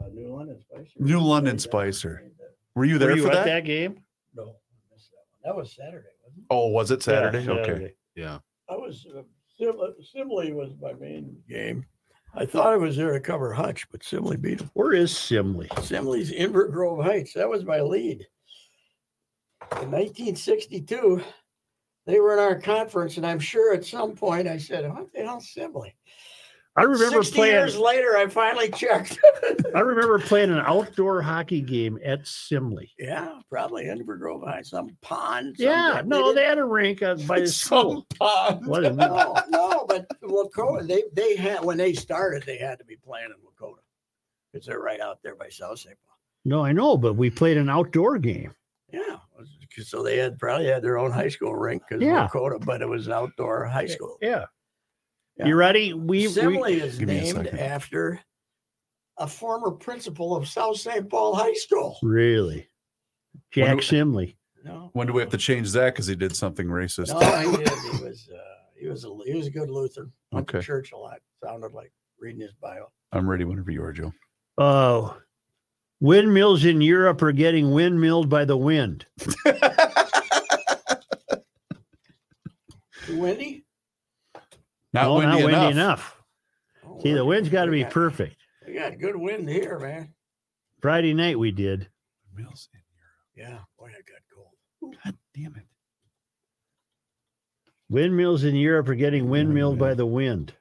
[SPEAKER 7] uh, New London Spicer.
[SPEAKER 1] New London
[SPEAKER 7] Yeah,
[SPEAKER 1] Spicer.
[SPEAKER 7] yeah.
[SPEAKER 1] Were you there
[SPEAKER 3] Were you
[SPEAKER 1] for
[SPEAKER 3] at
[SPEAKER 1] that?
[SPEAKER 3] that game?
[SPEAKER 7] No, I missed that one. That was Saturday, wasn't it?
[SPEAKER 1] Oh, was it Saturday?
[SPEAKER 3] Yeah,
[SPEAKER 1] Okay.
[SPEAKER 3] Saturday.
[SPEAKER 4] Yeah.
[SPEAKER 7] I was uh, Sibley, Sibley was my main game. I thought I was there to cover Hutch, but Sibley beat him.
[SPEAKER 3] Where is Simley?
[SPEAKER 7] Sibley's Invert Grove Heights. That was my lead. In 1962, they were in our conference, and I'm sure at some point I said, "What the hell's Sibley?"
[SPEAKER 3] I remember
[SPEAKER 7] 60
[SPEAKER 3] playing.
[SPEAKER 7] years later, I finally checked.
[SPEAKER 3] I remember playing an outdoor hockey game at Simley.
[SPEAKER 7] yeah, probably Invert Grove Heights, some pond. some
[SPEAKER 3] Yeah,
[SPEAKER 7] damn-
[SPEAKER 3] no,
[SPEAKER 7] didn't
[SPEAKER 3] they had a rink out by the school. What a-
[SPEAKER 7] no, no, but Lakota, they they had when they started, they had to be playing in Lakota because they're right out there by South St. Paul.
[SPEAKER 3] no, I know, but we played an outdoor game.
[SPEAKER 7] Yeah, it was 'cause- so they had probably had their own high school rink because
[SPEAKER 3] Yeah.
[SPEAKER 7] Lakota, but it was an outdoor high school.
[SPEAKER 3] Yeah.
[SPEAKER 7] Yeah.
[SPEAKER 3] You ready? We, we
[SPEAKER 7] Simley is
[SPEAKER 1] Give me a
[SPEAKER 7] named
[SPEAKER 1] second.
[SPEAKER 7] after a former principal of South St. Paul High School.
[SPEAKER 3] really Jack Simley.
[SPEAKER 7] No,
[SPEAKER 1] When do we have to change that? Because he did something racist.
[SPEAKER 7] no, I did. He was uh, he was a he was a good Lutheran. Went
[SPEAKER 1] Okay.
[SPEAKER 7] to church a lot. Sounded like reading his bio.
[SPEAKER 1] I'm ready whenever you are, Joe.
[SPEAKER 3] Oh, windmills in Europe are getting windmilled by the wind.
[SPEAKER 7] Wendy.
[SPEAKER 1] Not
[SPEAKER 3] no,
[SPEAKER 1] windy
[SPEAKER 3] not windy
[SPEAKER 1] enough.
[SPEAKER 3] enough.
[SPEAKER 7] Oh,
[SPEAKER 3] See, the
[SPEAKER 7] Wendy,
[SPEAKER 3] wind's got to
[SPEAKER 7] we
[SPEAKER 3] be perfect.
[SPEAKER 7] We got good wind here, man.
[SPEAKER 3] Friday night we did.
[SPEAKER 1] Windmills in Europe.
[SPEAKER 7] Yeah, boy, it got cold.
[SPEAKER 1] God damn it.
[SPEAKER 3] Windmills in Europe are getting windmilled by
[SPEAKER 1] Windmill.
[SPEAKER 3] the wind.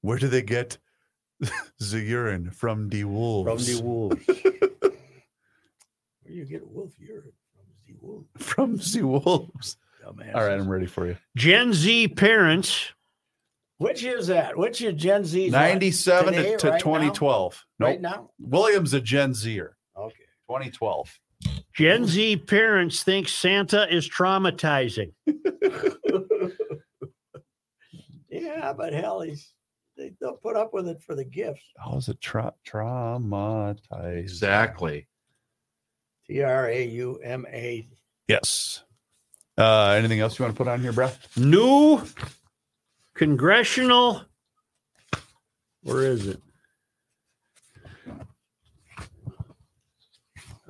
[SPEAKER 1] Where do they get the urine from the
[SPEAKER 3] From
[SPEAKER 1] wolves?
[SPEAKER 3] the wolves.
[SPEAKER 7] Where you get wolf urine from? The wolf,
[SPEAKER 1] From the wolves.
[SPEAKER 7] dumbass.
[SPEAKER 1] All right, I'm ready for you.
[SPEAKER 3] Gen Z parents.
[SPEAKER 7] Which is that? Which is Gen Z?
[SPEAKER 1] 97
[SPEAKER 7] Today,
[SPEAKER 1] to, to
[SPEAKER 7] right now?
[SPEAKER 1] 2012. Nope.
[SPEAKER 7] Right now.
[SPEAKER 1] William's a Gen Zer.
[SPEAKER 7] Okay.
[SPEAKER 1] 2012.
[SPEAKER 3] Gen Z parents think Santa is traumatizing.
[SPEAKER 7] yeah, but hell, he's they, they'll put up with it for the gifts.
[SPEAKER 1] How Oh, is it tra- traumatized?
[SPEAKER 2] Exactly.
[SPEAKER 7] T R A U M A.
[SPEAKER 1] Yes. Uh, anything else you want to put on here, Brad?
[SPEAKER 3] New congressional. Where is it?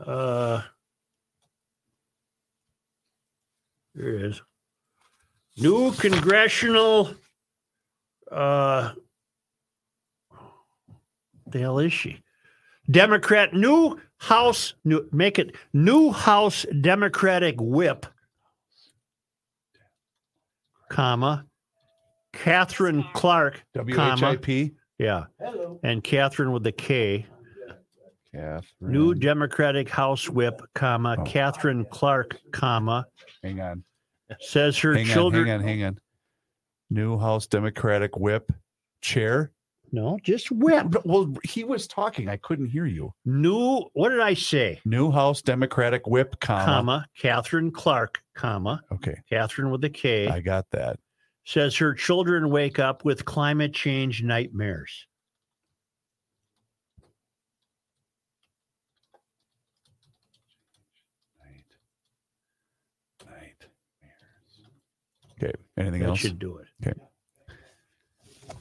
[SPEAKER 3] Uh, there it is. New congressional. Uh, the hell is she? Democrat, new House, new, make it new House Democratic whip, comma, Catherine Clark, comma,
[SPEAKER 1] WHIP.
[SPEAKER 3] yeah,
[SPEAKER 7] Hello.
[SPEAKER 3] and Catherine with the K,
[SPEAKER 1] Catherine.
[SPEAKER 3] new Democratic House whip, comma,
[SPEAKER 1] Oh.
[SPEAKER 3] Catherine Clark, comma,
[SPEAKER 1] hang on.
[SPEAKER 3] says her
[SPEAKER 1] Hang on.
[SPEAKER 3] children.
[SPEAKER 1] Hang on. Hang on. New House Democratic Whip Chair.
[SPEAKER 3] No, just whip.
[SPEAKER 1] Well, he was talking. I couldn't hear you.
[SPEAKER 3] New, what did I say?
[SPEAKER 1] New House Democratic Whip, comma.
[SPEAKER 3] Comma, Catherine Clark, comma,
[SPEAKER 1] Okay,
[SPEAKER 3] Catherine with the K.
[SPEAKER 1] I got that.
[SPEAKER 3] says her children wake up with climate change nightmares.
[SPEAKER 1] Night. Night. Okay. Anything
[SPEAKER 3] That
[SPEAKER 1] else?
[SPEAKER 3] should do it.
[SPEAKER 1] Okay.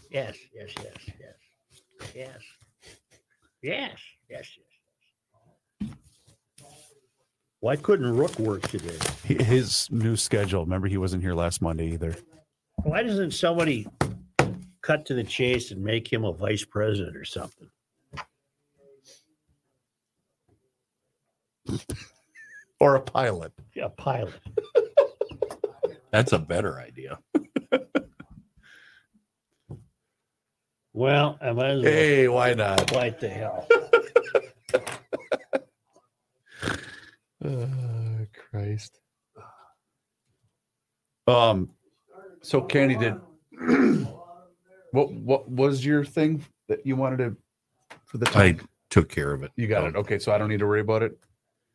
[SPEAKER 3] Yes, yes, yes, yes, yes, yes, yes, yes. Why couldn't Rook work today?
[SPEAKER 1] He- His new schedule. Remember, he wasn't here last Monday either.
[SPEAKER 3] Why doesn't somebody cut to the chase and make him a vice president or something?
[SPEAKER 1] Or a pilot.
[SPEAKER 3] A pilot.
[SPEAKER 4] That's a better idea.
[SPEAKER 3] Well, I might as well.
[SPEAKER 1] Hey, why not?
[SPEAKER 3] Why the hell?
[SPEAKER 1] Christ. Um. So, Candy did. what What was your thing that you wanted to for the time?
[SPEAKER 4] I took care of it.
[SPEAKER 1] You got it. Okay, so I don't need to worry about it.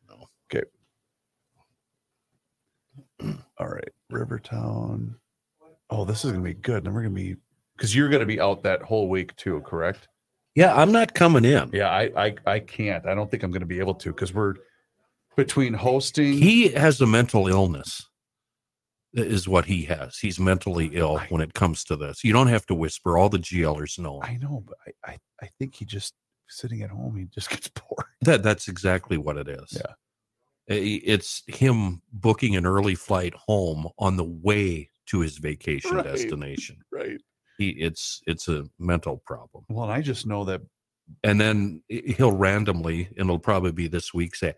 [SPEAKER 4] No.
[SPEAKER 1] Okay. All right, Rivertown. Oh, this is gonna be good. And we're gonna be because you're gonna be out that whole week too, correct?
[SPEAKER 4] Yeah, I'm not coming in.
[SPEAKER 1] Yeah, I I, I can't. I don't think I'm gonna be able to because we're between hosting.
[SPEAKER 4] He has a mental illness, i- is what he has. He's mentally ill when it comes to this. You don't have to whisper. All the GLers know.
[SPEAKER 1] I know, but I, I I think he just sitting at home. He just gets bored.
[SPEAKER 4] That that's exactly what it is.
[SPEAKER 1] Yeah.
[SPEAKER 4] I- It's him booking an early flight home on the way to his vacation
[SPEAKER 1] Right.
[SPEAKER 4] destination.
[SPEAKER 1] Right.
[SPEAKER 4] He it's it's a mental problem.
[SPEAKER 1] Well, and I just know that
[SPEAKER 4] And then i- he'll randomly, and it'll probably be this week, say,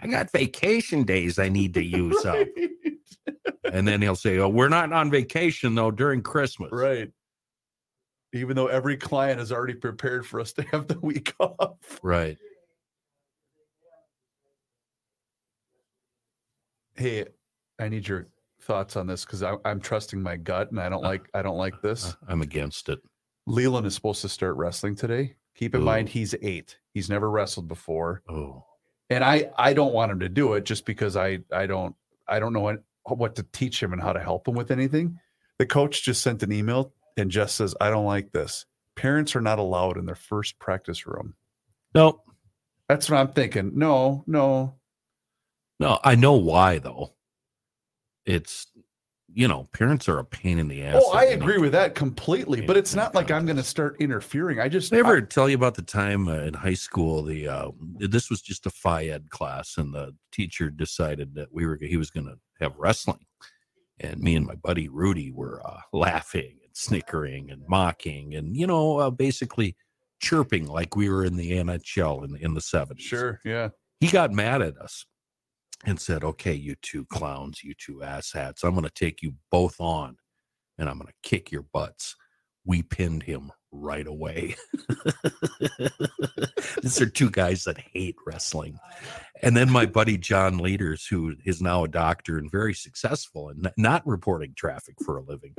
[SPEAKER 4] I got vacation days I need to use up. And then he'll say, Oh, we're not on vacation though during Christmas.
[SPEAKER 1] Right. Even though every client is already prepared for us to have the week off.
[SPEAKER 4] Right.
[SPEAKER 1] Hey, I need your thoughts on this because I'm trusting my gut and I don't like I don't like this.
[SPEAKER 4] Uh, I'm against it.
[SPEAKER 1] Leland is supposed to start wrestling today. Keep in
[SPEAKER 4] Ooh.
[SPEAKER 1] mind he's eight. He's never wrestled before.
[SPEAKER 4] Oh,
[SPEAKER 1] and I I don't want him to do it just because I I don't I don't know what, what to teach him and how to help him with anything. The coach just sent an email and just says I don't like this. Parents are not allowed in their first practice room.
[SPEAKER 4] Nope.
[SPEAKER 1] That's what I'm thinking. No, no.
[SPEAKER 4] No, I know why though. It's you know, parents are a pain in the ass.
[SPEAKER 1] Oh, I
[SPEAKER 4] They don't
[SPEAKER 1] agree with
[SPEAKER 4] care.
[SPEAKER 1] that completely, but it's not like I'm going to start interfering. I just
[SPEAKER 4] Did I ever tell you about the time uh, in high school? The uh, this was just a Phi Ed class, and the teacher decided that we were he was going to have wrestling, and me and my buddy Rudy were uh, laughing and snickering and mocking, and you know, uh, basically chirping like we were in the NHL in in the seventies
[SPEAKER 1] sure, yeah.
[SPEAKER 4] he got mad at us and said, Okay, you two clowns, you two asshats, I'm going to take you both on and I'm going to kick your butts. We pinned him right away. These are two guys that hate wrestling. And then my buddy John Leaders, who is now a doctor and very successful and n- not reporting traffic for a living,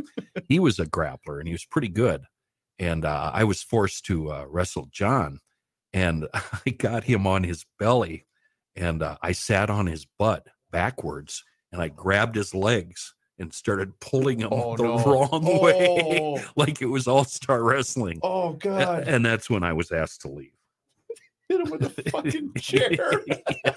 [SPEAKER 4] he was a grappler and he was pretty good. And uh, I was forced to uh, wrestle John and I got him on his belly and uh, I sat on his butt backwards and I grabbed his legs and started pulling him
[SPEAKER 1] Oh,
[SPEAKER 4] the
[SPEAKER 1] no.
[SPEAKER 4] wrong way
[SPEAKER 1] Oh,
[SPEAKER 4] like it was all star wrestling.
[SPEAKER 1] oh
[SPEAKER 4] A-
[SPEAKER 1] god.
[SPEAKER 4] And that's when I was asked to leave.
[SPEAKER 1] Hit him with a fucking chair.
[SPEAKER 4] Yeah.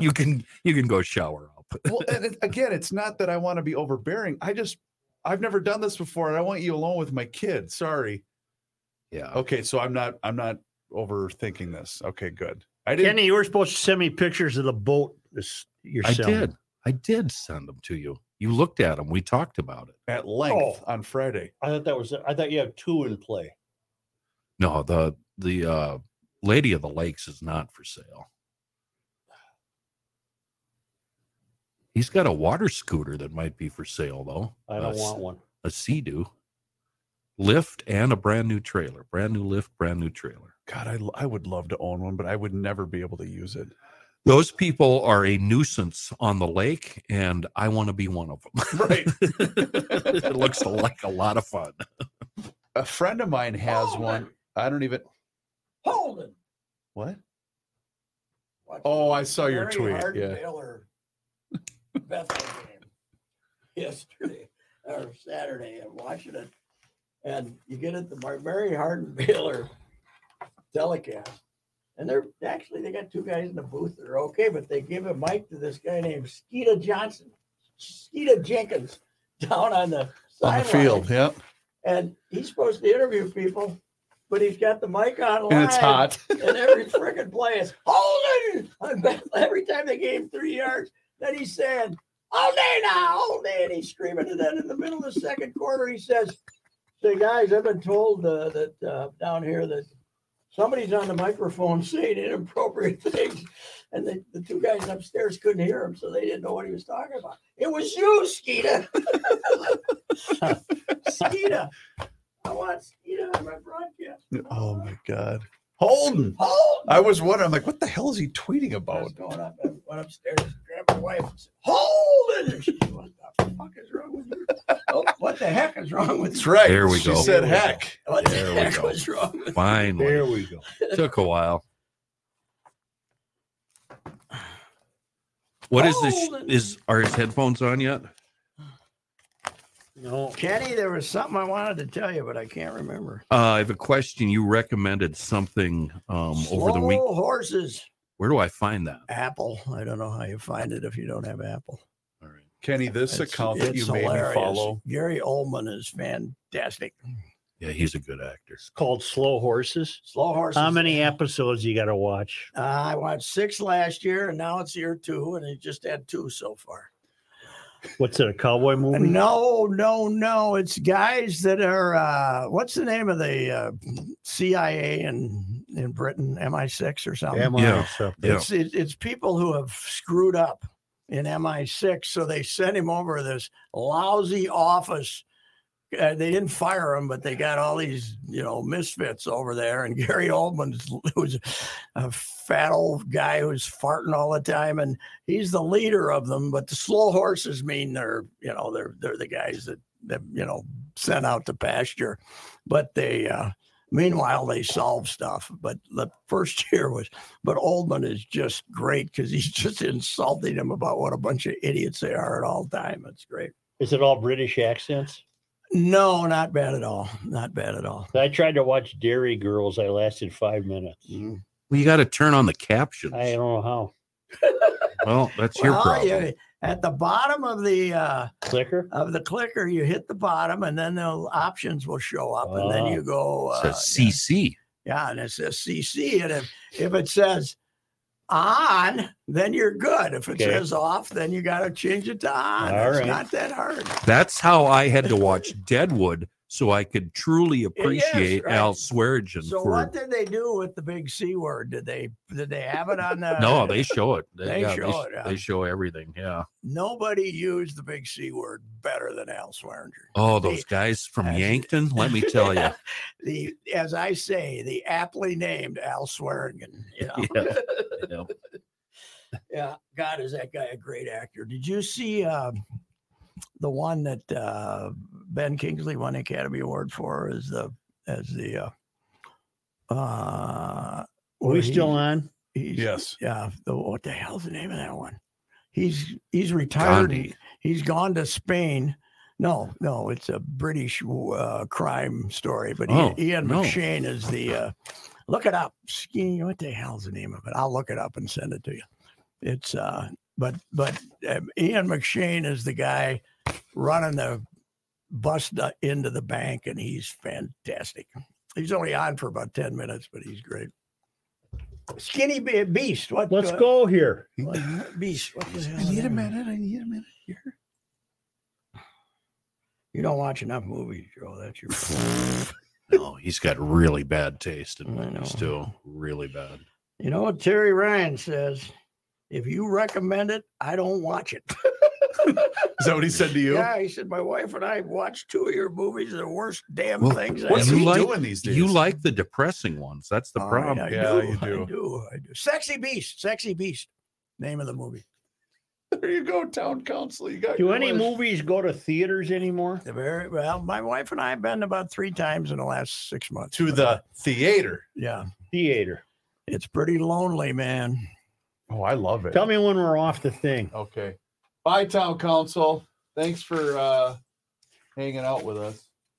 [SPEAKER 4] You can you can go shower up.
[SPEAKER 1] well, and it, again, it's not that I want to be overbearing. I just I've never done this before, and I want you alone with my kid. Sorry.
[SPEAKER 4] Yeah.
[SPEAKER 3] Oh,
[SPEAKER 1] Okay, so I'm not I'm not overthinking this. Okay, good. I didn't.
[SPEAKER 3] Kenny, you were supposed to send me pictures of the boat this
[SPEAKER 4] I
[SPEAKER 3] yourself.
[SPEAKER 4] did. I did send them to you. You looked at them. We talked about it.
[SPEAKER 1] at length on Friday.
[SPEAKER 3] I thought that was. I thought you had two in play.
[SPEAKER 4] No, the the uh Lady of the Lakes is not for sale. He's got a water scooter that might be for sale though.
[SPEAKER 3] I don't
[SPEAKER 4] A s-
[SPEAKER 3] want one.
[SPEAKER 4] a Sea-Doo. Lift and a brand new trailer. Brand new lift, brand new trailer.
[SPEAKER 1] God, I, l- I would love to own one, but I would never be able to use it.
[SPEAKER 4] Those people are a nuisance on the lake, and I want to be one of them.
[SPEAKER 1] Right.
[SPEAKER 4] it looks like a lot of fun.
[SPEAKER 1] A friend of mine has
[SPEAKER 7] Oh,
[SPEAKER 1] one. I don't even.
[SPEAKER 7] Holden.
[SPEAKER 1] What?
[SPEAKER 7] Watch
[SPEAKER 1] Oh,
[SPEAKER 7] the
[SPEAKER 1] I saw your
[SPEAKER 7] Mary
[SPEAKER 1] tweet, yeah.
[SPEAKER 7] Hardin-Baylor Bethel game yesterday or Saturday and watching it. And you get it the Mar- Mary Hardin Baylor telecast. And they're actually they got two guys in the booth that are okay, but they give a mic to this guy named Skeeta Johnson, Skeeta Jenkins, down on the
[SPEAKER 1] On the
[SPEAKER 7] sideline.
[SPEAKER 1] field. Yep.
[SPEAKER 7] And he's supposed to interview people, but he's got the mic on
[SPEAKER 1] And it's
[SPEAKER 7] live
[SPEAKER 1] hot.
[SPEAKER 7] and every freaking play is hold it. I bet every time they gave him three yards, then he's saying, all day now, all day, and he's screaming. And then in the middle of the second quarter, he says, Say, guys, I've been told uh, that uh, down here that somebody's on the microphone saying inappropriate things. And the, the two guys upstairs couldn't hear him, so they didn't know what he was talking about. It was you, Skeeta. Skeeta. I want Skeeta on my broadcast.
[SPEAKER 1] Oh my god. Holden.
[SPEAKER 7] Hold
[SPEAKER 1] I was wondering. I'm like, what the hell is he tweeting
[SPEAKER 7] I
[SPEAKER 1] about?
[SPEAKER 7] was going up and went upstairs and grabbed my wife and said, Hold it! And she said, What the fuck is wrong with you? oh, what the heck is wrong with
[SPEAKER 1] That's
[SPEAKER 7] you?
[SPEAKER 1] right.
[SPEAKER 4] There we
[SPEAKER 1] she
[SPEAKER 4] go.
[SPEAKER 1] said,
[SPEAKER 4] There we go.
[SPEAKER 1] "Heck."
[SPEAKER 7] What the
[SPEAKER 4] There we
[SPEAKER 7] heck
[SPEAKER 4] go.
[SPEAKER 7] was wrong with
[SPEAKER 4] Finally,
[SPEAKER 3] we go.
[SPEAKER 4] took a while. What is this?
[SPEAKER 7] Hold it.
[SPEAKER 4] Is are his headphones on yet?
[SPEAKER 3] No,
[SPEAKER 7] Kenny, there was something I wanted to tell you, but I can't remember.
[SPEAKER 4] Uh, I have a question. You recommended something um, over the week.
[SPEAKER 7] Slow horses.
[SPEAKER 4] Where do I find that?
[SPEAKER 7] Apple. I don't know how you find it if you don't have Apple.
[SPEAKER 4] All right.
[SPEAKER 1] Kenny, this
[SPEAKER 7] It's-
[SPEAKER 1] account that you
[SPEAKER 7] it's
[SPEAKER 1] made me
[SPEAKER 7] hilarious.
[SPEAKER 1] follow.
[SPEAKER 7] Gary Oldman is fantastic.
[SPEAKER 4] Yeah, he's a good actor.
[SPEAKER 3] it's called Slow Horses.
[SPEAKER 7] Slow horses.
[SPEAKER 3] How many episodes you got to watch?
[SPEAKER 7] Uh, I watched six last year, and now it's year two, and he just had two so far.
[SPEAKER 3] What's it? A cowboy movie?
[SPEAKER 7] No, no, no. It's guys that are uh what's the name of the uh, CIA in in Britain, MI6 or something.
[SPEAKER 3] Am I
[SPEAKER 4] Yeah.
[SPEAKER 3] something?
[SPEAKER 4] Yeah.
[SPEAKER 7] It's it, it's people who have screwed up in MI6, so they sent him over to this lousy office. Uh, they didn't fire him, but they got all these you know misfits over there. And Gary Oldman's who's a fat old guy who's farting all the time, and he's the leader of them. But the slow horses mean they're you know they're they're the guys that that you know sent out to pasture, but they. uh Meanwhile, they solve stuff. But the first year was, but Oldman is just great because he's just insulting them about what a bunch of idiots they are at all time. It's great.
[SPEAKER 3] Is it all British accents?
[SPEAKER 7] No, not bad at all. Not bad at all.
[SPEAKER 3] I tried to watch Dairy Girls. I lasted five minutes.
[SPEAKER 4] Well, you got to turn on the captions.
[SPEAKER 3] I don't know how.
[SPEAKER 4] Well, that's your
[SPEAKER 7] Well,
[SPEAKER 4] problem.
[SPEAKER 7] you, at the bottom of the uh,
[SPEAKER 3] Clicker?
[SPEAKER 7] of the clicker, you hit the bottom, and then the options will show up, and then
[SPEAKER 3] Ah.
[SPEAKER 7] you go. Uh,
[SPEAKER 4] It says CC.
[SPEAKER 7] Yeah, and it says CC. And if, if it says on, then you're good. If it
[SPEAKER 3] Okay.
[SPEAKER 7] says off, then you got to change it to on.
[SPEAKER 3] All
[SPEAKER 7] it's
[SPEAKER 3] right.
[SPEAKER 7] not that hard.
[SPEAKER 4] That's how I had to watch Deadwood so I could truly appreciate
[SPEAKER 7] right.
[SPEAKER 4] Al Swearingen
[SPEAKER 7] So
[SPEAKER 4] for.
[SPEAKER 7] what did they do with the big C word? Did they did they have it on uh, the?
[SPEAKER 4] no, they show it. They,
[SPEAKER 7] They
[SPEAKER 4] yeah,
[SPEAKER 7] show
[SPEAKER 4] they,
[SPEAKER 7] it, yeah.
[SPEAKER 4] they show everything. Yeah.
[SPEAKER 7] Nobody used the big C word better than Al Swearinger.
[SPEAKER 4] Oh,
[SPEAKER 7] They-
[SPEAKER 4] those guys from
[SPEAKER 7] That's-
[SPEAKER 4] Yankton. Let me tell you.
[SPEAKER 7] the as I say, the aptly named Al Swearingen. You know?
[SPEAKER 4] Yeah. yeah.
[SPEAKER 7] yeah, God, is that guy a great actor? Did you see uh, the one that uh, Ben Kingsley won the Academy Award for? Is the as the uh, uh,
[SPEAKER 3] Are
[SPEAKER 7] where
[SPEAKER 3] we still
[SPEAKER 7] he's-
[SPEAKER 3] on?
[SPEAKER 7] he's-
[SPEAKER 1] Yes.
[SPEAKER 7] yeah. The, what the hell's the name of that one? He's he's retired. and
[SPEAKER 4] Gandhi.
[SPEAKER 7] he's gone to Spain. No, no, it's a British uh, crime story. But
[SPEAKER 4] Oh,
[SPEAKER 7] Ian
[SPEAKER 4] no.
[SPEAKER 7] McShane is the. Uh, look it up. Ski. What the hell's the name of it? I'll look it up and send it to you. It's. uh But but um, Ian McShane is the guy running the bus the- into the bank, and he's fantastic. He's only on for about ten minutes, but he's great. Skinny Be- beast. What?
[SPEAKER 3] Let's
[SPEAKER 7] uh,
[SPEAKER 3] go here.
[SPEAKER 7] what- beast. What the hell?
[SPEAKER 1] I
[SPEAKER 7] is
[SPEAKER 1] need a
[SPEAKER 7] that?
[SPEAKER 1] minute. I need a minute here.
[SPEAKER 7] You don't watch enough movies, Joe. That's your
[SPEAKER 4] No, he's got really bad taste in
[SPEAKER 7] I
[SPEAKER 4] movies,
[SPEAKER 7] know.
[SPEAKER 4] too. Really bad.
[SPEAKER 7] You know what Terry Ryan says? If you recommend it, I don't watch it.
[SPEAKER 1] Is that what he said to you?
[SPEAKER 7] Yeah, he said my wife and I watched two of your movies. They're the worst damn
[SPEAKER 4] Well,
[SPEAKER 7] things. I
[SPEAKER 1] What's
[SPEAKER 4] You
[SPEAKER 1] he
[SPEAKER 4] like-
[SPEAKER 1] doing these days?
[SPEAKER 4] You like the depressing ones. That's the
[SPEAKER 7] All right,
[SPEAKER 4] problem.
[SPEAKER 7] I
[SPEAKER 1] Yeah,
[SPEAKER 7] do,
[SPEAKER 1] you
[SPEAKER 7] I
[SPEAKER 1] do.
[SPEAKER 7] do. I do. Sexy Beast. Sexy Beast. Name of the movie.
[SPEAKER 1] There you go, town council. You got
[SPEAKER 3] Do
[SPEAKER 1] your
[SPEAKER 3] any
[SPEAKER 1] list.
[SPEAKER 3] movies go to theaters anymore?
[SPEAKER 7] The very well. My wife and I have been about three times in the last six months.
[SPEAKER 1] to
[SPEAKER 7] but, uh,
[SPEAKER 1] the theater?
[SPEAKER 7] yeah,
[SPEAKER 3] Theater.
[SPEAKER 7] it's pretty lonely, man.
[SPEAKER 1] Oh, I love it.
[SPEAKER 3] Tell me when we're off the thing.
[SPEAKER 1] Okay. Bye, town council. Thanks for uh, hanging out with us.